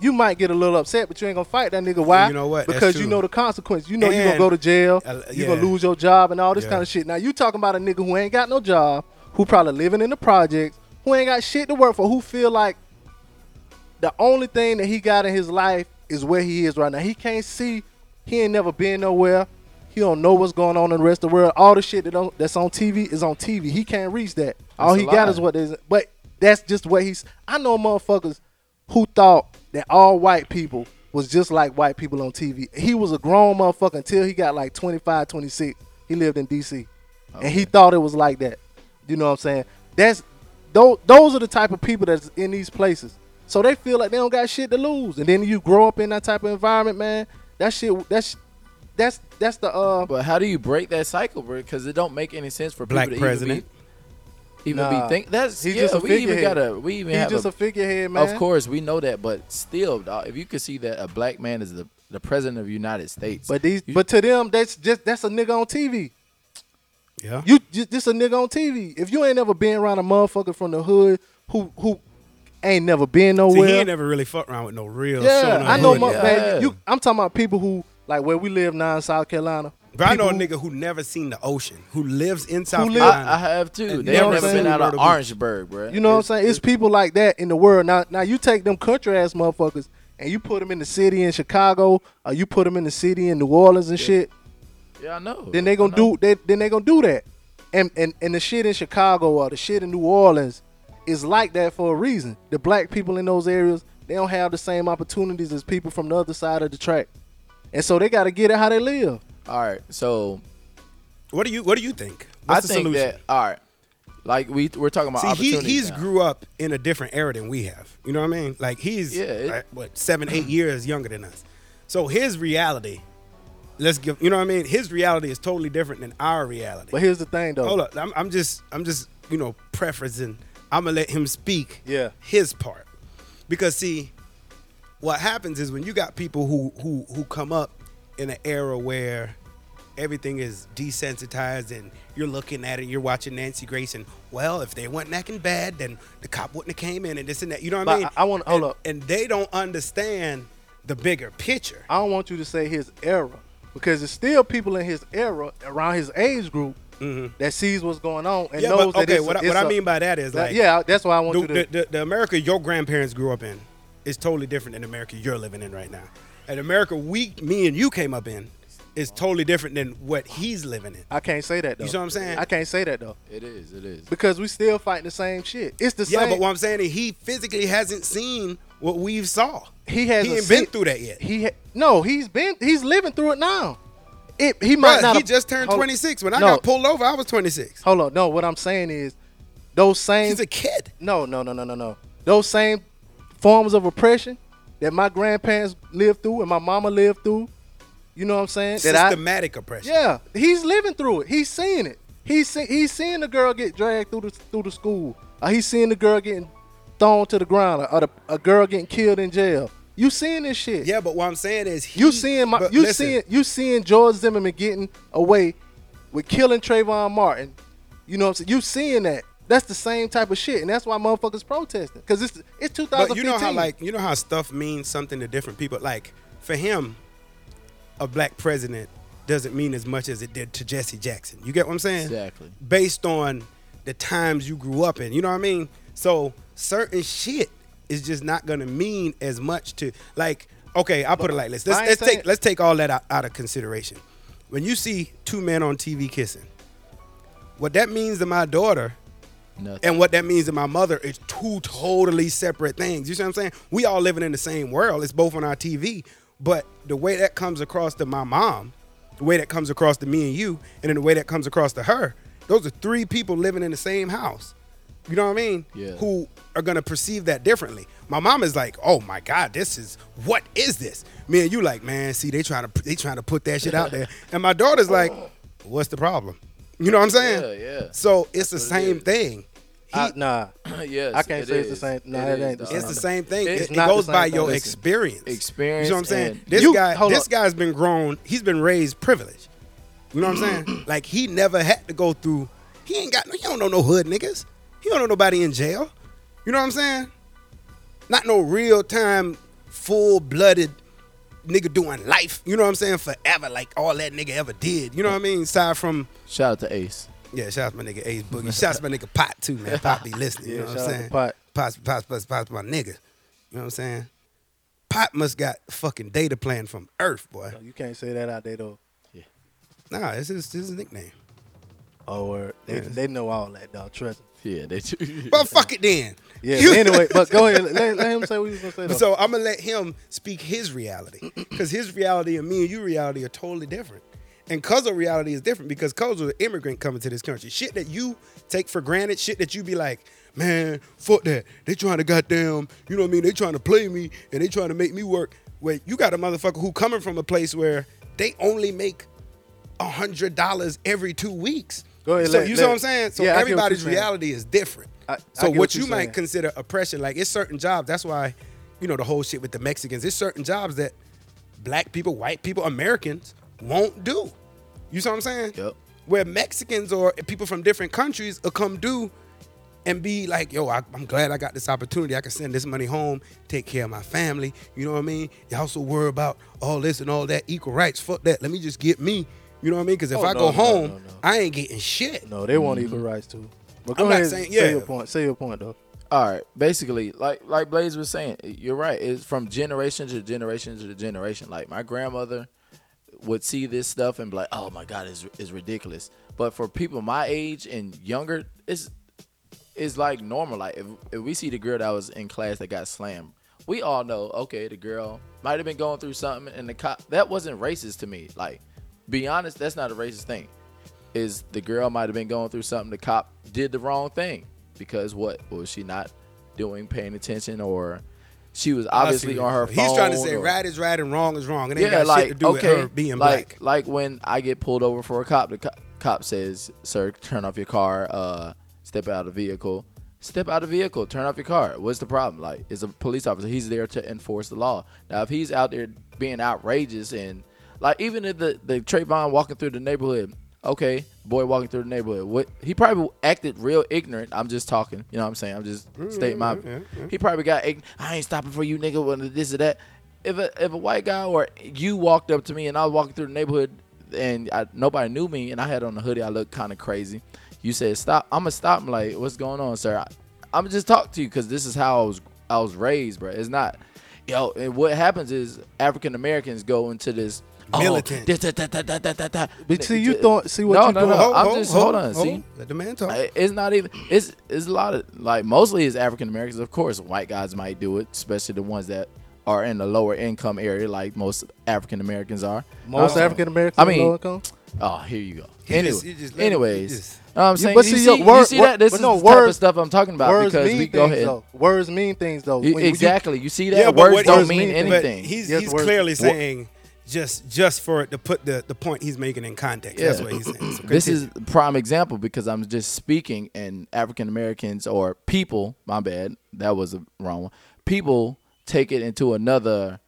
you might get a little upset, but you ain't gonna fight that nigga. Why?
You know what? That's
Because you
true.
know the consequence. You know you
And-
gonna go to jail.
Uh,
You gonna
yeah.
lose your job and all this
Yeah.
kind of shit. Now you talking about a nigga who ain't got no job, who probably living in the projects, who ain't got shit to work for, who feel like the only thing that he got in his life is where he is right now. He can't see. He ain't never been nowhere. He don't know what's going on in the rest of the world. All the shit that don't, that's on TV is on TV. He can't reach that. All
That's
he
a
got
lie.
is what is. But that's just what he's. I know motherfuckers who thought that all white people was just like white people on TV. He was a grown motherfucker until he got like 25, 26. He lived in DC, and he thought it was like that. You know what I'm saying? That's those those are the type of people that's in these places. So they feel like they don't got shit to lose, and then you grow up in that type of environment, man. That shit, that's that's that's the uh.
But how do you break that cycle, bro? Because it don't make any sense for
Black
people to even
president.
be- even
Nah.
be think that's
He's
yeah,
just a
we even
figurehead.
gotta we even
He's
have
just a,
a,
figurehead, man.
of course we know that, but still, dog, if you could see that a black man is the the president of the United States,
But these,
you-
but to them, that's just that's a nigga on TV.
Yeah.
You just this a nigga on TV. If you ain't never been around a motherfucker from the hood who who ain't never been
See,
nowhere.
he ain't never really fucked around with no real.
yeah,
soul, no
I know,
hood,
my,
yeah.
man.
Yeah.
You, I'm talking about people who like where we live now in South Carolina.
But I know a
people
nigga who never seen the ocean, who lives in South
live-
Carolina.
I, I have too.
And
They ain't
never
never
seen
been out of
Myrtle Beach.
Orangeburg, bro.
You know what I'm saying? It's people like that in the world. Now, now you take them country ass motherfuckers and you put them in the city in Chicago, or you put them in the city in New Orleans and shit.
Yeah, I know.
Then they gonna
I know.
do. They, then they gonna do that. And, and and the shit in Chicago or the shit in New Orleans is like that for a reason. The black people in those areas they don't have the same opportunities as people from the other side of the track, and so they gotta get it how they live.
All right, so
what do you What do you think? What's
I
the
think
solution?
that all right, like we we're talking about
See, he,
opportunities.
he's
now.
grew up in a different era than we have. You know what I mean? Like he's
Yeah, it-
uh, what seven, eight years younger than us. So his reality, let's give you know what I mean. His reality is totally different than our reality.
But here's the thing, though.
Hold up, Oh, I'm, I'm just I'm just you know prefacing. I'm gonna let him speak.
Yeah.
his part, because see, what happens is when you got people who who who come up in an era where everything is desensitized and you're looking at it, you're watching Nancy Grayson. Well, if they weren't acting bad, then the cop wouldn't have came in and this and that. You know what
But
I mean?
I- I wanna- hold
And-
up.
And they don't understand the bigger picture.
I don't want you to say his era because it's still people in his era around his age group that sees what's going on and
Mm-hmm. Yeah,
knows
but okay.
that it's,
what I,
it's
what I
a-
mean by that is
that-
like
yeah, that's why I want
the,
you to.
the, the, the America your grandparents grew up in is totally different than the America you're living in right now. And America we, me and you came up in is totally different than what he's living in.
I can't say that though.
You see what I'm saying?
I can't say that though
It is. It is.
because we still fighting the same shit. It's the
Yeah,
same.
but what I'm saying is he physically hasn't seen what we've saw.
he has
he ain't been through that yet.
He ha- no, he's been he's living through it now. It he might
Bruh,
not.
he
have-
just turned
hold-
26. When I
no,
got pulled over, I was 26.
hold on. No, what I'm saying is those same.
He's a kid.
No, no, no, no, no, no. Those same forms of oppression that my grandparents lived through and my mama lived through. You know what I'm saying? That I,
Systematic oppression.
yeah, he's living through it. He's seeing it. He's see, he's seeing the girl get dragged through the through the school. Or he's seeing the girl getting thrown to the ground. Or, the, a girl getting killed in jail. You seeing this shit?
Yeah, but what I'm saying is he,
You seeing my
but
you
listen,
seeing you seeing George Zimmerman getting away with killing Trayvon Martin. You know what I'm saying? You seeing that. That's the same type of shit. And that's why motherfuckers protesting. Cause it's it's 2015.
But you know how like you know how stuff means something to different people. Like for him, a black president doesn't mean as much as it did to Jesse Jackson. You get what I'm saying?
Exactly.
Based on the times you grew up in. You know what I mean? So certain shit is just not gonna mean as much to like okay, I'll put it like this. Let's,
I ain't
let's
saying-
take let's take all that out, out of consideration. When you see two men on TV kissing, what that means to my daughter
Nothing.
and what that means to my mother is two totally separate things. You see what I'm saying? We all living in the same world. It's both on our TV, but the way that comes across to my mom, the way that comes across to me and you, and then the way that comes across to her, those are three people living in the same house. You know what I mean?
Yeah.
Who are gonna perceive that differently? My mom is like, "Oh my God, this is what is this?" Me and you like, man, see, they trying to they trying to put that shit out there, and my daughter's like, "What's the problem?" You know what I'm saying?
Yeah, yeah.
So it's the
what it
same
is.
thing.
I, nah.
yes,
I can't
it
say it's the
is.
same- no, it ain't the
dog.
It's the same thing.
It's
It, it
not
goes
the same
by
thing.
your
Listen,
experience.
experience
You know what I'm saying?
and-
This
You-
guy,
hold
this
up.
guy's been grown. He's been raised privileged. You know what I'm saying? Like he never had to go through. He ain't got. no. He don't know no hood niggas. He don't know nobody in jail. You know what I'm saying? Not no real time, full blooded nigga doing life. You know what I'm saying? Forever, like all that nigga ever did. You know what I mean? Aside from
Shout out to Ace.
yeah, shout out to my nigga Ace Boogie. Shout out to my nigga Pot too, man. Pot be listening. you
Yeah,
know what I'm
shout out to
saying?
Pot.
Pot's, Pot's, Pot's, Pot's my nigga. You know what I'm saying? Pot must got fucking data plan from Earth, boy.
You can't say that out there though.
Nah, this is this is a nickname.
Or Oh, they, they know all that dog. Trust me.
Yeah, they do.
But fuck it then.
Yeah.
You-
but anyway, but go ahead. Let, let him say what he was gonna say though.
So I'm gonna let him speak his reality, because his reality and me and you reality are totally different. And Cuzzo reality is different because Cuzzo an immigrant coming to this country. Shit that you take for granted, shit that you be like, man, fuck that. They trying to goddamn, you know what I mean? They trying to play me and they trying to make me work. Wait, you got a motherfucker who coming from a place where they only make a hundred dollars every two weeks.
Go ahead,
So
let-
you
let-
see what I'm saying? So
Yeah, I get what
everybody's
you're saying.
reality is different.
I- I
so
get
what,
what
you
you're
might
saying.
consider oppression, like it's certain jobs. That's why, you know, the whole shit with the Mexicans. It's certain jobs that black people, white people, Americans won't do. You see what I'm saying?
Yep.
Where Mexicans or people from different countries will come do and be like, yo, I, I'm glad I got this opportunity. I can send this money home, take care of my family. You know what I mean? Y'all also worry about all this and all that, equal rights. Fuck that. Let me just get me. You know what I mean? Because if
Oh,
I
no,
go
no,
home,
no, no.
I ain't getting shit.
No, they want equal rights too. But
Mm-hmm.
go
I'm not
ahead,
saying- yeah.
say your point. Say your point though.
all right basically like like blaze was saying you're right it's from generation to generation to generation like my grandmother would see this stuff and be like oh my god it's, it's ridiculous but for people my age and younger it's it's like normal like if, if we see the girl that was in class that got slammed we all know okay the girl might have been going through something and the cop that wasn't racist to me like be honest that's not a racist thing is the girl might have been going through something. The cop did the wrong thing because what was she not doing, paying attention, or she was obviously on her
He's
phone.
trying to say
or-
right is right and wrong is wrong. It ain't
yeah,
got
like
shit to do
okay,
with her being
like
black.
like when I get pulled over for a cop, the co- cop says, "Sir, turn off your car. Uh, step out of the vehicle. Step out of the vehicle. Turn off your car. What's the problem? Like, it's a police officer. He's there to enforce the law. Now, if he's out there being outrageous and like even if the the Trayvon walking through the neighborhood." Okay, boy walking through the neighborhood. What he probably acted real ignorant. I'm just talking. You know what I'm saying? I'm just
Mm,
stating my. He probably got. ign- I ain't stopping for you, nigga. When this or that if a, if a white guy or you walked up to me and I was walking through the neighborhood and I, nobody knew me and I had on a hoodie, I looked kind of crazy. You said stop. I'm gonna stop. I'm like, what's going on, sir? I, am just talk to you because this is how I was I was raised, bro. It's not, yo. And what happens is African Americans go into this. oh,
Militant.
this, that, that, that, that, that, that, that.
But see, you thought- see what
no,
you
no, no,
doing.
I'm just hold, on. See,
let the man talk.
I- it's not even it's it's a lot of like mostly it's African Americans. Of course, white guys might do it, especially the ones that are in the lower income area, like most African Americans are.
Most
Um,
African Americans,
I mean,
low income.
oh, here you go.
He
Anyway,
just- he just let him-
anyways,
he just-
know what I'm
You-
saying
but
you
see,
see,
yo,
you
wor-
see
wor-
that this
but
is
no,
the type of
words-
stuff I'm talking about
Words
because
mean
we
things
go ahead.
though. Words mean things though.
You-
When- when you-
exactly. You, see that
Yeah, but
words
what-
don't
words
mean
mean things.
but
anything.
he's
Yes,
he's
word-
clearly
wor-
saying just just for it to put the the point he's making in context. That's
Yeah.
what he's saying. So
this
continue.
is a prime example because I'm just speaking and African Americans or people, my bad, that was a wrong one. People take it into another.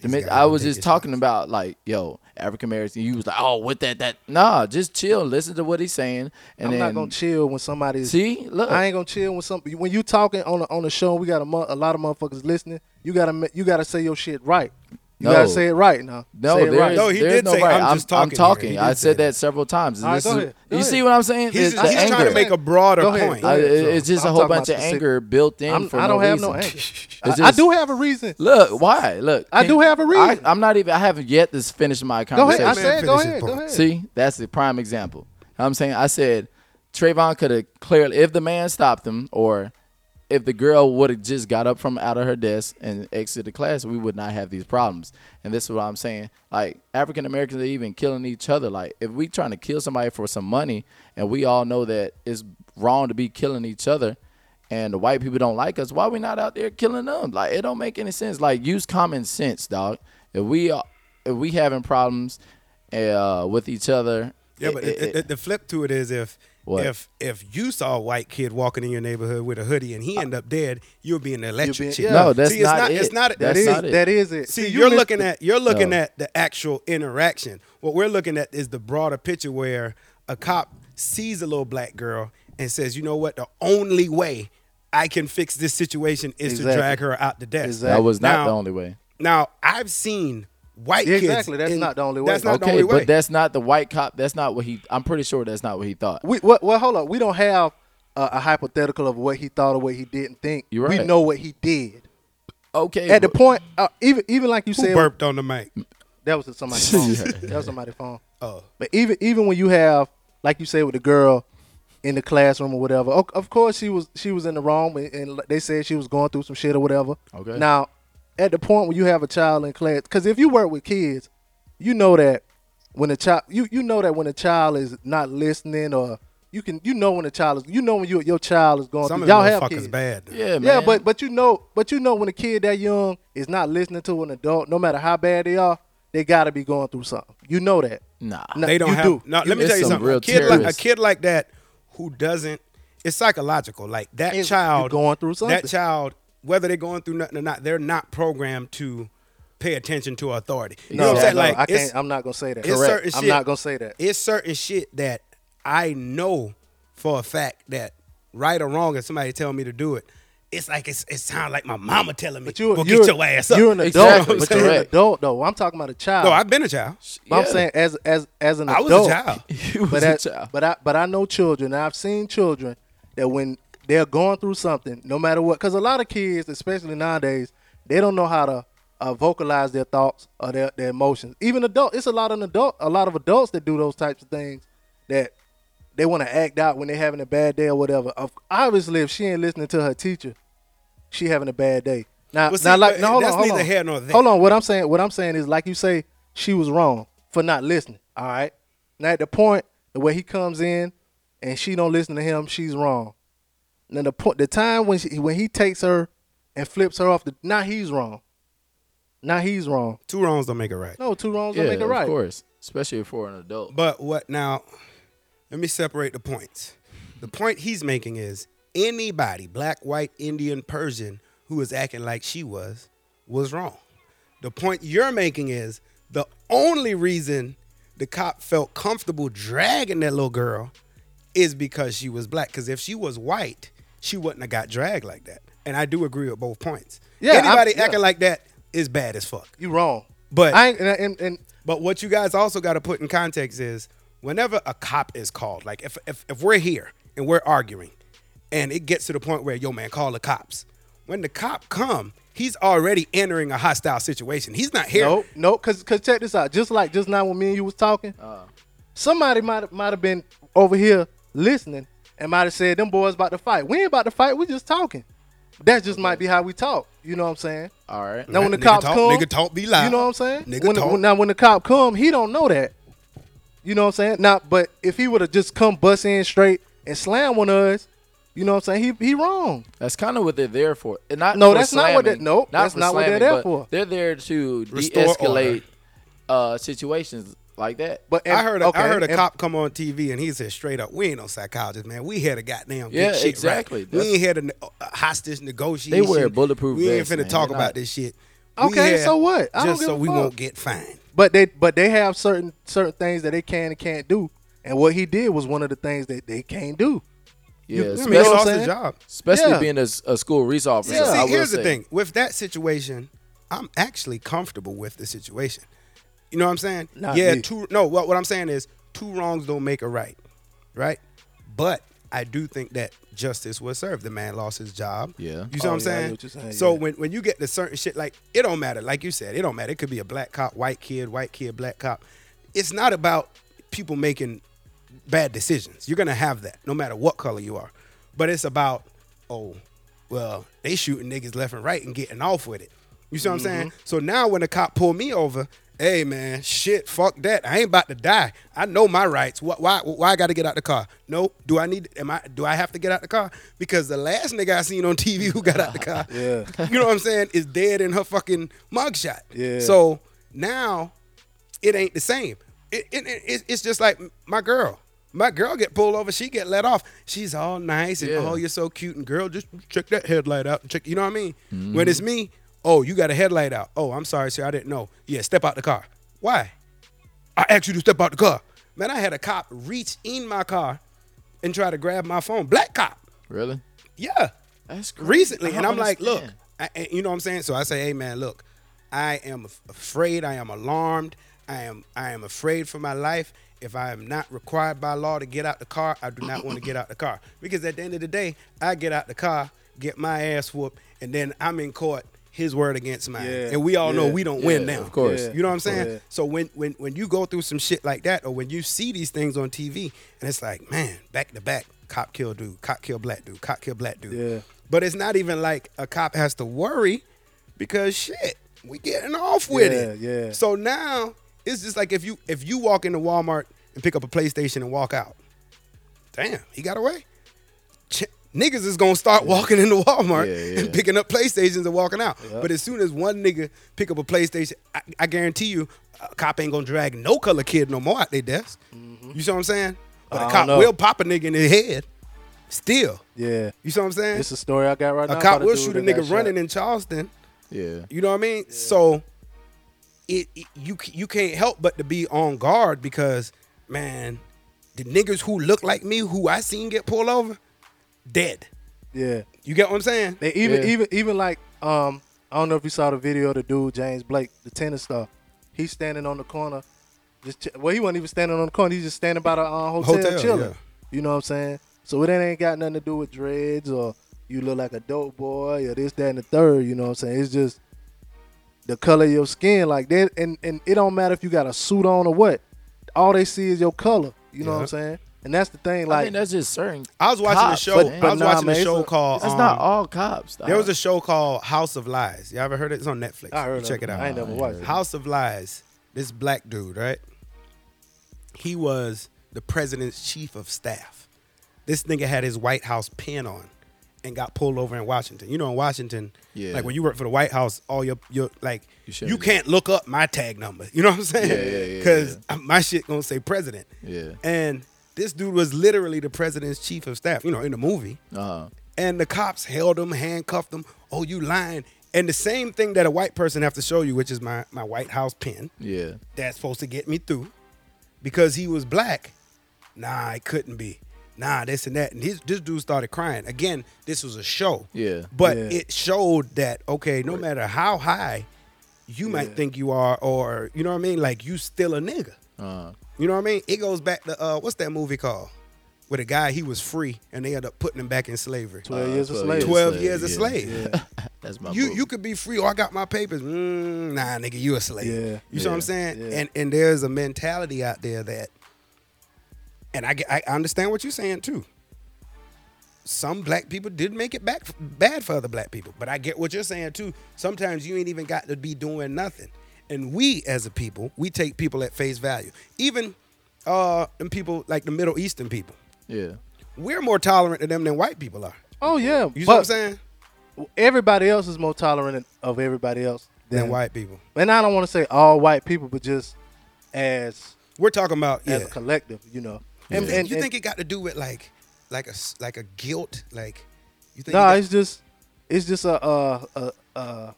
dimension.
gotta
I was
take
just
his
talking about like, yo, African American. You was like, oh, with that, that. Nah, just chill. Listen to what he's saying, and
I'm
then
not gonna chill when somebody's.
see. Look,
I ain't gonna chill when some when you talking on a, on the show. We got a mo- a lot of motherfuckers listening. You gotta ma- you gotta say your shit right. You
No.
gotta say it right now.
no,
say it
there is-
right.
No, he
there's
did
no
say,
right.
I'm
I'm,
just talking
I'm
here. He
talking.
did
I
say
said
that.
that several times.
All right,
This
go
is-
ahead. Go
you
ahead.
see what I'm saying?
He's,
It's
just,
the
he's trying to
anger.
make a broader
Go ahead.
point.
Go
I-
ahead.
it- it's just
I'm
a whole
talking
bunch of
about specific-
anger built in.
I'm,
for
I don't
no
have
reason.
no anger.
It's
I, I
just-
do have a reason.
Look, why? Look,
I do have a reason.
I, am not even. I haven't yet to finish my
Go ahead.
conversation.
I said go
finish his
ahead. Go
point.
ahead.
See, that's the prime example. I'm saying I said Trayvon could have clearly, if the man stopped him, or if the girl would have just got up from out of her desk and exited the class, we would not have these problems. And this is what I'm saying. Like African Americans are even killing each other. Like if we trying to kill somebody for some money, and we all know that it's wrong to be killing each other, and the white people don't like us, why we not out there killing them? Like it don't make any sense. Like use common sense, dog. If we are, if we having problems uh, with each other,
Yeah, but
it-
the- the- the flip to it is if
What?
if if you saw a white kid walking in your neighborhood with a hoodie and he end up dead, you'll be in the electric
being-
chair.
yeah. No,
that's
See, it's
not
not
it.
It's not.
That
That
That's
is
not it.
that is it.
See,
you
you are
missed
looking at you're looking
No.
Oh.
at the actual interaction. What we're looking at is the broader picture where a cop sees a little black girl and says, "You know what? The only way I can fix this situation is
Exactly.
to drag her out the desk."
Exactly.
that was not
Now-
the only way.
Now I've seen white
Yeah,
kids.
exactly. That's
in-
not the only
That's
way.
not the
okay,
only way.
but that's not the white cop. That's not what he. I'm pretty sure that's not what he thought.
We well, well hold on. We don't have a, a hypothetical of what he thought or what he didn't think.
You're
We
right.
know what he did.
Okay,
At the
but-
point, uh, even even like you
Who
said,
burped on the mic?
that was somebody's phone. That was somebody's phone.
Oh.
But even even when you have, like you say, with the girl in the classroom or whatever, of, of course she was she was in the wrong, and- and they said she was going through some shit or whatever.
Okay.
Now, at the point when you have a child in class, because if you work with kids, you know that when a child you you know that when a child is not listening or you can you know when a child is you know when you, your child is going
Some of
through.
them
Y'all have kids.
motherfuckers bad.
yeah, man.
Yeah, but but you know, but you know when a kid that young is not listening to an adult, no matter how bad they are, they gotta be going through something. You know that.
Nah.
No,
they don't
you
have.
do.
No, let me
It's
tell you
some
something.
real
a kid like a
terrorists.
kid like that who doesn't. It's psychological. Like that
It's-
child
you're going through something.
That child, whether they're going through nothing or not, they're not programmed to pay attention to authority. You know what I'm saying?
no,
Like
I
it's-
can't. I'm not gonna say that.
it's certain
I'm
shit-
not gonna say that.
It's certain shit that I know for a fact that right or wrong, if somebody tell me to do it, it's like it's, it sounds like my mama telling me,
But you,
"Well,
you're,
get your ass up."
You're an adult. But
Exactly, but
you're an
correct.
adult though. I'm talking about a child.
no, I've been a child.
But I'm
Yeah.
saying as as as an
I was a
adult.
child.
You was
but
a
as-
child.
but I but I know children. and I've seen children that when they're going through something, no matter what, because a lot of kids, especially nowadays, they don't know how to uh, vocalize their thoughts or their, their emotions. Even adult, it's a lot of adult, a lot of adults that do those types of things that they want to act out when they're having a bad day or whatever. Of- Obviously, if she ain't listening to her teacher, she having a bad day. Now,
Well, see,
now, like,
but
no, hold
that's
on, hold
neither
on.
here nor there.
Hold on. What I'm saying, what I'm saying is, like you say, she was wrong for not listening. All right. Now at the point where he comes in and she don't listen to him, she's wrong. Now the point, the time when she, when he takes her and flips her off, the, now he's wrong. Now he's wrong.
Two wrongs don't make a right.
No, two wrongs
yeah,
don't make a right.
of course, especially for an adult.
But what now? Let me separate the points. The point he's making is anybody, black, white, Indian, Persian, who is acting like she was, was wrong. The point you're making is the only reason the cop felt comfortable dragging that little girl is because she was black. Because if she was white, she wouldn't have got dragged like that. And I do agree with both points.
Yeah, I'm-
anybody
yeah.
acting like that is bad as fuck.
You wrong.
But-
I ain't, and, and, and
But what you guys also got to put in context is whenever a cop is called, like if, if if we're here and we're arguing, and it gets to the point where yo man call the cops. When the cop come, he's already entering a hostile situation. He's not here.
Nope, nope. Cause, cause check this out. Just like just now when me and you was talking, somebody might might have been over here listening and might have said them boys about to fight. We ain't about to fight. We just talking. That just might be how we talk. You know what I'm saying?
All right.
Now when the
Nigga
cops
talk-
come,
nigga talk be loud.
You know what I'm saying?
Nigga
when The,
talk.
now when the cop come, he don't know that. You know what I'm saying? Now, but if he would have just come bust in straight and slam one of us, you know what I'm saying? He he wrong.
That's kind of what they're there for. And not
No,
for
that's not what they-
slamming,
nope, that's
for
not what they're
slamming,
there
but
for.
They're there to
Restore
de-escalate
order.
uh, situations like that.
But and-
I heard a,
okay,
I heard a
and-
cop come on TV and he said straight up, we ain't no psychologist, man. We here to goddamn
Yeah,
get shit
exactly.
right.
That's-
We ain't here to ne- uh, hostage negotiation.
They wear bulletproof
We ain't
vests,
finna
man.
talk
They're
about
not-
this shit. We
Okay,
here
so what? I don't
just
give
so
a
we
fuck.
won't get fined.
But they but they have certain certain things that they can and can't do. And what he did was one of the things that they can't do.
yeah,
you know
I
especially,
mean, he
what I'm
lost
saying?
his job.
especially
Yeah.
being a, s- a school resource officer.
Yeah.
I
See,
will
here's the
say.
thing. With that situation, I'm actually comfortable with the situation. You know what I'm saying?
Not
yeah,
me.
two no, what what I'm saying is two wrongs don't make a right. Right? But I do think that justice was served. The man lost his job.
Yeah.
You see what I'm
Oh, yeah, I know
saying?
what you're saying,
So
yeah.
when, when you get to certain shit, like it don't matter. Like you said, it don't matter. It could be a black cop, white kid, white kid, black cop. It's not about people making bad decisions. You're gonna have that, no matter what color you are. But it's about, oh, well, they shooting niggas left and right and getting off with it. You see what I'm
Mm-hmm.
saying? So now when the cop pull me over, hey man, shit, fuck that. I ain't about to die. I know my rights. What why why I gotta get out the car? No, do I need am I do I have to get out the car? Because the last nigga I seen on TV who got out the car,
Yeah.
you know what I'm saying, is dead in her fucking mugshot.
Yeah.
So now it ain't the same. It, it, it- it's- it's just like my girl. My girl get pulled over, she get let off. She's all nice and
Yeah.
oh, you're so cute and girl, just check that headlight out. Check, you know what I mean? When it's me, oh, you got a headlight out. Oh, I'm sorry, sir, I didn't know. Yeah, step out the car. Why? I asked you to step out the car. Man, I had a cop reach in my car and try to grab my phone. Black cop.
Really?
Yeah.
That's crazy.
Recently.
I
And
don't
I'm like, look,
understand.
I, and you know what I'm saying? So I say, hey, man, look, I am af- afraid. I am alarmed. I am I am afraid for my life. If I am not required by law to get out the car, I do not want to get out the car. Because at the end of the day, I get out the car, get my ass whooped, and then I'm in court, his word against mine.
Yeah,
And we all know
yeah,
we don't win
yeah,
now.
of course.
You know what I'm saying?
Yeah.
So when when when you go through some shit like that, or when you see these things on TV, and it's like, man, back to back, cop kill dude, cop kill black dude, cop kill black dude.
Yeah.
But it's not even like a cop has to worry because shit, we getting off with it.
Yeah, yeah.
So now it's just like if you if you walk into Walmart and pick up a PlayStation and walk out, damn, he got away. Ch- niggas is gonna start walking into Walmart
Yeah, yeah.
and picking up PlayStations and walking out. But as soon as one nigga pick up a PlayStation, I, I guarantee you, a cop ain't gonna drag no color kid no more out their desk. You see what I'm saying? But
Mm-hmm. I
a
don't
cop
know.
will pop a nigga in his head. Still,
Yeah.
you see what I'm saying?
It's a story I got right
A
now.
cop
about
will
dude
shoot a
that got
nigga
shot.
running in Charleston.
Yeah.
You know what I mean? So it, it you c- you can't help but to be on guard because man, the niggas who look like me, who I seen get pulled over, dead.
Yeah.
You get what I'm saying?
They even
Yeah.
even even like um I don't know if you saw the video of the dude James Blake, the tennis star. He's standing on the corner. Just ch- well, he wasn't even standing on the corner. He's just standing by the uh, hotel,
Hotel,
chilling.
yeah.
You know what I'm saying? So it ain't got nothing to do with dreads or you look like a dope boy or this, that, and the third. You know what I'm saying? It's just the color of your skin, like that, and and it don't matter if you got a suit on or what. All they see is your color. You know what
Yeah.
I'm saying? And that's the thing.
I
Like
mean, that's just certain.
I was watching a
cops,
show.
man.
I was
nah,
watching
man,
a
it's
show
a-
called.
it's not
um,
all cops.
There was a show called House of Lies. Y'all ever heard it? It's on Netflix.
I heard
You Check
of
it out.
I ain't never watched. it.
House of Lies. This black dude, right? He was the president's chief of staff. This nigga had his White House pin on and got pulled over in Washington. You know, in Washington,
Yeah.
like when you work for the White House, all your your like
You
you,
shouldn't do
can't look up my tag number. You know what I'm saying?
Yeah, yeah, yeah,
Cause my shit gonna say president.
Yeah.
And this dude was literally the president's chief of staff. You know, in the movie.
Uh,
And the cops held him, handcuffed him. Oh, you lying. And the same thing that a white person have to show you, which is my, my White House pin,
yeah.
that's supposed to get me through. Because he was black. Nah, it couldn't be. Nah, this and that. And this, this dude started crying. Again, this was a show.
Yeah.
But
Yeah.
it showed that, okay, no matter how high you might think you are, or you know what I mean, like you still a nigga.
Uh,
You know what I mean? It goes back to uh, what's that movie called? Where the guy he was free and they end up putting him back in slavery.
Uh,
Twelve years a
12
slave.
years.
12 years a
yeah.
slave.
that's my.
You
book.
you could be free. Oh, I got my papers. Mm, nah, nigga, you a slave.
Yeah.
You see what I'm saying?
Yeah.
And and there's a mentality out there that, and I get- I understand what you're saying too. Some black people did make it back bad for other black people, but I get what you're saying too. Sometimes you ain't even got to be doing nothing, and we as a people, we take people at face value. Even uh, them people like the Middle Eastern people,
Yeah.
we're more tolerant to them than white people are.
Oh yeah,
You see
but
what I'm saying?
everybody else is more tolerant of everybody else than,
Than white people.
And I don't want to say all white people, but just as
We're talking about yeah.
as a collective, you know. And,
You
and,
think- you
and-
think it got to do with like, like a s- like a guilt, like you think?
nah,
it
it's just it's just a uh a, a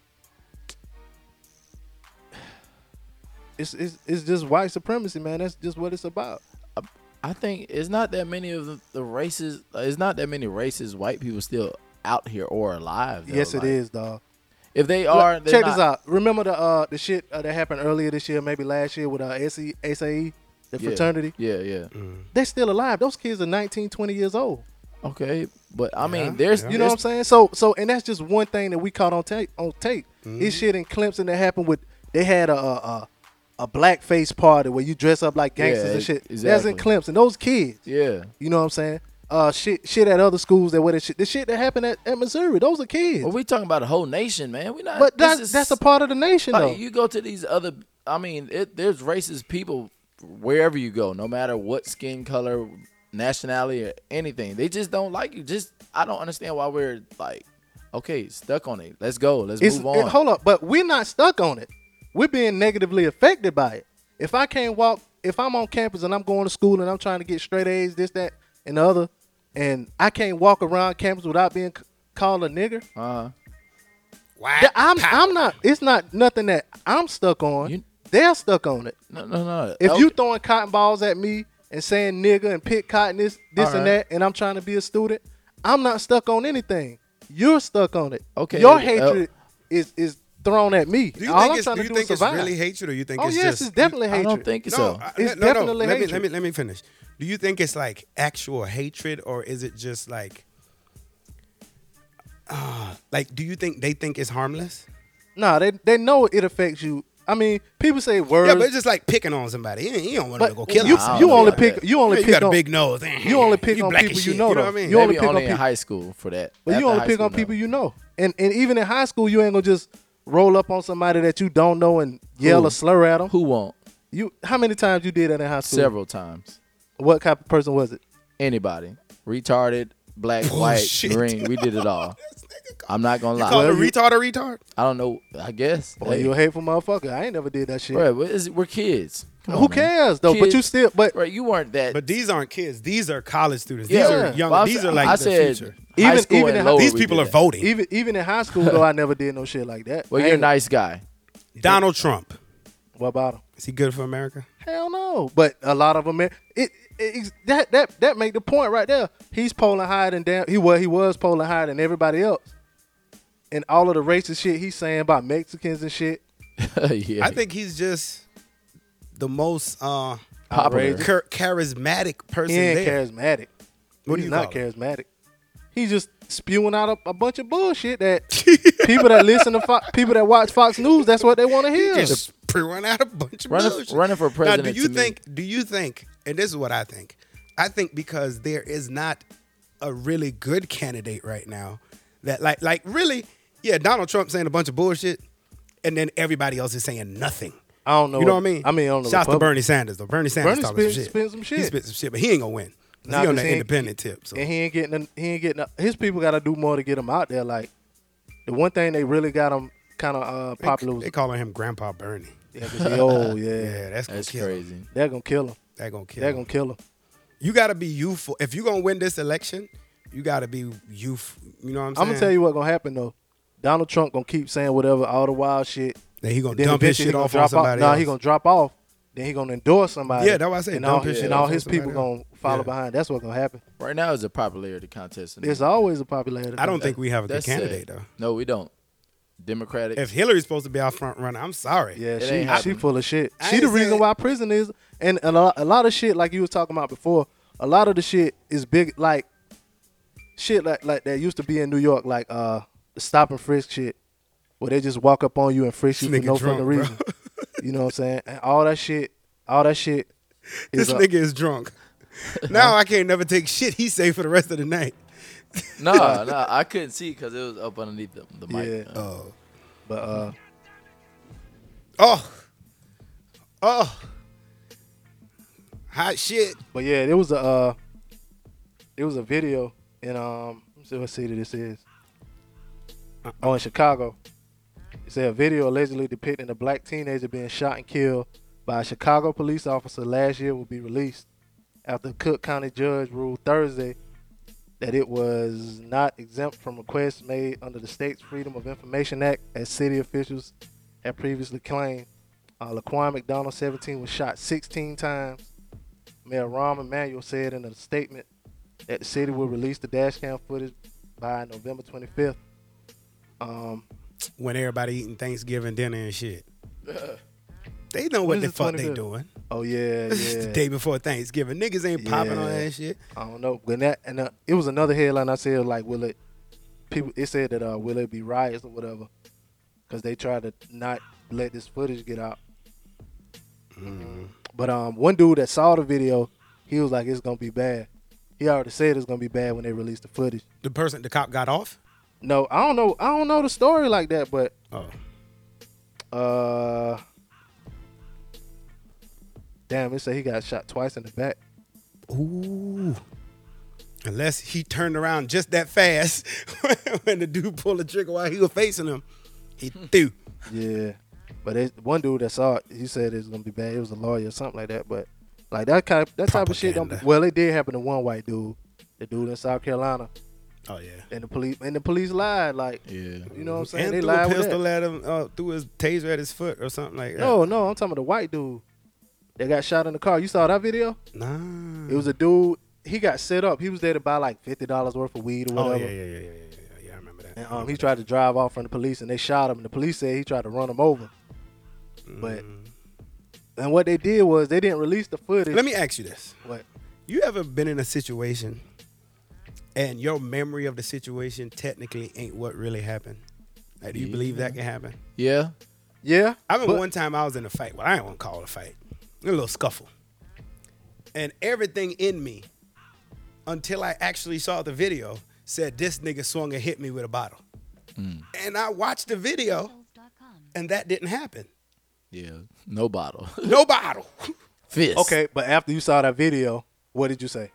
it's, it's it's just white supremacy, man. That's just what it's about.
I think it's not that many of the, the races. uh, It's not that many races white people still out here or alive. though.
yes,
Like,
it is, dog.
If they are,
Look,
they're
check
not-
this out. Remember the uh the shit uh, that happened earlier this year, maybe last year with uh SE, SAE, the
Yeah.
fraternity.
Yeah, yeah.
Mm.
They're still alive. Those kids are 19, 20 years old.
Okay, but I
Yeah,
mean, there's
yeah.
You know what I'm saying? So so and that's just one thing that we caught on tape on tape. This shit in Clemson that happened with they had a a, a a blackface party where you dress up like gangsters
Yeah,
and shit. That's
exactly.
in Clemson. Those kids.
Yeah,
You know what I'm saying? Uh shit shit at other schools that where the shit the shit that happened at, at Missouri. Those are kids.
well, we talking about a whole nation, man. We not.
but
this
that's
is- Uh,
that's a part of the nation though.
Like, you go to these other. I mean, it, there's racist people wherever you go, no matter what skin color, nationality, or anything. They just don't like you. Just I don't understand why we're like, okay, stuck on it. Let's go. Let's
It's,
move
it-
on.
hold up, but we're not stuck on it. We're being negatively affected by it. If I can't walk, if I'm on campus and I'm going to school and I'm trying to get straight A's, this, that, and the other, and I can't walk around campus without being c- called a nigger,
uh,
why?
th- I'm I'm not. It's not nothing that I'm stuck on.
You-
They're stuck on it.
no, no, no. Oh,
If
Okay.
you throwing cotton balls at me and saying nigger and pick cotton this, this
All
and that,
right.
and I'm trying to be a student, I'm not stuck on anything. You're stuck on it.
Okay,
Your
uh,
hatred is is thrown at me.
do you
All
think
I'm
it's,
trying
do
to
you
do
think
is
it's
survive.
really hatred, or you think
oh
it's
yes,
just
it's definitely
I
hatred.
don't think
no,
so.
I-
It's
no, no,
definitely
let
hatred.
Me, let me let me finish. Do you think it's like actual hatred, or is it just like, uh, like do you think they think it's harmless?
Nah, they they know it affects you. I mean, people say words.
Yeah, but it's just like picking on somebody. You, you don't want to
but
go kill
you,
them.
you
don't
only
know
pick
that.
you only
you
pick
got a
on
big nose.
you only pick on
black
people
as
you
shit.
know,
You know
though.
what I mean?
You
Maybe
only pick on
in
peop-
high school for that.
But
After
you only
high
pick
school,
on
no.
people you know, and and even in high school, you ain't gonna just roll up on somebody that you don't know and yell
Who?
or slur at them.
who won't
You how many times you did that in high school?
several times.
What type of person was it?
Anybody retarded, black,
Oh,
white,
Bullshit.
green. We did it all. I'm not gonna
You
lie.
call a retard a retard?
I don't know. I guess.
Boy,
Hey,
Oh, you a hateful motherfucker. I ain't never did that shit.
bruh, what is it? we're kids. Come
Who
on, man.
cares though? But you
Kids-
still, but
Bruh, you weren't that.
But these aren't kids. These are college students.
Yeah.
These are young.
Well, I
these
said-
are like
I
the
said,
future.
high
Even-
school
even
and
in-
lower,
These
we
people
did
are
that.
voting.
even even in high school though, I never did no shit like that.
Well,
I
you're a
ain't-
nice guy.
Donald Trump.
What about him?
Is he good for America?
Hell no. But a lot of them, it, it, it's- that that that make the point right there. He's polling higher than damn. He was he was polling higher than everybody else. And all of the racist shit he's saying about Mexicans and shit,
yeah.
I think he's just the most uh,
Popular.
char- charismatic person
he ain't
there.
charismatic.
What do
he's
you
not
call
charismatic. He's just spewing out a, a bunch of bullshit that people that listen to Fo- people that watch Fox News, that's what they want to hear.
just run out a bunch of
Running-
bullshit.
running for president
Now, do
to
you
me-
think? Do you think? And this is what I think. I think because there is not a really good candidate right now. That like like really, yeah. Donald Trump saying a bunch of bullshit, and then everybody else is saying nothing.
I don't know.
You know what I mean?
I mean, on the
Shouts to
Republican-
Bernie Sanders though. Bernie Sanders
Bernie
talking
spit-
some shit.
spit some shit.
He spit some shit, but he ain't gonna win. 'Cause
Nah,
he on
'cause
that
he ain't-
independent tip. So
and he ain't getting he ain't getting his people got to do more to get him out there. Like the one thing they really got him kind of uh,
they,
popular was
they calling him Grandpa Bernie.
yeah, 'cause he old. Oh, Yeah.
Yeah, that's gonna
that's
kill Him.
crazy.
they're gonna kill him.
That gonna kill.
They're
him.
gonna kill him.
You got to be youthful. If you're going to win this election, you got to be youth. You know what I'm
I'm
saying?
gonna tell you what gonna happen though. Donald Trump gonna keep saying whatever all the wild shit.
Then he going to
Then
dump his
eventually he
shit
gonna
off
drop
on somebody
Nah,
else.
he gonna drop off. Then he gonna endorse somebody.
Yeah, that's why I say
And
dump
all
his
his,
shit
and
off
all
on
his
somebody
people
else.
gonna follow
Yeah.
behind. That's what's gonna happen.
Right now is a popularity contest. in
It's
America.
always a popularity.
I don't think we have a good
That's sad.
candidate though.
No, we don't. Democratic.
If Hillary's supposed to be our front runner, I'm sorry.
Yeah,
It ain't
she
happening.
she full of shit.
I
She the
ain't
reason
saying-
why prison is and a lot, a lot of shit like you was talking about before. A lot of the shit is big like shit like like that used to be in New York like uh the stop and frisk shit where they just walk up on you and frisk you
This
for
nigga
no
drunk,
fucking
bro.
reason. you know what I'm saying? And all that shit, all that shit is
this
a-
nigga is drunk. now I can't never take shit he say for the rest of the night.
no, no, I couldn't see because it was up underneath the, the mic.
Yeah.
Uh,
but uh
Oh, oh, hot shit.
but yeah, there was a uh there was a video in um let me see what city this is. Oh, in Chicago. It said a video allegedly depicting a black teenager being shot and killed by a Chicago police officer last year will be released after a Cook County judge ruled Thursday that it was not exempt from requests made under the state's Freedom of Information Act, as city officials had previously claimed. Uh, Laquan McDonald, 17, was shot 16 times. Mayor Rahm Emanuel said in a statement that the city will release the dash cam footage by November 25th. Um,
When everybody eating Thanksgiving dinner and shit, they know what
When's
the
the
fuck they
25th?
doing.
oh yeah,
It's the
yeah.
day before Thanksgiving. Niggas ain't popping on
Yeah.
that shit.
I don't know. When that and uh, it was another headline I said like, will it? People it said that uh, will it be riots or whatever? Because they tried to not let this footage get out. But um, one dude that saw the video, he was like, it's gonna be bad. He already said it's gonna be bad when they release the footage.
The person, the cop got off.
No, I don't know. I don't know the story like that, but
Oh,
uh, damn, it said he got shot twice in the back.
ooh. Unless he turned around just that fast when the dude pulled the trigger while he was facing him, he
Hmm.
threw.
Yeah, but it, one dude that saw it, he said it's gonna be bad. It was a lawyer or something like that. But like that kind of that type of shit. Don't,
Propaganda.
well, it did happen to one white dude, the dude in South Carolina,
Oh yeah.
and the police and the police lied. Like,
Yeah.
you know what I'm saying?
And
they
threw a
lied with
pistol
that.
at him, uh, threw his taser at his foot or something like that.
No, no, I'm talking about the white dude that got shot in the car. You saw that video?
nah.
It was a dude. He got set up. He was there to buy like fifty dollars worth of weed or
Oh
whatever.
yeah, yeah, yeah, yeah, yeah, yeah, yeah. I remember that.
And um, he tried to drive off from the police, and they shot him. And the police said he tried to run him over, but and what they did was they didn't release the footage.
Let me ask you this:
What?
You ever been in a situation and your memory of the situation technically ain't what really happened? Like, do you believe that can happen?
yeah.
Yeah,
I remember
but-
one time I was in a fight. Well, I ain't want to call it a fight. A little scuffle. And everything in me, until I actually saw the video, said this nigga swung and hit me with a bottle.
Mm.
And I watched the video, and that didn't happen.
Yeah. No bottle.
No bottle.
Fist.
Okay, but after you saw that video, what did you say?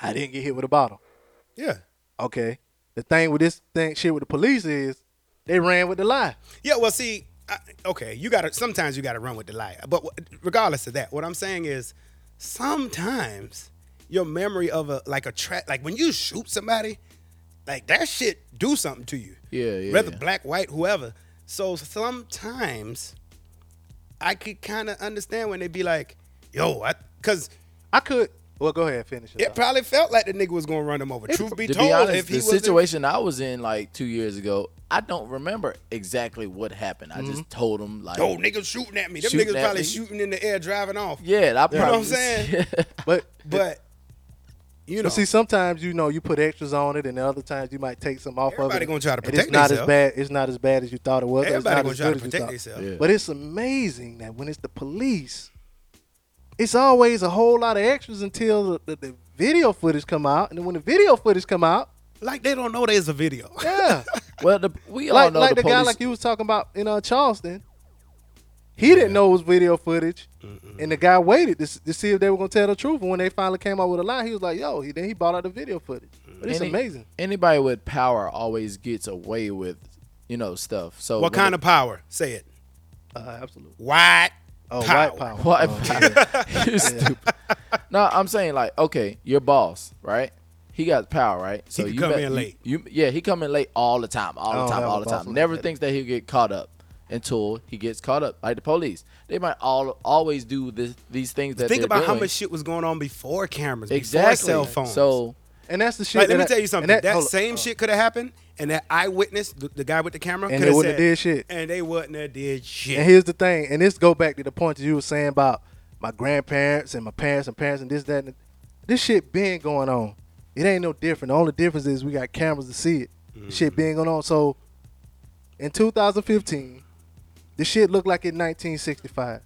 I didn't get hit with a bottle.
Yeah.
Okay. The thing with this thing shit with the police is they ran with the lie.
Yeah, well, see, I, okay, you got to sometimes you got to run with the lie. But wh- regardless of that, what I'm saying is sometimes your memory of a like a track like when you shoot somebody, like that shit do something to you.
Yeah, yeah,
Whether
yeah.
black, white, whoever. So sometimes I could kind of understand when they be like, "Yo, I cuz
I could. Well, go ahead, finish it.
it probably felt like the nigga was going to run them over. Truth be
to
told,
be honest,
if he
the
was in-
situation I was in like two years ago, I don't remember exactly what happened.
Mm-hmm.
I just told him like,
Oh, niggas shooting at me. Them
Shooting
niggas
at
probably
me.
shooting in the air driving off.
yeah, I probably,
know what I'm saying?
But
But you know,
But see, sometimes you know you put extras on it, and the other times you might take some off of
Everybody
it.
gonna try to
and
protect
It's not as
themselves.
bad. It's not as bad as you thought it was. or it's
Everybody
not
gonna
as
try to
good as you
protect
thought.
themselves.
Yeah.
But it's amazing that when it's the police, it's always a whole lot of extras until the, the, the video footage come out, and then when the video footage come out,
like they don't know there's a video.
yeah,
well, the, we all
like
know
like
the,
the, guy
police-
like you was talking about in uh, Charleston, he didn't know it was video footage, and the guy waited to, s- to see if they were gonna tell the truth. And when they finally came out with a lie, he was like, "Yo," he, then he bought out the video footage. But it's
any-
amazing.
Anybody with power always gets away with, you know, stuff. So
what
when
kind
it-
of power? Say it.
Uh, absolutely.
White.
Oh,
power.
white power.
Why? you stupid. No, I'm saying like, okay, your boss, right? He got power, right? So
could
you
come
bet-
in
you-
late.
You, yeah, he come in late all the time, all
don't
the time,
have a
all the
boss
time.
like
Never
that.
thinks that he'll get caught up until he gets caught up, like the police. They might all always do this, these things that
Think
they're
about how
doing.
much shit was going on before cameras,
exactly.
before cell phones.
So
And that's the shit.
like, let
that
me
I-
tell you something.
and
That,
hold up. Oh.
same shit could have happened, and that eyewitness, the, the guy with the camera,
And they
coulda
wouldn't
said-
have did shit.
and they wouldn't have did shit.
And here's the thing, and this go back to the point that you were saying about my grandparents and my parents and parents and this, that, and this shit been going on. It ain't no different. The only difference is we got cameras to see it.
Mm-hmm.
Shit been going on. So in 2015, the shit looked like in 1965.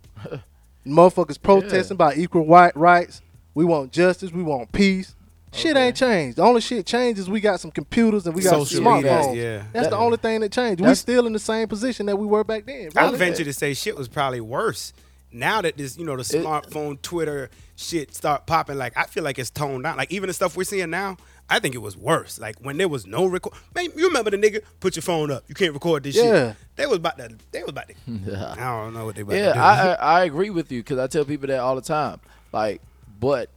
Motherfuckers protesting about equal white rights. We want justice. We want peace. Shit ain't changed. The only shit changed is we got some computers and we got
Social
some smartphones.
media, yeah.
That's the
That-
only thing that changed. We
That's-
still in the same position that we were back then.
I
brother.
venture to say shit was probably worse. Now that this, you know, the smartphone, Twitter shit start popping, like I feel like it's toned down. Like even the stuff we're seeing now, I think it was worse. Like when there was no record. Man, you remember the nigga put your phone up. You can't record this
Yeah.
shit. They was about to. They was about to. I don't know what they about
yeah,
to do.
I, I I agree with you because I tell people that all the time. Like, but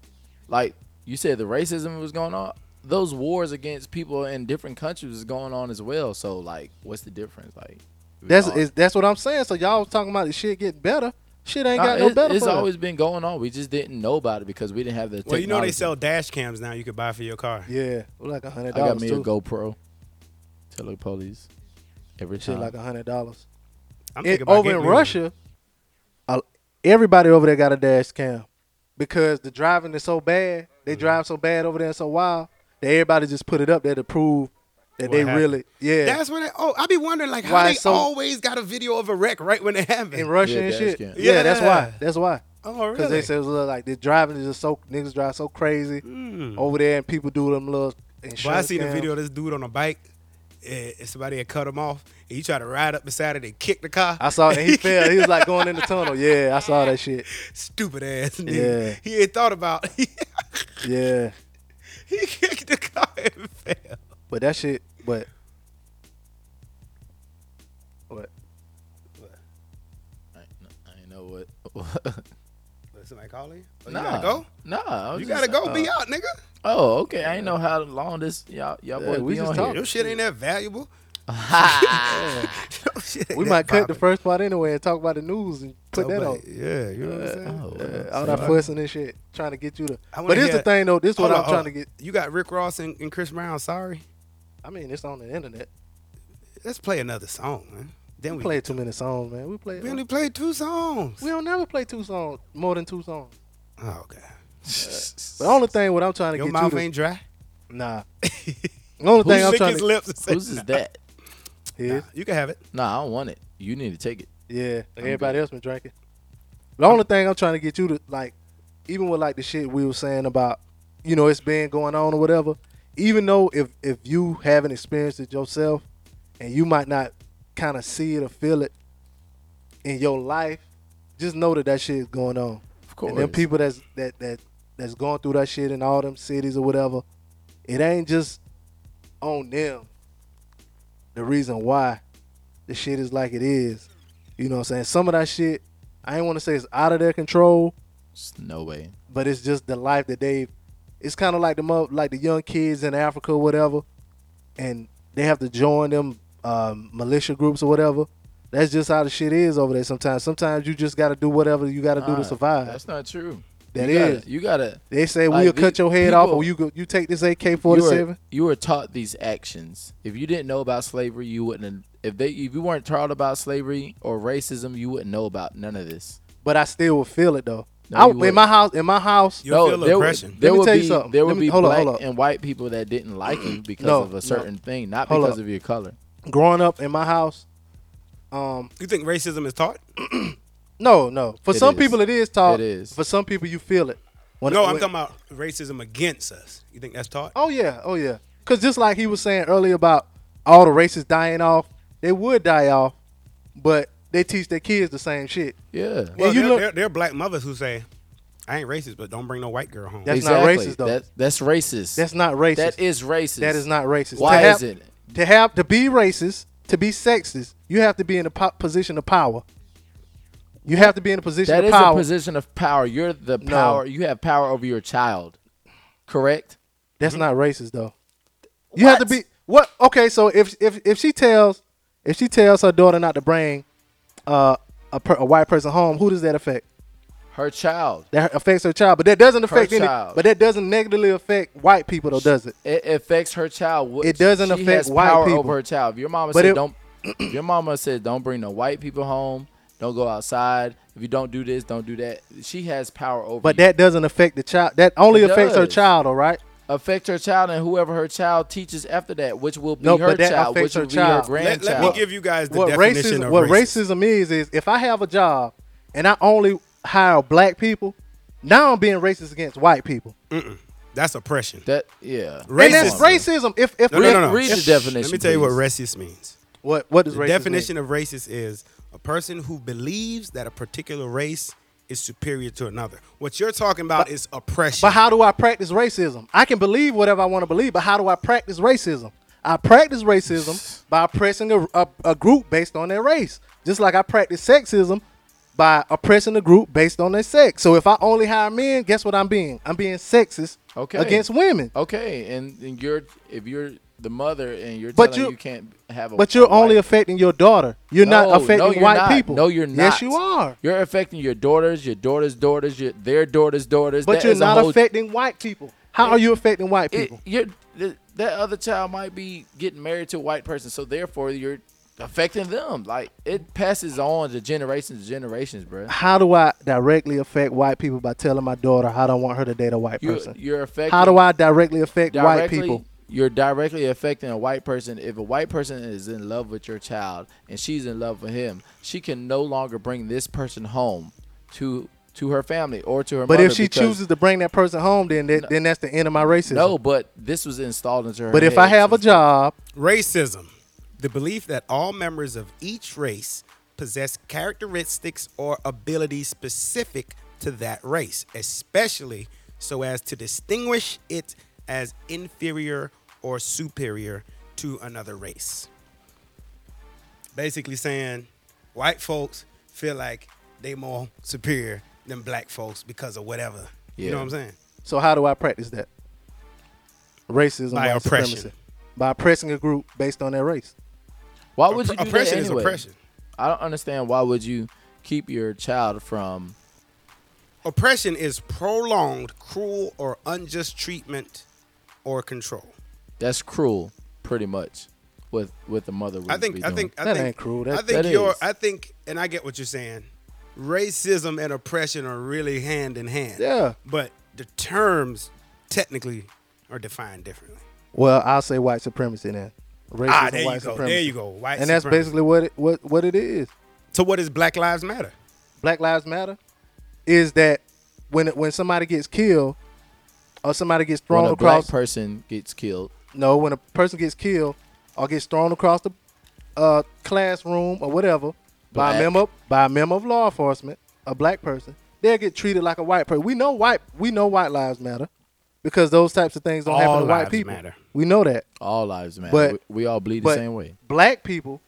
like you said, the racism was going on. Those wars against people in different countries is going on as well. So like, what's the difference? Like, we
That's
all-
is, that's what I'm saying. So y'all was talking about the shit getting better. Shit ain't
Nah,
got no
it-
better.
It's
for us.
always been going on. We just didn't know about it because we didn't have the.
well, you know they
technology.
sell dash cams now. You could buy for your car.
yeah, we're like a hundred
I got
dollars
me a
too.
GoPro. Tell the police every
Shit
time.
like a hundred dollars.
I'm
It-
thinking about
Over in
getting me one.
Russia, a- everybody over there got a dash cam because the driving is so bad. They
Mm-hmm.
drive so bad over there and so wild that everybody just put it up there to prove that
What
they
happened.
really yeah
That's when. They, oh, I be wondering like how
Why
they
so-
always got a video of a wreck right when it happened.
in Russia
Yeah,
and
dash
shit.
cam.
Yeah, that's why.
Yeah.
That's why.
oh, really?
Because they said it was little, like the driving is just so niggas drive so crazy
Mm.
over there, and people do them little.
Well, I seen a
scams.
video of this dude on a bike. eh, And somebody had cut him off. And he tried to ride up beside it and kick the car.
I saw it. and He fell. He was like going in the tunnel. Yeah, I saw that shit.
Stupid ass nigga.
Yeah.
He ain't thought about. he
Yeah,
kicked the car and fell.
but that shit. But what?
I, I ain't know what.
What, somebody call you? Oh, you
nah,
gotta go.
Nah, I was
You
just-
gotta go. be
uh,
out, nigga.
Oh, okay. I ain't know how long this y'all y'all
Yeah,
boys
we
be
just
on
talking.
here.
Your shit ain't that valuable.
We might cut the first part anyway and talk about the news and put that on.
Yeah, you know what I'm saying.
Oh,
Yeah, all that fussing and shit, trying to get you to.
I wanna
But here's the
hear-
thing though. This is what
Hold
I'm
on,
trying
hold
to
on.
get.
You got Rick Ross and, and Chris Brown. Sorry.
I mean, it's on the internet.
Let's play another song, man. Then
We
we,
play too many songs, man. We play.
We only played two songs.
We don't never play two songs, more than two songs.
oh god.
The only thing what I'm trying to
Your
get
mouth
you to,
ain't dry.
nah. the only thing I'm
Lick
trying
his
to
lips and say,
Whose is that?
is
You can have it.
Nah, I don't want it. You need to take it.
Yeah, everybody else been drinking. The only thing I'm trying to get you to like, even with like the shit we were saying about, you know, it's been going on or whatever. Even though if if you haven't experienced it yourself, and you might not kind of see it or feel it in your life, just know that that shit is going on.
Of course.
And them people that's that that that's going through that shit in all them cities or whatever, it ain't just on them the reason why the shit is like it is. You know what I'm saying? Some of that shit, I ain't want to say it's out of their control,
It's no way.
but it's just the life that they've. It's kind of like the mo- like the young kids in Africa or whatever, and they have to join them um, militia groups or whatever. That's just how the shit is over there. Sometimes, sometimes you just got to do whatever you got to do
Nah,
to survive.
That's not true.
That
That is. you
is.
Gotta, you gotta.
they say
like,
we'll
the
cut your head off,
people-
or you go, you take this AK
you
forty
were,
seven.
you were taught these actions. If you didn't know about slavery, you wouldn't. have- If they, if you weren't taught about slavery or racism, you wouldn't know about none of this.
But I still would feel it though.
No,
I,
you
in
wouldn't.
my house, in my house,
You'll feel
there would,
oppression.
there
Let me
would
tell you
be
something.
there
Let
would
me-
be
hold up,
black
hold up.
and white people that didn't like you because
No,
of
no.
a certain thing, not
Hold
because
up.
of your color.
growing up in my house, um,
You think racism is taught?
no, no. For
It
some
is.
people, it is taught.
It is.
For some people, you feel it. When-
No, I'm
when-
talking about racism against us. You think that's taught?
Oh yeah, oh yeah. Cause just like he was saying earlier about all the races dying off, they would die off, but they teach their kids the same shit.
Yeah,
Well,
you
there,
look-
there, there are black mothers who say, "I ain't racist, but don't bring no white girl home."
That's not racist, though.
That, that's racist.
That's not racist.
That is racist.
That is not racist.
Why
To have-
is it?
To have to be racist, to be sexist, you have to be in a po- position of power. You have to be in a position
That
of
is
power.
a position of power. You're the
No.
power. You have power over your child. Correct.
Mm-hmm.
That's not racist though. You have to
What?
be what? Okay, so if if if she tells if she tells her daughter not to bring uh, a per, a white person home, who does that affect?
Her child.
That affects her child, but that doesn't affect any.
child.
But that doesn't negatively affect white people though, does it?
It affects her child. What-
It doesn't
she
affect
has
white
power
people.
over her child. If your mama
But
said
it-
don't. if your mama said don't bring no white people home. Don't go outside. If you don't do this, don't do that. She has power over.
But
Mm.
you.
that doesn't affect the child. That only
It
affects her
does.
child, all right.
affect her child and whoever her child teaches after that, which will be
No,
her
but that
child,
affects
which
her
will
child.
be her
let,
grandchild.
let me give you guys the
what
definition
racism
of
what
racist.
racism is is if I have a job and I only hire black people, now I'm being racist against white people.
That's oppression.
that yeah.
And that's
Racism.
racism. If if
No, no, no, no.
Read the
If-
definition,
Let me tell you what
please.
racist means.
what what does
The
racism
definition of racist is a person who believes that a particular race is superior to another. What you're talking about is oppression.
But how do I practice racism? I can believe whatever I want to believe, but how do I practice racism? I practice racism by oppressing a, a, a group based on their race, just like I practice sexism by oppressing a group based on their sex. So if I only hire men, guess what I'm being? I'm being sexist
Okay. Oh,
against women.
Okay, and, and you're if you're the mother and you're
But
telling
you-
you, can't have a
But you're
a
only
white-
affecting your daughter. You're
No,
not affecting
no, you're
white
not.
people.
No, you're not.
Yes, you are.
You're affecting your daughters, your daughters' daughters, your their daughters' daughters.
But
That
you're
is a
not
whole-
affecting white people. How are you affecting white
it,
people?
you're, th- that other child might be getting married to a white person, so therefore you're affecting them. Like it passes on to generations to generations, bro.
how do I directly affect white people by telling my daughter I don't want her to date a white
You're,
person?
you're affecting.
how do I directly affect
directly,
white people?
You're directly affecting a white person. If a white person is in love with your child and she's in love with him, she can no longer bring this person home to to her family or to her
But
mother.
if she
because-
chooses to bring that person home, then that, then that's the end of my racism.
no, but this was installed into her.
but if I
head
have a
since-
job,
Racism, the belief that all members of each race possess characteristics or abilities specific to that race, especially so as to distinguish it as inferior or superior to another race. Basically saying white folks feel like they more superior than black folks because of whatever. You know
Yeah.
what I'm saying?
so how do I practice that? Racism
By
white
oppression.
supremacy. by oppressing a group based on their race.
why would you do
oppression
that
is
anyway?
oppression.
I don't understand why would you keep your child from
Oppression is prolonged, cruel, or unjust treatment or control.
that's cruel, pretty much. With with the mother,
I
would
think.
be
I
doing.
think. I
That
think,
ain't cruel.
I
That-
think
that
you're.
is.
I think, and I get what you're saying. Racism and oppression are really hand in hand.
Yeah.
But the terms technically are defined differently.
Well, I'll say white supremacy then. Racism,
Ah, there you
white
go.
supremacy.
There you go. White
and that's
supremacy.
basically what it, what what it is.
So what is Black Lives Matter?
Black Lives Matter is that when when somebody gets killed or somebody gets thrown
when a black
across
person gets killed,
no when a person gets killed or gets thrown across the uh, classroom or whatever by a
Black.
member by a member of law enforcement, a black person, they'll get treated like a white person. We know white we know white lives matter. because those types of things don't happen
All
to white
lives
people.
matter.
We know that,
All lives matter.
But-
we, we all bleed the
but
same way.
black people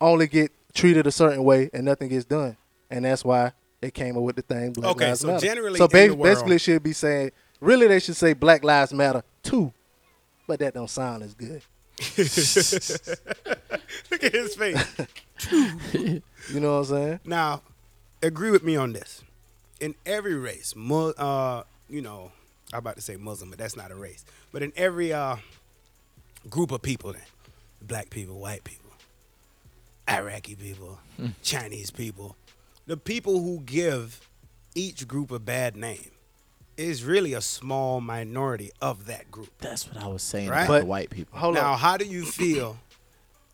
only get treated a certain way and nothing gets done, and that's why they came up with the thing Black
Okay,
Lives
so
Matter.
generally
so
in the world-
basically, it should be saying really they should say Black Lives Matter too, but that don't sound as good.
Look at his face.
You know what I'm saying?
now, agree with me on this. In every race, mu- uh, you know, I'm about to say Muslim, but that's not a race. But in every uh, group of people, then, black people, white people, Iraqi people, Chinese people, the people who give each group a bad name is really a small minority of that group.
That's what I was saying
Right.
about
But-
the white people.
Hold
now,
on.
how do you feel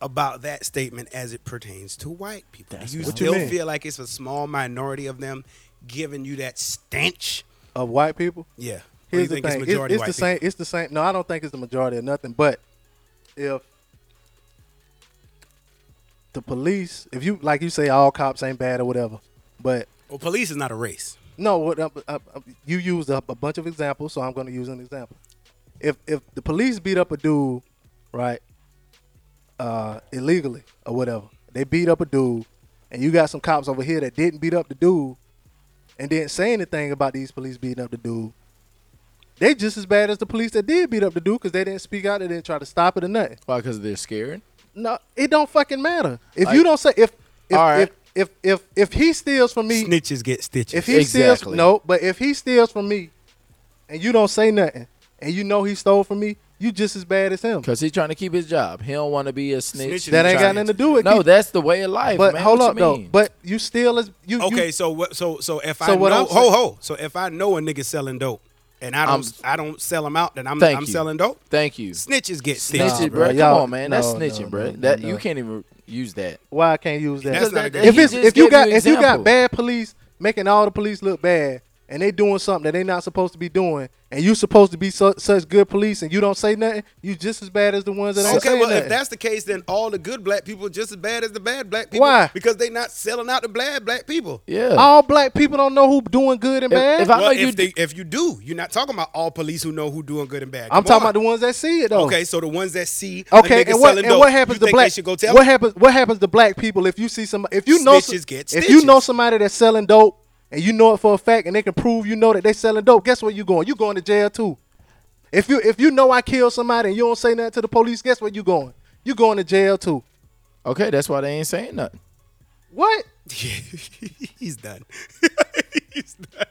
about that statement as it pertains to white people?
That's
do you
what I'm
still
saying.
feel like it's a small minority of them giving you that stench?
Of white people.
Yeah. Or you
Here's the
think
thing.
it's
It's,
majority
it's the
white
same. It's the same. No, I don't think it's the majority of nothing. But if the police, if you like, you say all cops ain't bad or whatever. But
people? Well, police is not a race.
no, what uh, uh, uh, you used a, a bunch of examples, so I'm going to use an example. If if the police beat up a dude, right, uh, illegally or whatever, they beat up a dude, and you got some cops over here that didn't beat up the dude, and didn't say anything about these police beating up the dude. They just as bad as the police that did beat up the dude because they didn't speak out, they didn't try to stop it or nothing.
Why? Because they're scared.
No, it don't fucking matter. If
Like-
you don't say if if,
All right.
if if if if he steals from me,
Snitches get stitches.
if he steals,
Exactly.
no, but if he steals from me, and you don't say nothing, and you know he stole from me, you just as bad as him.
Because he's trying to keep his job. He don't want to be a snitch.
Snitches
That ain't
trying
got nothing to do with
No,
Keith.
that's the way of life.
But
man.
hold
What
up
you
though.
mean?
But you still as you.
Okay,
You,
so what? So so if I
So what
know,
I'm
ho
saying-
ho. So if I know a nigga selling dope, and I don't, I don't sell him out, then I'm,
Thank
I'm
you.
selling dope.
Thank you.
Snitches get stitches.
Snitching,
Nah, bro.
bro. Come
Y'all-
on, man. That's
no, no,
snitching,
no,
bro.
no,
that
no.
you can't even use that.
why I can't use that?
That's not a good
if
he
it's,
just
if you
gave
got
an
if you got
example.
bad police making all the police look bad and they doing something that they not supposed to be doing and you supposed to be su- such good police and you don't say nothing you just as bad as the ones that ain't
Okay,
saying
well, if
nothing.
that's the case, then all the good black people are just as bad as the bad black people.
Why?
Because they not selling out the bad black people.
Yeah.
all black people don't know who doing good and
If-
bad.
if I-
Well,
know
if,
you
they, if you do, you're not talking about all police who know who doing good and bad.
I'm
Come
talking
on.
about the ones that see it though.
Okay, so the ones that see
Okay,
a nigga
and what
selling
and
dope,
what happens
you
to
think
black?
They should go tell
what
them?
happens? What happens to black people if you see some? If you know, some-
Snitches get
if you know
stitches.
somebody that's selling dope and you know it for a fact, and they can prove you know that they selling dope, guess where you going? You going to jail too. If you if you know I killed somebody and you don't say nothing to the police, guess where you going? You going to jail too.
Okay, that's why they ain't saying nothing.
What?
He's done. He's done.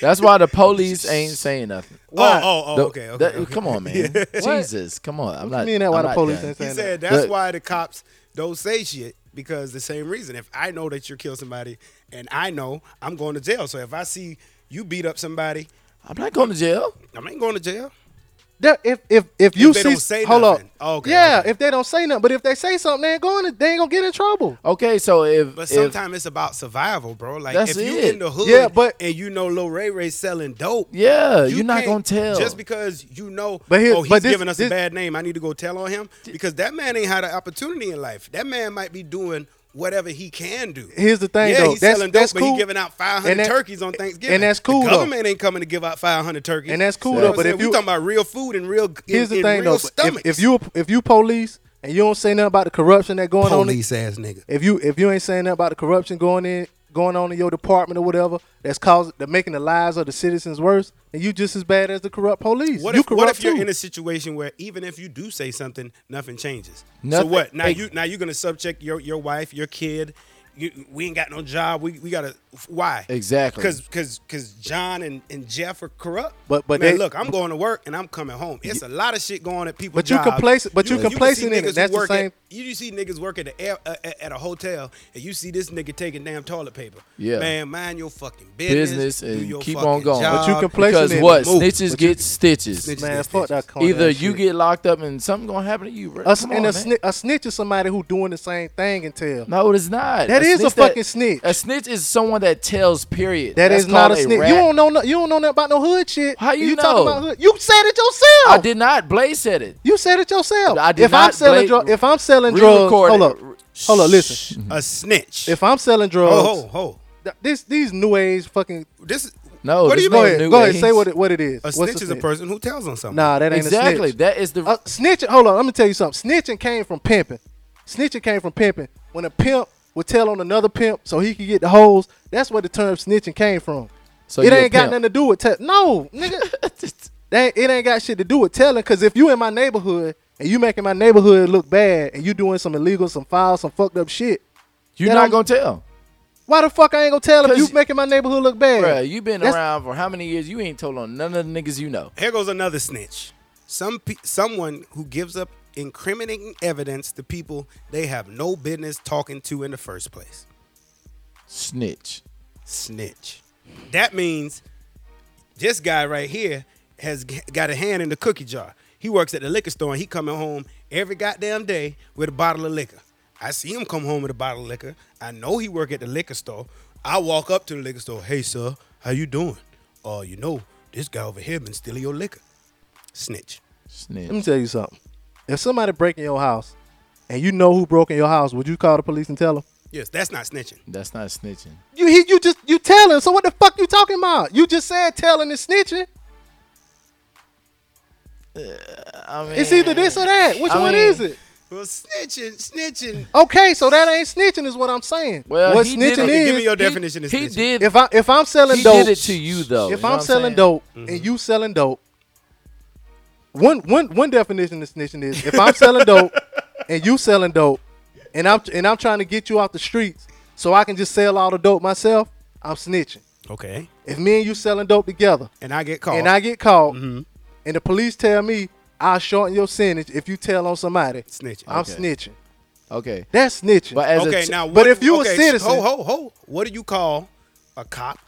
That's why the police ain't saying nothing.
Why?
Oh, oh, oh
The-
okay, okay.
that-
okay.
Come on, man. Jesus, come on. I'm
What
not.
you mean that? Why
I'm
the
not
police
done.
ain't
He
saying
said
that?
that's
uh, Look.
why the cops don't say shit because the same reason. If I know that you killed somebody and I know I'm going to jail, so if I see you beat up somebody,
I'm not going to jail.
I ain't going to jail.
That- if if if you
they
see,
don't say
hold
nothing. Oh,
up.
Okay,
yeah,
okay.
if they don't say nothing, but if they say something, they ain't going. To, they ain't gonna get in trouble.
Okay, so if
But
if-
sometimes it's about survival, bro. Like
That's
if you
it.
in the hood
Yeah, but-
and you know Lil Ray Ray selling dope.
Uh,
yeah, you are not gonna
can't-
tell.
Just because you know
But here-
oh he's
but this-
giving us
this-
a bad name, I need to go tell on him. Because that man ain't had an opportunity in life. That man might be doing whatever he can do.
Here's the thing,
yeah,
though.
he's
That's-
selling dope,
that's
but
cool.
he giving out five
And
hundred
that-
turkeys on Thanksgiving.
and that's cool,
The
though.
government ain't coming to give out five hundred turkeys.
And that's cool,
You know
though,
what
but
I'm saying?
if
we
you-
talking about real food and real in,
Here's the
in
thing
real
though. If,
stomachs.
if you if you police and you don't say nothing about the corruption that going on,
police ass nigga.
if you if you ain't saying nothing about the corruption going in going on in your department or whatever that's causing that making the lives of the citizens worse, then you just as bad as the corrupt police.
What
you
if,
corrupt
what if you're
too.
in a situation where even if you do say something, nothing changes?
Nothing-
So what? Now
Ex-
you now you're gonna subject your your wife, your kid. You, we ain't got no job. We, we gotta why
Exactly.
because because because John and, and Jeff are corrupt.
But- but
man,
they-
look, I'm going to work and I'm coming home. It's a lot of shit going at people.
But you
jobs.
complacent- but you
can see
complacent in it.
niggas who
That's the
work
same-
At, you you see niggas work at, the air, uh, at- at a hotel and you see this nigga taking damn toilet paper.
Yeah.
man, mind your fucking business.
business
do your
and keep
fucking
on going.
Job.
But you compla- complacent
because
in
what
it.
Move.
snitches get stitches.
Snitches.
man, fuck that. corny
Either
ass
you
shit.
get locked up and something gonna happen to you. Bro.
a, s-
Come
and
on,
a,
man.
sni- a snitch is somebody who doing the same thing and tell.
No, it is not.
That is a
that-
fucking snitch.
A snitch is someone that tells. Period.
That
That's
is not a
called
snitch.
rat.
You don't know. No, you don't know nothing about no hood shit.
How you
talking
know?
about hood? You said it yourself.
I did not. Blaze said it.
You said it yourself.
I did
if I'm
not
selling
blame-
drugs, if I'm selling drugs,
Re-record
hold
it.
up, hold up, listen.
a snitch.
If I'm selling drugs,
Oh, ho, ho.
th- this these new age fucking
This
No,
What do
this
you
no
Go
mean?
ahead.
new
Go ahead.
age.
Say what it, what it is.
A
What's
snitch is a
snitch?
person who tells on something.
Nah, that ain't
Exactly.
a snitch.
That is the
Uh, snitching. Hold on. Let me tell you something. Snitching came from pimping. Snitching came from pimping. When a pimp would tell on another pimp so he could get the hoes, that's where the term snitching came from.
So
it
you a
ain't got
pimp.
nothing to do with tell. No, nigga. that, it ain't got shit to do with telling. Because if you in my neighborhood and you making my neighborhood look bad and you doing some illegal, some foul, some fucked up shit,
you're
that
not
I'm-
gonna tell,
why the fuck I ain't gonna tell if you
'Cause-
making my neighborhood look bad?
Bruh, You been
That's-
around for how many years? You ain't told on none of the niggas you know.
Here goes another snitch. Some pe- someone who gives up incriminating evidence to people they have no business talking to in the first place.
Snitch.
Snitch. That means this guy right here has g- got a hand in the cookie jar. He works at the liquor store and he coming home every goddamn day with a bottle of liquor. I see him come home with a bottle of liquor. I know he work at the liquor store. I walk up to the liquor store. Hey, sir, how you doing? Oh, you know, this guy over here been stealing your liquor. Snitch.
Let me
Snitch.
tell you something. If somebody break in your house and you know who broke in your house, would you call the police and tell them?
Yes, that's not snitching.
That's not snitching.
You he, you just you telling. So what the fuck you talking about? You just said telling and snitching.
I mean,
It's either this or that. Which
I
one
mean-
is it?
Well, snitching, snitching.
Okay, so that ain't snitching, is what I'm saying.
Well,
what
he
snitching
did it-
Okay, give me
is?
your definition of
he
snitching.
did.
If I if I'm selling
he
dope,
did it to you though.
if
you know
I'm
what
selling
saying? Mm-hmm.
dope and you selling dope, one one one definition of snitching is if I'm selling dope and you selling dope, and I'm and I'm trying to get you off the streets so I can just sell all the dope myself, I'm snitching.
Okay.
If me and you selling dope together
And I get caught.
and I get caught
Mm-hmm.
and the police tell me I'll shorten your sentence if you tell on somebody,
snitching.
I'm
Okay.
snitching.
Okay.
That's snitching.
But as
okay,
a t-
now.
but
what-
if you a
okay,
citizen-
ho ho ho, what do you call a cop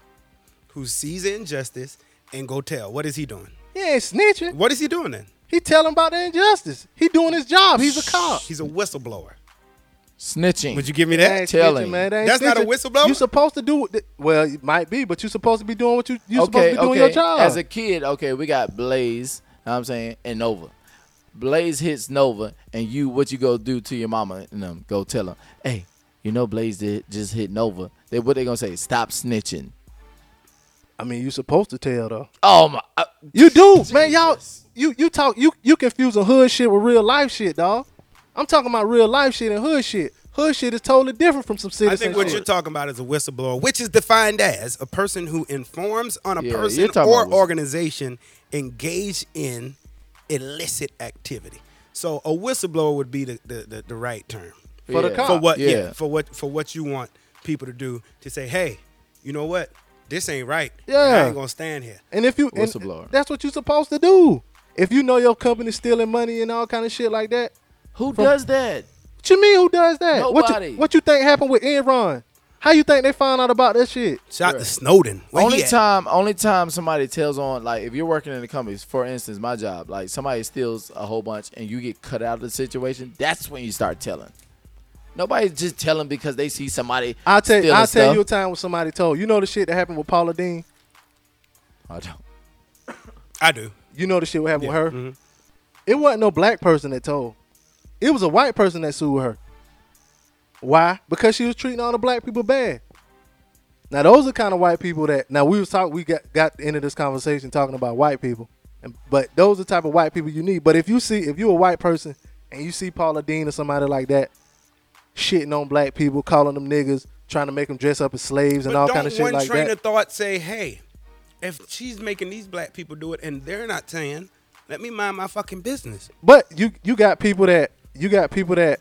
who sees an injustice and go tell? What is he doing?
he ain't snitching.
What is he doing then?
He telling about the injustice. He doing his job. He's a cop.
He's a whistleblower.
snitching.
Would you give me
That
that?
ain't
telling.
snitching, man. That ain't
That's not a
snitching.
whistleblower?
You supposed to do what th- well, it might be, but you supposed to be doing what you you supposed to be doing your job.
As a kid, okay, we got Blaze, know what I'm saying, and Nova. Blaze hits Nova, and you, what you go do to your mama and them? Go tell them, hey, you know Blaze did just hit Nova. They what they gonna say? Stop snitching.
I mean, you supposed to tell though.
Oh my, uh,
You do, man. Y'all, you you talk you you confusing hood shit with real life shit, dog. I'm talking about real life shit and hood shit. Hood shit is totally different from some
I
citizen
think what
shit.
you're talking about is a whistleblower, which is defined as a person who informs on a
Yeah,
person
you're talking
or
about whistle-
organization engaged in illicit activity. So a whistleblower would be the, the, the, the right term.
For the
yeah.
cop.
for what yeah.
Yeah.
for what for what you want people to do to say hey you know what this ain't right i
Yeah.
ain't gonna stand here
And if you and
Whistleblower.
that's what you're supposed to do. If you know your company's stealing money and all kind of shit like that,
Who does that?
what you mean? Who does that? What
Nobody.
you, what you think happened with Enron? How you think they found out about that shit?
shout to snowden Where
only
he at?
time, only time somebody tells on, like if you're working in the companies, for instance, my job, like somebody steals a whole bunch and you get cut out of the situation, that's when you start telling. Nobody's just telling because they see somebody.
I'll tell you,
stealing
I'll tell
stuff.
you a time when somebody told you know the shit that happened with Paula Dean.
I don't.
i do
You know the shit what happened with
Mm-hmm.
her. It wasn't no black person that told. It was a white person that sued her. Why? Because she was treating all the black people bad. Now those are kind of white people that now we was talk we got got into this conversation talking about white people, and, but those are the type of white people you need. But if you see if you're a white person and you see Paula Dean or somebody like that shitting on black people, calling them niggas, trying to make them dress up as slaves and
but
all
don't
kind of shit
one
like
train
that.
of thought say hey if she's making these black people do it and they're not saying let me mind my fucking business
But you you got people that you got people that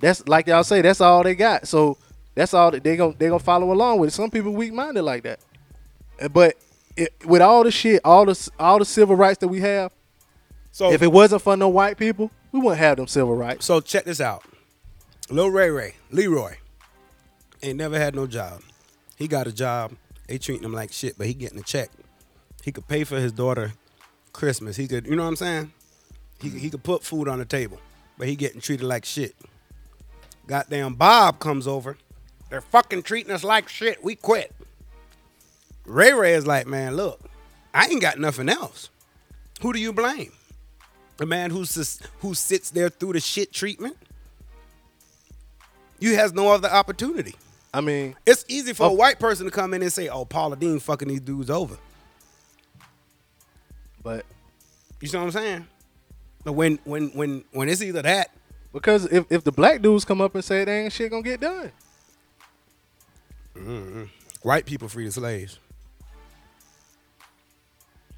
that's like y'all say that's all they got. So that's all that they gon' they gonna follow along with. it. Some people weak minded like that. Uh, But it, with all the shit, all the s- all the civil rights that we have,
so
if it wasn't for no white people, we wouldn't have them civil rights.
so check this out lil ray ray leroy ain't never had no job he got a job they treating him like shit but he getting a check he could pay for his daughter Christmas. He could, you know what I'm saying? He, he could put food on the table, but he getting treated like shit. Goddamn Bob comes over. They're fucking treating us like shit. We quit. Ray Ray is like, man, look, I ain't got nothing else. Who do you blame? The man who sus- who sits there through the shit treatment. You has no other opportunity.
I mean,
It's easy for a
Of-
white person to come in and say, "Oh, Paula Dean fucking these dudes over."
But
You see what I'm saying? But when when when when it's either that,
because if, if the black dudes come up and say it ain't shit gonna get done,
white people free the slaves.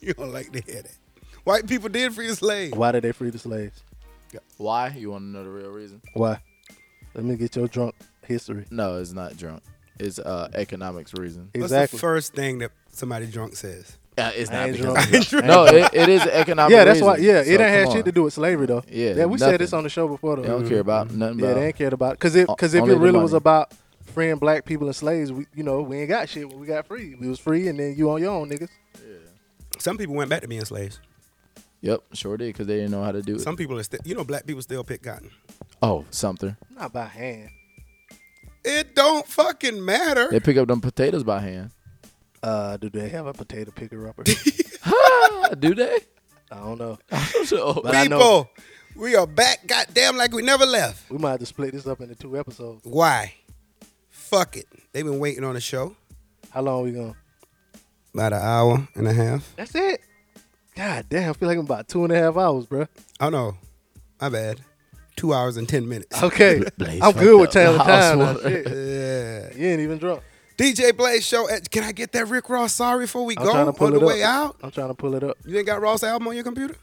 you don't like to hear that. White people did free the slaves.
why did they free the slaves?
Why? You want to know the real reason?
Why? Let me get your drunk history.
No, it's not drunk. It's uh economics reason.
What's
exactly.
the first thing that somebody drunk says?
Uh, it's
I
not
ain't
because
drunk.
I'm drunk. no, it, it is economic.
yeah, that's why.
reason.
Yeah, it
So,
ain't
come
had
on.
shit to do with slavery though.
Yeah,
yeah, we said this
nothing.
on the show before though.
They don't care about nothing.
Yeah,
about
they ain't cared about because if
O-
because if
only
it
the
really was
money.
about freeing black people and slaves, we you know we ain't got shit when we got free. We was free and then you on your own, niggas.
Some people went back to being slaves.
Yep, sure did because they didn't know how to do it.
Some people are still, you know, black people still pick cotton.
oh, something.
Not by hand.
It don't fucking matter.
They pick up them potatoes by hand.
Uh, do they have a potato picker upper?
Ah, do they?
I don't know.
So,
I know-
people, we are back, goddamn, like we never left.
We might have to split this up into two episodes.
Why? Fuck it. They've been waiting on a show
How long we going? to
about an hour and a half.
That's it. God damn, I feel like I'm about two and a half hours, bro.
Oh no, my bad. Two hours and ten minutes.
Okay,
Blaze
I'm
fucked
good with
up
Taylor
the
time. now.
housewater.
Shit.
Yeah.
You ain't even drunk.
DJ Blaze show. eh, Can I get that Rick Ross sorry before we
I'm
go
trying to pull
on the
it up.
way out?
I'm trying to pull it up.
You ain't got Ross album on your computer?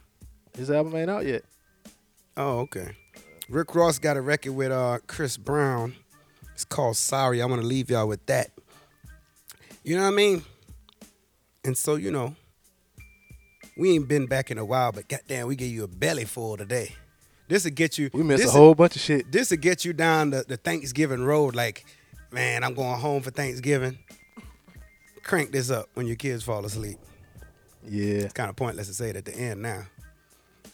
His album ain't out yet.
Oh, okay. Rick Ross got a record with uh Chris Brown. It's called Sorry. I want to leave y'all with that. You know what I mean? And so, you know, we ain't been back in a while, but goddamn, we gave you a belly full today. This'll get you
We missed
this
a whole bunch of shit.
this'll get you down the, the Thanksgiving road, like, man, I'm going home for Thanksgiving. Crank this up when your kids fall asleep.
Yeah.
It's kind of pointless to say it at the end now.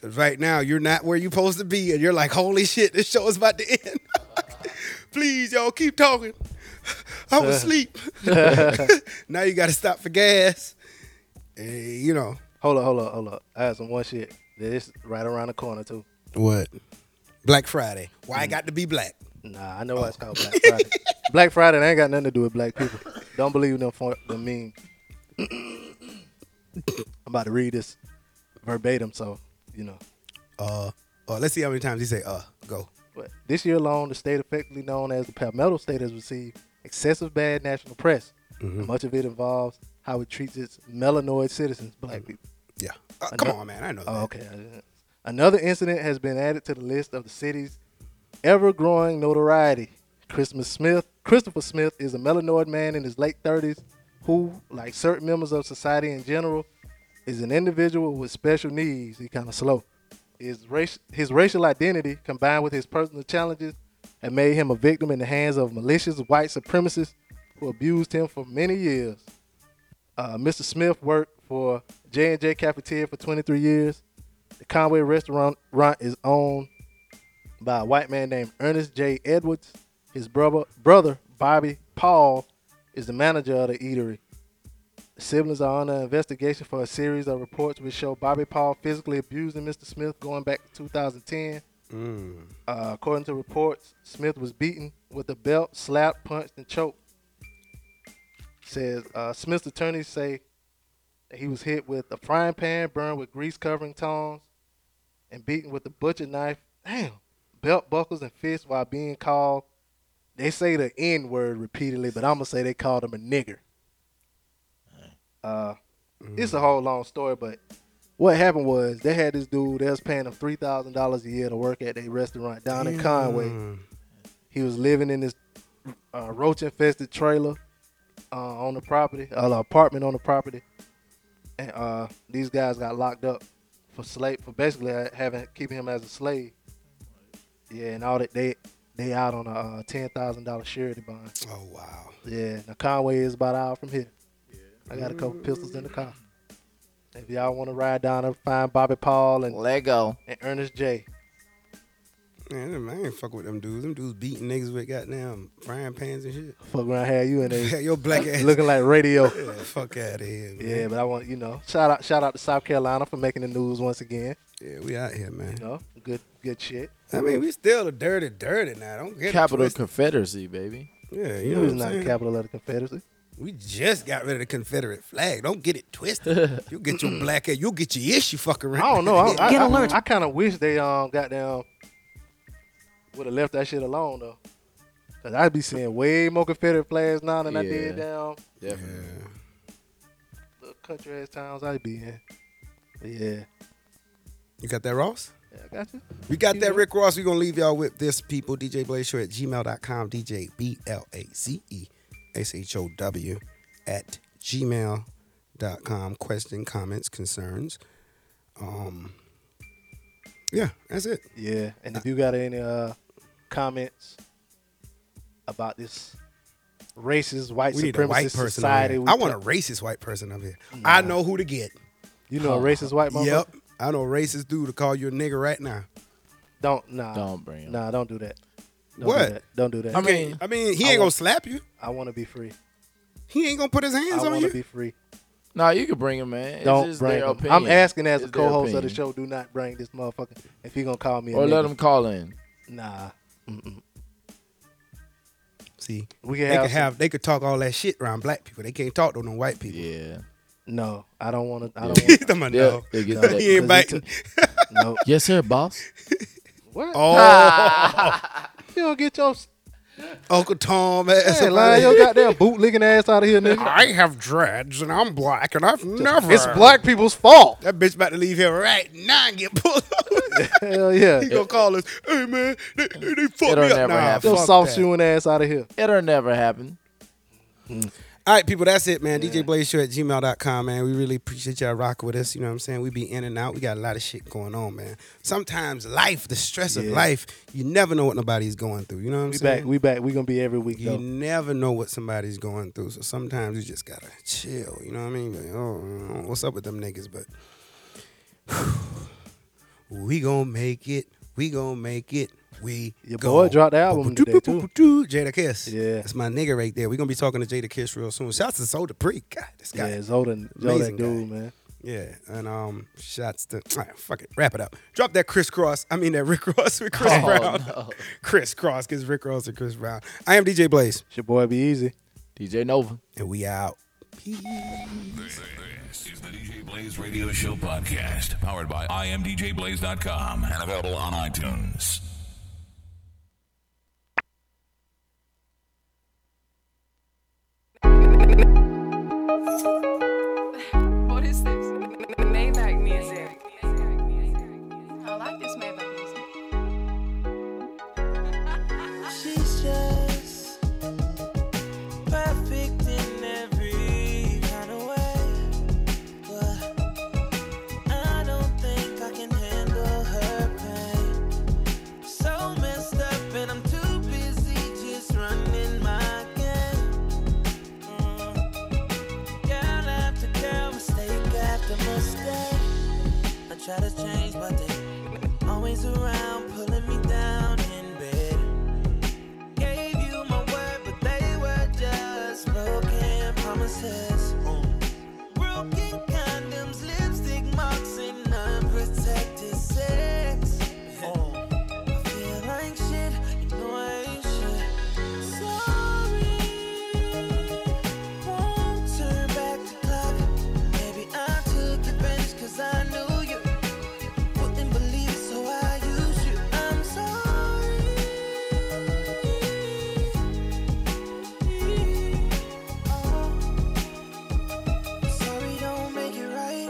'Cause right now, you're not where you're supposed to be, and you're like, holy shit, this show is about to end. Please, y'all, keep talking. I was asleep. now you got to stop for gas. Eh, you know.
Hold up, hold up, hold up. I had some one shit that is right around the corner too.
What? Black Friday. Why I got to be black?
Nah, I know why it's called Black Friday. Black Friday ain't got nothing to do with black people. Don't believe them for the meme. I'm about to read this verbatim, so you know.
Uh, uh, let's see how many times he say, uh, go.
But this year alone, the state effectively known as the Palmetto State has received excessive bad national press. Much of it involves how it treats its melanoid citizens, black people.
Yeah. Uh, come on, man. I know that.
Oh, okay. Another incident has been added to the list of the city's ever-growing notoriety. Christmas Smith, Christopher Smith, is a melanoid man in his late 30s who, like certain members of society in general, is an individual with special needs. He kind of slow. His race, his racial identity combined with his personal challenges have made him a victim in the hands of malicious white supremacists who abused him for many years. Uh, Mr. Smith worked for J and J Cafeteria for 23 years. The Conway Restaurant restaurant is owned by a white man named Ernest J. Edwards. His brother, brother Bobby Paul, is the manager of the eatery. Siblings are under investigation for a series of reports which show Bobby Paul physically abusing Mr. Smith going back to 2010. Uh, according to reports, Smith was beaten with a belt, slapped, punched, and choked says uh, Smith's attorneys say that he was hit with a frying pan, burned with grease covering tongs, and beaten with a butcher knife. Damn, belt buckles and fists while being called. They say the N word repeatedly, but I'm gonna say they called him a nigger. Uh, it's a whole long story, but what happened was they had this dude. They was paying him three thousand dollars a year to work at their restaurant down in Conway. He was living in this uh, roach-infested trailer uh, on the property, uh, the apartment on the property, and uh, these guys got locked up for slave for basically ha- having keeping him as a slave. Yeah, and all that they they out on a uh, ten thousand dollar surety bond.
Oh, wow.
Yeah, now Conway is about an hour from here. I got a couple pistols in the car. If y'all want to ride down and find Bobby Paul and,
Lego.
and Ernest J,
Man, them- I ain't fuck with them dudes. Them dudes beating niggas with goddamn frying pans and shit.
fuck around here, you and
Yeah,
they
your black ass.
looking like radio.
Yeah, fuck out of here, man.
Yeah, but I want you know shout out shout out to South Carolina for making the news once again.
Yeah, we out here, man.
You know, good good shit.
I mean, we still the dirty, dirty now. Don't get
Capital
it twisted.
Confederacy, baby.
yeah, you
It
know
was
what
not
I'm
the
saying?
capital of the Confederacy.
We just got rid of the Confederate flag. Don't get it twisted. You'll get your black ass. You'll get your issue fucking right.
I don't know. I, I, I, I kind of wish they um goddamn would have left that shit alone though, cause I'd be seeing way more Confederate flags now than I did
Yeah.
down
Definitely.
the country ass towns I'd be in. But yeah,
You got that, Ross?
yeah, I got you.
We got that Rick Ross. We're gonna leave y'all with this people. DJ Blaze Show at gmail.com. DJ B L A Z E S H O W at gmail.com. Question, comments, concerns. Um Yeah, that's it.
Yeah, and if you got any uh, comments about this racist white
We
supremacist
need a white person.
society,
on
we
here. I want a
put-
racist white person up here. I know who to get.
you know a racist white motherfucker.
Yep. I know a racist dude to call you a nigga right now.
Don't nah.
Don't bring him.
Nah, don't do that. Don't
What?
Do that. Don't do that.
I
I,
I mean,
mean,
I mean, he
I
ain't gonna
want-
slap you.
want to be free.
He ain't gonna put his
I
hands on
want
you.
to be free.
Nah, you can bring him, man. It's
Don't
just
bring
their
him.
opinion.
I'm asking as a
It's their
co-host of the
opinion.
show. Do not bring this motherfucker if he gonna call me. a
Or let
nigga.
him call in.
Nah. Mm-mm.
See,
We
they
can have,
could
some-
have they could talk all that shit around black people. They can't talk to no white people.
Yeah.
no. I don't want to. I don't.
He's
want
talking about
Yeah,
no.
they get that.
He ain't biting.
No.
Yes, sir, boss.
What?
Oh,
You don't get your
Uncle Tom. ass
hey,
up
lying
out
your
of here.
goddamn bootlicking ass out of here, nigga.
I have dreads and I'm black and I've never.
It's black people's fault.
That bitch about to leave here right now and get pulled over.
Hell yeah.
he gonna call us. Hey man, they, they, they fucked me
It'll
up.
never
Nah,
happen.
Your
fuck
soft
that.
shoeing ass out of here.
It'll never happen.
All right, people, that's it, man. DJ Blaze Show at gmail.com, man. We really appreciate y'all rocking with us. You know what I'm saying? We be in and out. We got a lot of shit going on, man. Sometimes life, the stress of life, you never know what nobody's going through. You know what I'm
We
saying?
back. We back. We gonna be every week
You
though.
never know what somebody's going through, so sometimes you just gotta chill. You know what I mean? Like, oh, what's up with them niggas? But we gonna make it. We gonna make it. We
Your boy dropped the album today, too.
Jada Kiss.
Yeah.
that's my nigga right there. We gonna be talking to Jada Kiss real soon. Shouts to Soda Pre. God, this
Yeah,
guy.
it's Zodan,
Amazing
Zodan dude, man.
Yeah, and um, shots to all right, fuck it, wrap it up. Drop that crisscross. I mean that Rick Ross with Chris Brown. crisscross because Rick Ross and Chris Brown. I am DJ Blaze,
It's your boy, be easy.
DJ Nova.
and we out.
This this is the DJ Blaze Radio Show podcast, powered by imdjblaze.com and available on iTunes.
What is this? Maybach music. I like this Maybach music.
She's just perfect in every kind of way. But I don't think I can handle her pain. So messed up, and I'm too busy just running my game. Mm. Girl after girl, mistake after mistake. I try to change, but they always around, pulling me down in bed gave you my word, but they were just broken promises. Broken condoms, lipstick marks, and unprotected sex. I feel like shit, you know I ain't shit. Sorry, won't turn back the clock. Maybe I took advantage 'cause I knew you wouldn't believe it, so I used you. I'm sorry. Sorry, don't make it right.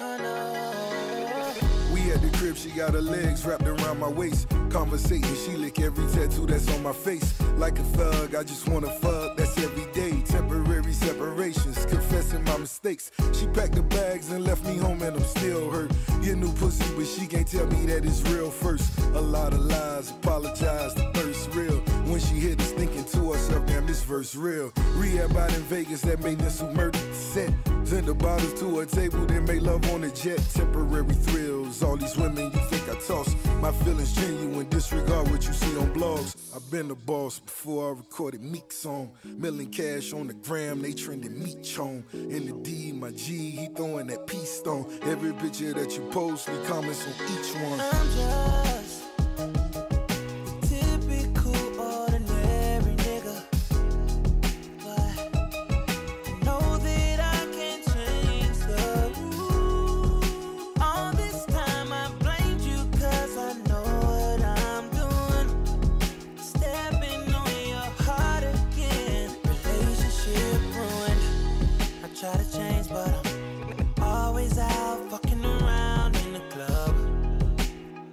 I know.
We at the crib, she got her legs wrapped around my waist. Conversating, she lick every tattoo that's on my face. Like a thug, I just wanna fuck, that's every day. Temporary separations, confessing my mistakes. She packed the bags and left me home, and I'm still hurt. Your new pussy, but she can't tell me that it's real first. A lot of lies, apologize, the first real. When she hit us, thinking to herself, damn, this verse real. Rehab out in Vegas, that maintenance who murdered set. Send the bottles to a table, then make love on a jet. Temporary thrills, all these women you think I toss. My feelings genuine, disregard what you see on blogs. I've been the boss before I recorded Meek's song. Milling cash on the gram, they trending meat chone. In the D, my G, he throwing that peace stone. Every picture that you post, he comments on each one.
I'm just a typical ordinary nigga. But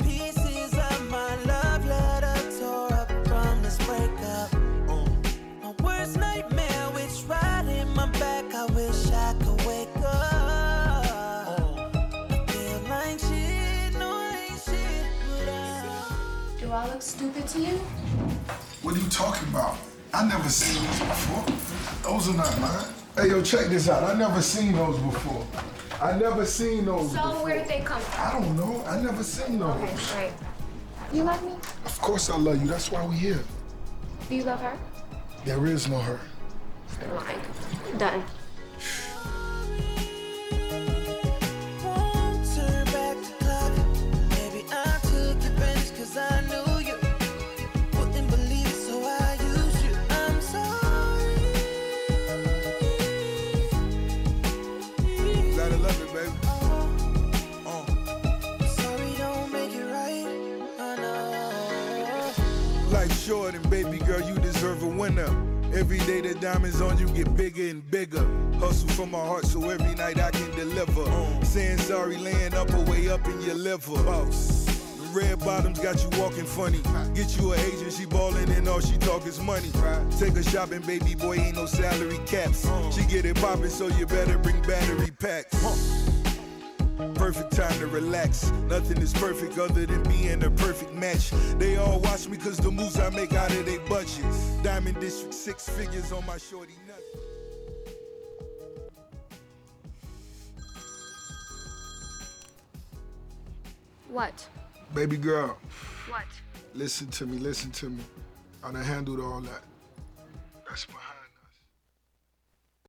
Oh,
Do I look stupid to you?
What are you talking about? I never seen these before. Those are not mine. Hey, yo, check this out. I never seen those before. I never seen those.
So where did they come from?
I don't know. I never seen those.
Okay, great. You love me?
Of course I love you. That's why we here.
Do you love her?
There is no her.
I'm lying. Done.
Won't turn back the clock. Maybe I took revenge 'cause I knew you wouldn't believe it, so I used you. I'm sorry.
Gotta love it, baby.
Sorry, don't make it right. Oh no.
Life short and baby girl, you deserve a winner. Every day the diamonds on you get bigger and bigger. Hustle from my heart so every night I can deliver. Saying sorry, laying up or way up in your liver. Boss. The red bottoms got you walking funny. Get you an agent, she ballin' and all she talk is money. Take her shopping, baby boy, ain't no salary caps. She get it poppin', so you better bring battery packs. Perfect time to relax. Nothing is perfect other than being a perfect match. They all watch me cause the moves I make out of their budget. Diamond District, six figures on my shorty nut.
What?
Baby girl,
What?
listen to me, listen to me. I done handled all that. That's behind